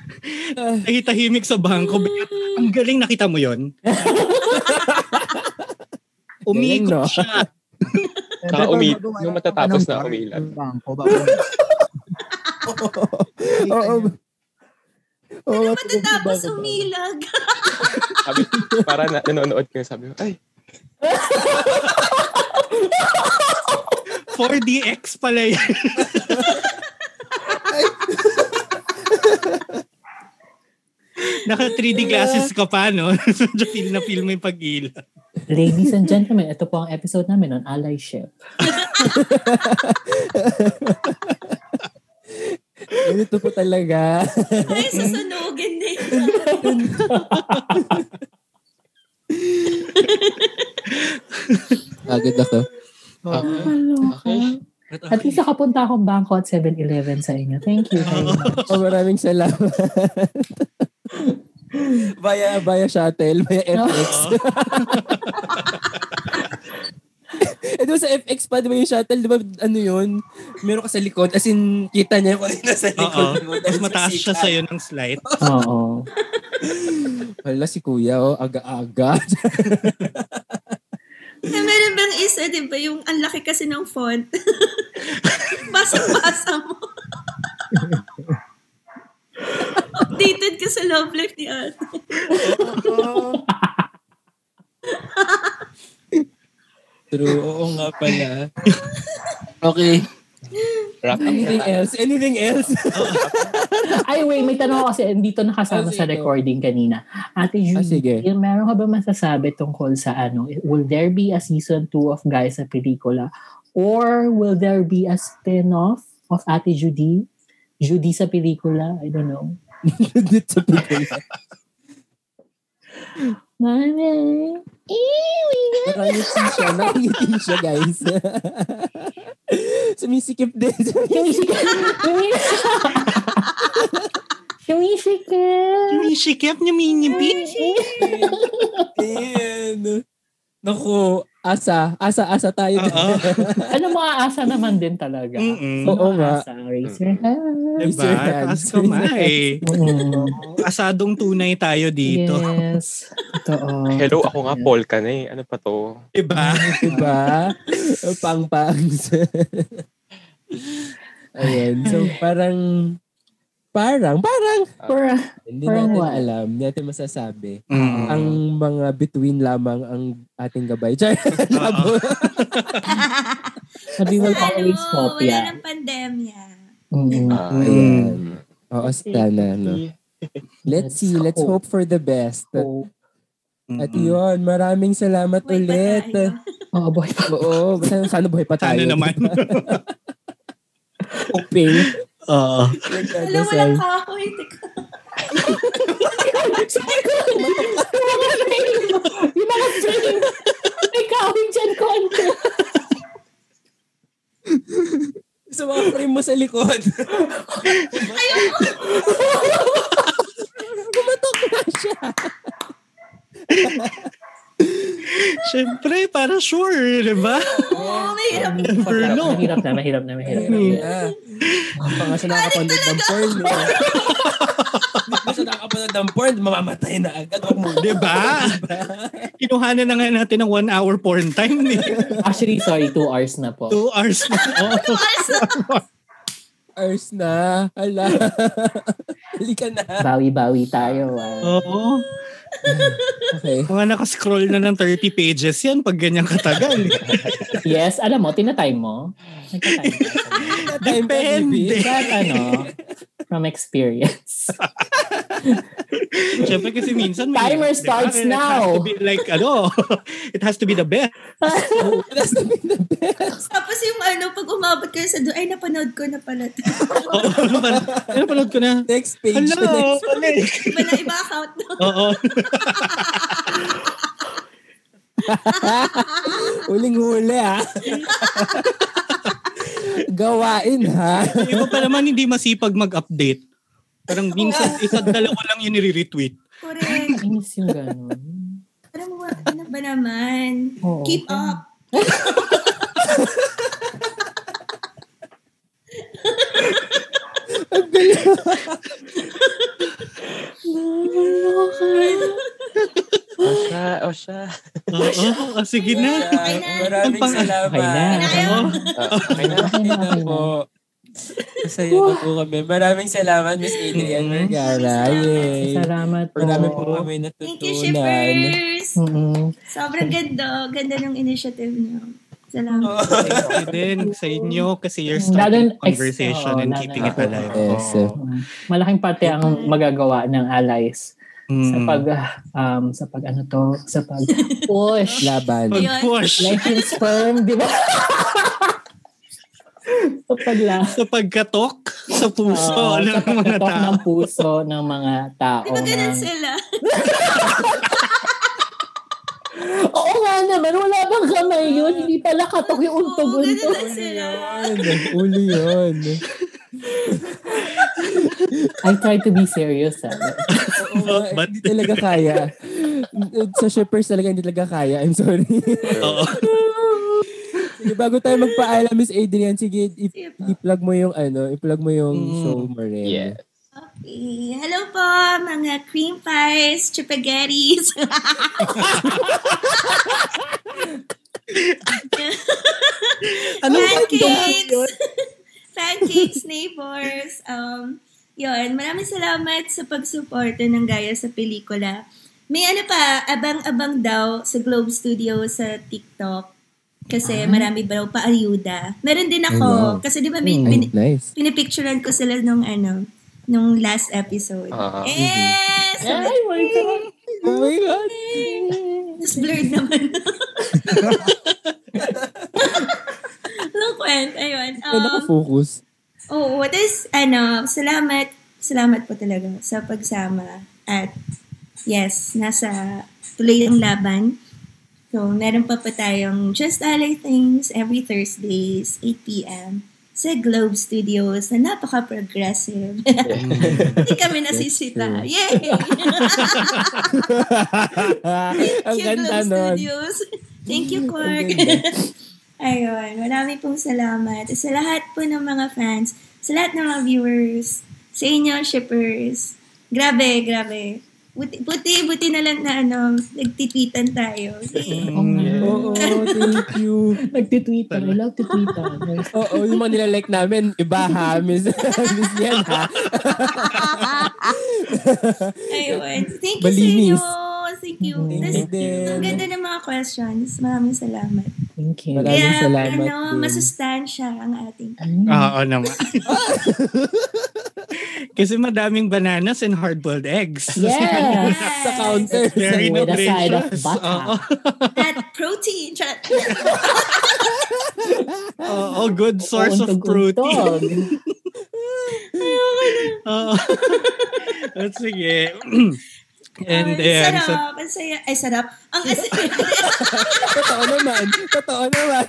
Speaker 5: Tahitahimik sa bangko. Ang galing nakita mo yon. Umikot
Speaker 7: Galing, no?
Speaker 5: siya.
Speaker 4: Saka umi- nung matatapos na umilag.
Speaker 3: Bangko, bago.
Speaker 7: Oo. Oo.
Speaker 6: Matatapos umilag.
Speaker 4: Sabi, para na, nanonood ko, sabi ko, ay,
Speaker 5: 4DX pala yan. Naka 3D glasses ka pa, no? Medyo feel na feel mo yung pag-ila.
Speaker 2: Ladies and gentlemen, ito po ang episode namin on allyship.
Speaker 7: Ganito po talaga.
Speaker 6: Ay, susunugin na yun.
Speaker 7: Agad ako.
Speaker 2: Maloka. At least nakapunta akong bangko at 7-Eleven sa inyo. Thank you very much.
Speaker 7: Oh, maraming salamat. via, via shuttle, via FX. Eh, diba sa FX pa, di ba yung shuttle, di ba, ano yun? Meron ka sa likod, as in, kita niya kung ano nasa
Speaker 5: Oo.
Speaker 7: likod. mo.
Speaker 5: Mas mataas siya sa'yo ng slight.
Speaker 2: Oo.
Speaker 7: Wala si kuya, oh, aga-aga.
Speaker 6: Na meron bang isa, di ba, yung ang laki kasi ng font. Basa-basa mo. Updated ka sa love life ni Ate.
Speaker 7: True, oo nga pala. Okay.
Speaker 4: wrap up.
Speaker 7: Anything else? Anything else?
Speaker 2: Ay, wait, may tanong ako kasi dito nakasama
Speaker 5: Ah, sige.
Speaker 2: sa recording kanina. Ate Julie,
Speaker 7: Ah, sige.
Speaker 2: meron ka ba masasabi tungkol sa ano, will there be a season 2 of Guys sa pelikula? Or will there be a spin-off of Ate Judy? Judy sa pelikula? I don't know.
Speaker 7: Dito sa pelikula.
Speaker 2: Mami.
Speaker 7: Nakangiti siya. Nakangiti siya, guys. Sumisikip din.
Speaker 2: Sumisikip.
Speaker 5: Sumisikip, nyuminipi.
Speaker 7: Ayan. Naku, asa. Asa, asa tayo.
Speaker 5: Oo.
Speaker 2: Ano maaasa naman din talaga.
Speaker 5: Mm-mm.
Speaker 2: Oh,
Speaker 7: Oo nga.
Speaker 2: Maaasa. Raise your hand.
Speaker 7: Raise your
Speaker 5: Diba?
Speaker 7: hand.
Speaker 5: Taas kamay.
Speaker 2: Mm.
Speaker 5: Asadong tunay tayo dito.
Speaker 2: Yes. Totoo.
Speaker 4: Hello, ako nga, Paul ka na eh. Ano pa to?
Speaker 5: Diba?
Speaker 7: Diba? Pang-pangs. Ayan. So, parang... Parang, parang,
Speaker 2: For,
Speaker 7: hindi
Speaker 2: Parang
Speaker 7: natin
Speaker 2: what? Hmm.
Speaker 7: alam, hindi natin masasabi.
Speaker 5: Mm.
Speaker 7: Ang mga between lamang ang ating gabay. Char, labo.
Speaker 2: but we will
Speaker 6: Sa
Speaker 2: always
Speaker 6: ano, Wala
Speaker 2: kopya.
Speaker 6: ng pandemya.
Speaker 2: Mm.
Speaker 4: Ah,
Speaker 7: Ayan. Oo, sana. No? Let's
Speaker 2: Let's
Speaker 7: see. Let's hope
Speaker 2: hope.
Speaker 7: for the best.
Speaker 2: Oh,
Speaker 7: At yun, maraming salamat
Speaker 6: Buhay pa
Speaker 7: ulit.
Speaker 6: tayo.
Speaker 2: oh boy.
Speaker 7: Oo, sana, sana buhay pa tayo.
Speaker 5: Sana Ano naman.
Speaker 7: Hoping.
Speaker 5: Oo.
Speaker 6: Hello, walang kahoy. Teka.
Speaker 2: Yung mga streaming, may kawin dyan konti.
Speaker 7: Sa mga frame mo sa likod. Kumatok na siya.
Speaker 5: Siyempre, para sure, diba?
Speaker 6: Oo, may hirap.
Speaker 5: Never know.
Speaker 2: Mahirap na, mahirap na, mahirap na.
Speaker 7: Ayun na. Ang panga siya nakakapanood ng porn. no? Hindi pa siya nakakapanood ng porn, mamamatay na agad. Huwag mo.
Speaker 5: Diba? Kinuhanan na nga natin ng one hour porn time ni
Speaker 2: Actually, sorry, two hours na po.
Speaker 5: two hours na. Oo.
Speaker 7: Hours na. Hala. Halika na.
Speaker 2: Bawi-bawi tayo. ah.
Speaker 5: Oo.
Speaker 7: Okay.
Speaker 5: Mga nakascroll na ng 30 pages yan pag ganyan katagal. eh.
Speaker 2: Yes, alam mo, tinatime mo. Nagtatime ka.
Speaker 7: Time ba,
Speaker 5: Depende.
Speaker 7: baby?
Speaker 2: That, ano, from experience.
Speaker 5: Siyempre kasi minsan... may-
Speaker 2: Timer
Speaker 5: diba?
Speaker 2: starts
Speaker 5: It has
Speaker 2: now.
Speaker 5: to be like, ano, it has to be the best.
Speaker 7: That's the best.
Speaker 6: Tapos yung ano, pag umabot kayo sa doon, ay, napanood ko na pala. to.
Speaker 5: Oo. Ano pa? Ano panood ko na?
Speaker 7: Next page.
Speaker 5: Hello!
Speaker 7: Next-
Speaker 5: ulit.
Speaker 6: Iba na iba account na.
Speaker 5: Oo.
Speaker 7: Huling-huli ha. Gawain ha.
Speaker 5: Iba pa naman hindi masipag mag-update. Parang minsan isang dalawa lang yun nire-retweet.
Speaker 6: Correct.
Speaker 2: Inis yung ganun.
Speaker 6: Alam mo, ba- ano ba naman?
Speaker 2: Oo.
Speaker 6: Keep up.
Speaker 4: O siya, o siya.
Speaker 5: Oo. ah, sige na.
Speaker 6: Okay na.
Speaker 7: Maraming
Speaker 5: Ang pang-
Speaker 7: salamat.
Speaker 2: Okay na.
Speaker 5: Oo.
Speaker 4: Ah, okay na.
Speaker 2: Okay na,
Speaker 7: Ayan
Speaker 2: okay na.
Speaker 7: po. Masaya na po kami. Maraming salamat, Miss Adrian
Speaker 5: Mm.
Speaker 7: Vergara. Yay.
Speaker 2: Salamat po.
Speaker 7: Marami po kami
Speaker 6: Thank you,
Speaker 7: natutunan.
Speaker 6: shippers.
Speaker 2: Mm-mm.
Speaker 6: Sobrang ganda. oh. Ganda ng initiative niyo. Salamat.
Speaker 5: Thank you din sa inyo kasi you're
Speaker 2: Mm. Lalo-
Speaker 5: starting
Speaker 2: ex-
Speaker 5: conversation
Speaker 2: oo,
Speaker 5: and
Speaker 2: lalo-
Speaker 5: keeping it alive.
Speaker 7: Yes.
Speaker 5: Oo.
Speaker 2: Malaking parte ang magagawa ng allies sa
Speaker 5: Mm.
Speaker 2: pag um sa pag ano to, sa pag push.
Speaker 7: Laban.
Speaker 5: Pag-push.
Speaker 2: Like yung sperm, di ba? sa pagla
Speaker 5: Sa pagkatok sa puso
Speaker 2: Oo,
Speaker 5: ng
Speaker 2: sa
Speaker 5: mga
Speaker 2: pagkatok
Speaker 5: tao.
Speaker 2: ng puso ng mga tao.
Speaker 6: Di ba ganun
Speaker 2: ng-
Speaker 6: sila?
Speaker 2: Oo nga naman, wala bang kamay yun? Hindi pala katok yung untog-untog.
Speaker 6: ganun sila.
Speaker 7: Ulo yun.
Speaker 2: I try to be serious. ah.
Speaker 7: Oo,
Speaker 5: But-
Speaker 7: hindi talaga kaya. Sa shippers talaga hindi talaga kaya. I'm sorry.
Speaker 5: Oo.
Speaker 7: sige, bago tayo magpaalam, Miss Adrian, sige, i-
Speaker 6: Sige po.
Speaker 7: i-plug mo yung ano, i-plug mo yung
Speaker 5: Mm.
Speaker 7: show mo rin.
Speaker 4: Yeah.
Speaker 6: Okay. Eh, Hello po, mga cream pies, chipagheris.
Speaker 5: Ano ba
Speaker 6: pancakes. pancakes, neighbors. Um, yun, maraming salamat sa pagsuporta ng Gaya sa pelikula. May ano pa, abang-abang daw sa Globe Studio sa TikTok. Kasi marami daw pa ayuda. Meron din ako.
Speaker 7: Ay, wow.
Speaker 5: Hmm.
Speaker 6: Kasi di ba may,
Speaker 7: Ay,
Speaker 6: pin-
Speaker 7: nice.
Speaker 6: pinipicturean ko sila nung ano, nung last episode.
Speaker 4: Ah.
Speaker 6: Yes!
Speaker 2: Ay, my God.
Speaker 1: Oh my God!
Speaker 6: Tapos blurred naman. Nung kwent, ayun.
Speaker 3: Ay,
Speaker 6: Um,
Speaker 3: nakafocus.
Speaker 6: Oo, what is, ano, salamat, salamat po talaga sa pagsama. At, yes, nasa tuloy ang laban. So, meron pa pa tayong Just Ally Things every Thursdays, 8pm sa Globe Studios na napaka-progressive. Hindi kami nasisita. Yay!
Speaker 1: Ah,
Speaker 3: Ang
Speaker 6: Thank you,
Speaker 3: ganda
Speaker 6: Globe
Speaker 3: nun.
Speaker 6: Studios. Thank you, Cork.
Speaker 3: Ang ganda.
Speaker 6: Ayun, marami pong salamat. Sa lahat po ng mga fans, sa lahat ng mga viewers, sa inyo, shippers. Grabe, grabe. Buti, buti, buti na lang na ano, nagtitwitan tayo. Yay.
Speaker 2: Oh,
Speaker 5: Yeah.
Speaker 3: Oo, thank you.
Speaker 2: Nagtitwitan. I love titwitan.
Speaker 1: Oo, yung mga nilalike namin, iba ha. Miss, miss yan ha.
Speaker 6: Ayun. Thank you
Speaker 1: Malinis.
Speaker 6: sa inyo. Thank you.
Speaker 1: Thanks
Speaker 3: Mm-hmm.
Speaker 6: Tas,
Speaker 1: din.
Speaker 6: ang ganda ng mga questions. Maraming salamat.
Speaker 2: Thank you.
Speaker 1: Maraming
Speaker 6: Kaya,
Speaker 1: salamat
Speaker 6: ano,
Speaker 1: din. Ah.
Speaker 6: masustansya ang ating
Speaker 5: Mm. Oo naman. Kasi madaming bananas and hard-boiled eggs.
Speaker 2: Yes!
Speaker 1: Sa counter.
Speaker 5: Very
Speaker 2: With a side of
Speaker 5: nutritious.
Speaker 2: baka.
Speaker 5: Oo.
Speaker 6: At protein. Charot.
Speaker 5: Oo, good source of protein.
Speaker 2: Uuntog-untog.
Speaker 5: Oo. Oh, sige. And
Speaker 6: Ang
Speaker 5: then, so,
Speaker 6: sarap. Ang saya. Ay, sarap. Ang asaya.
Speaker 1: Totoo naman. Totoo naman.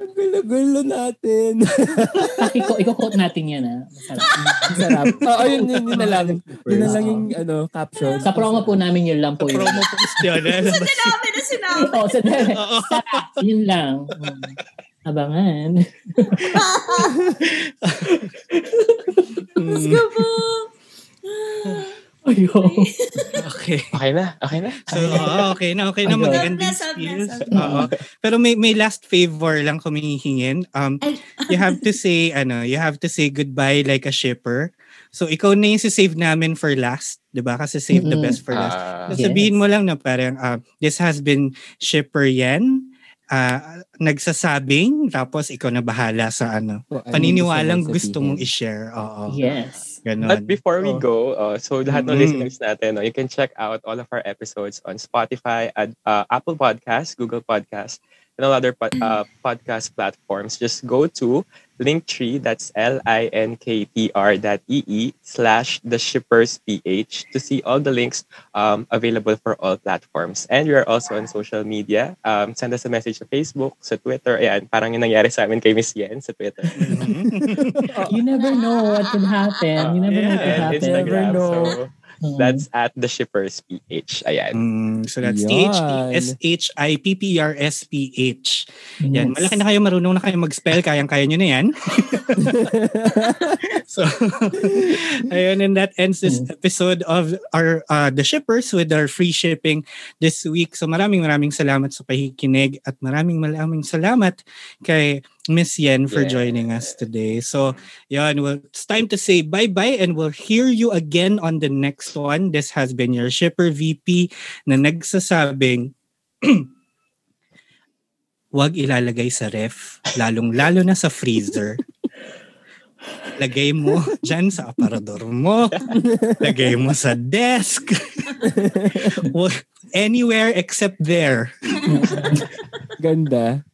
Speaker 1: Ang gulo-gulo natin.
Speaker 2: Iko, iko-quote natin yan, ha? Masarap.
Speaker 1: Ang sarap. Oo, yun, yun, yun na lang. Yun na lang yung ano, caption.
Speaker 2: Sa promo po namin yun lang po yun.
Speaker 5: promo post yun. Alam mo,
Speaker 6: Sinabi na sinabi.
Speaker 2: Oo, sa
Speaker 5: Oo.
Speaker 2: Sarap. Yun lang. Mm. Abangan.
Speaker 1: Mm.
Speaker 6: Mas ka po.
Speaker 2: Ayo.
Speaker 5: Okay.
Speaker 4: Okay na, okay na.
Speaker 5: So, oo, okay na, okay na.
Speaker 2: Ayun.
Speaker 5: Magandang
Speaker 6: Sob na, sob na,
Speaker 5: skills.
Speaker 6: sob
Speaker 2: na.
Speaker 5: Oo. Pero may may last favor lang kami hihingin. Um,
Speaker 6: Ay.
Speaker 5: you have to say, ano, you have to say goodbye like a shipper. So, ikaw na yung save namin for last. 'di ba Kasi save the
Speaker 2: Mm-mm.
Speaker 5: best for last.
Speaker 4: Ah,
Speaker 5: So,
Speaker 2: Yes.
Speaker 5: Sabihin mo lang na parang, ah, this has been shipper yan. ah, nagsasabing, tapos ikaw na bahala sa ano.
Speaker 1: Kung ano yung
Speaker 5: Paniniwalang gusto
Speaker 1: sabihin.
Speaker 5: mong i-share. Oo.
Speaker 2: Yes.
Speaker 5: Ganon.
Speaker 4: But before we
Speaker 5: Oh.
Speaker 4: go, uh, so lahat ng
Speaker 5: Mm.
Speaker 4: listeners natin, no, you can check out all of our episodes on Spotify, at uh, Apple Podcasts, Google Podcasts, and all other pod, uh, podcast platforms. Just go to linktree, that's L-I-N-K-T-R dot E-E slash the shippers PH to see all the links um, available for all platforms. And we are also on social media. Um, send us a message sa Facebook, sa Twitter. Ayan, parang yung nangyari sa amin kay Miss Yen sa Twitter.
Speaker 5: Mm-hmm.
Speaker 2: You never know what could happen. You never know what could
Speaker 4: and
Speaker 2: happen.
Speaker 4: Instagram.
Speaker 1: know.
Speaker 4: So,
Speaker 2: Mm.
Speaker 4: That's at the shippers PH. Ayan.
Speaker 5: Mm, so that's
Speaker 1: Yan.
Speaker 5: E T-H-E-S-H-I-P-P-R-S-P-H.
Speaker 2: Yes.
Speaker 5: Yan, malaki na kayo, marunong na kayo mag-spell, kayang-kaya nyo na yan. so, ayun, and that ends this episode of our uh, The Shippers with our free shipping this week. So maraming maraming salamat sa pakikinig at maraming maraming salamat kay Miss Yen for
Speaker 4: Yes.
Speaker 5: joining us today. So, yun, well, it's time to say bye-bye and we'll hear you again on the next one. This has been your Shipper VP na nagsasabing, Huwag ilalagay sa ref, lalong-lalo na sa freezer. Lagay mo dyan sa aparador mo. Lagay mo sa desk. Huwag- Anywhere except there.
Speaker 1: Ganda.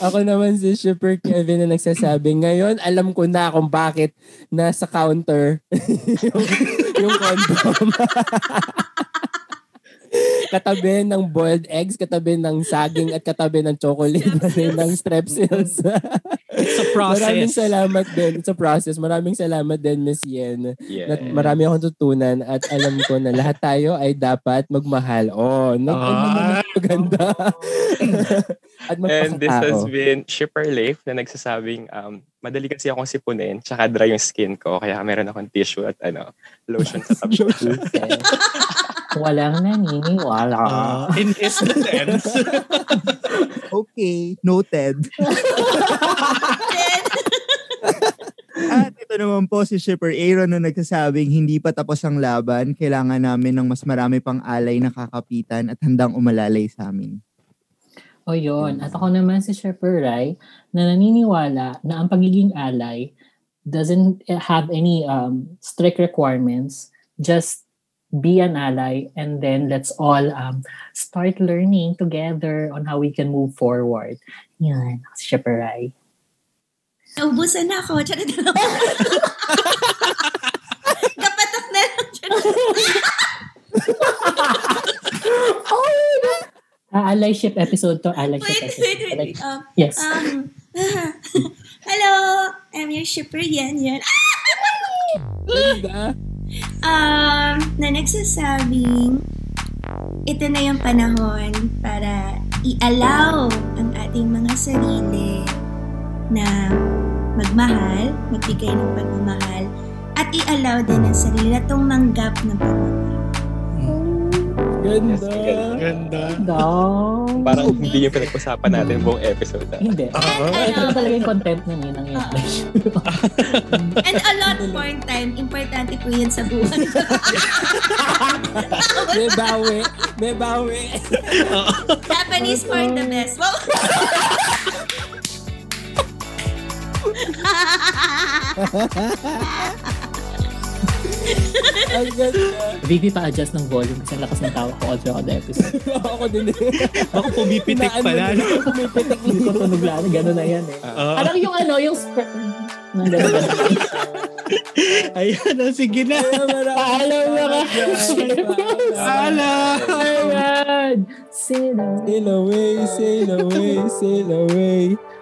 Speaker 1: Ako naman si Shipper Kevin na nagsasabi, ngayon alam ko na kung bakit nasa counter yung, yung condom. katabi ng boiled eggs, katabi ng saging at katabi ng chocolate ng strepsils.
Speaker 5: It's
Speaker 1: Maraming
Speaker 5: a process.
Speaker 1: salamat din. It's a process. Maraming salamat din, Miss Yen.
Speaker 4: Yeah.
Speaker 1: Nat- marami akong tutunan at alam ko na lahat tayo ay dapat magmahal. Oh, nag-
Speaker 5: Ah.
Speaker 1: uh, ganda. at
Speaker 4: And this has
Speaker 1: magpakatao.
Speaker 4: been Shipper Leif na nagsasabing, um, madali kasi akong sipunin, tsaka dry yung skin ko, kaya meron akong tissue at ano, lotion sa tabi.
Speaker 2: Walang naniniwala.
Speaker 5: Uh, in his defense.
Speaker 3: Okay, noted. At ito naman po si Shipper Aaron na nagsasabing hindi pa tapos ang laban. Kailangan namin ng mas marami pang alay na kakapitan at handang umalalay sa amin.
Speaker 2: O Oh, yun. At ako naman si Shepard Rai na naniniwala na ang pagiging ally doesn't have any um, strict requirements. Just be an ally and then let's all um, start learning together on how we can move forward. Yan, ako si Shepard Rai.
Speaker 6: Naubusan na ako. Charot na lang. Kapatok na lang. Charot.
Speaker 2: Ah, allyship episode to. Allyship
Speaker 6: Wait,
Speaker 2: episode.
Speaker 6: wait, wait. wait. Um,
Speaker 2: Yes.
Speaker 6: um, hello, I'm your shipper, yan, yan. um, na nagsasabing, ito na yung panahon para i-allow ang ating mga sarili na magmahal, magbigay ng pagmamahal, at i-allow din ang sarili na tumanggap ng pagmamahal.
Speaker 4: Yes,
Speaker 5: Ganda.
Speaker 4: ang ganda.
Speaker 7: Ganda.
Speaker 2: No.
Speaker 4: Parang hindi yung pinag-usapan natin buong episode. ah.
Speaker 2: Hindi.
Speaker 7: Oo.
Speaker 2: Ay, Ah. ano talaga yung content namin ng English.
Speaker 6: And a lot more time, importante po yan sa buhay.
Speaker 5: May bawi. May bawi.
Speaker 6: Japanese for the best. Wow.
Speaker 5: Ang ganda.
Speaker 2: Vivi pa-adjust ng volume kasi ang lakas ng tawa ko all throughout the episode.
Speaker 5: Ako din eh.
Speaker 7: Baka pumipitik
Speaker 5: Inaano
Speaker 7: pala.
Speaker 5: na-
Speaker 7: no?
Speaker 5: Pumipitik
Speaker 2: Hindi ko tunog lang. Ganun na yan eh.
Speaker 5: Ah,
Speaker 7: Oo.
Speaker 2: Parang yung ano, yung script. Nang ganun ganun.
Speaker 7: Ayan, oh, sige na.
Speaker 2: Paalam na ka.
Speaker 7: Alam!
Speaker 2: Ayan! Sino?
Speaker 5: Sail away, sail away, sail away.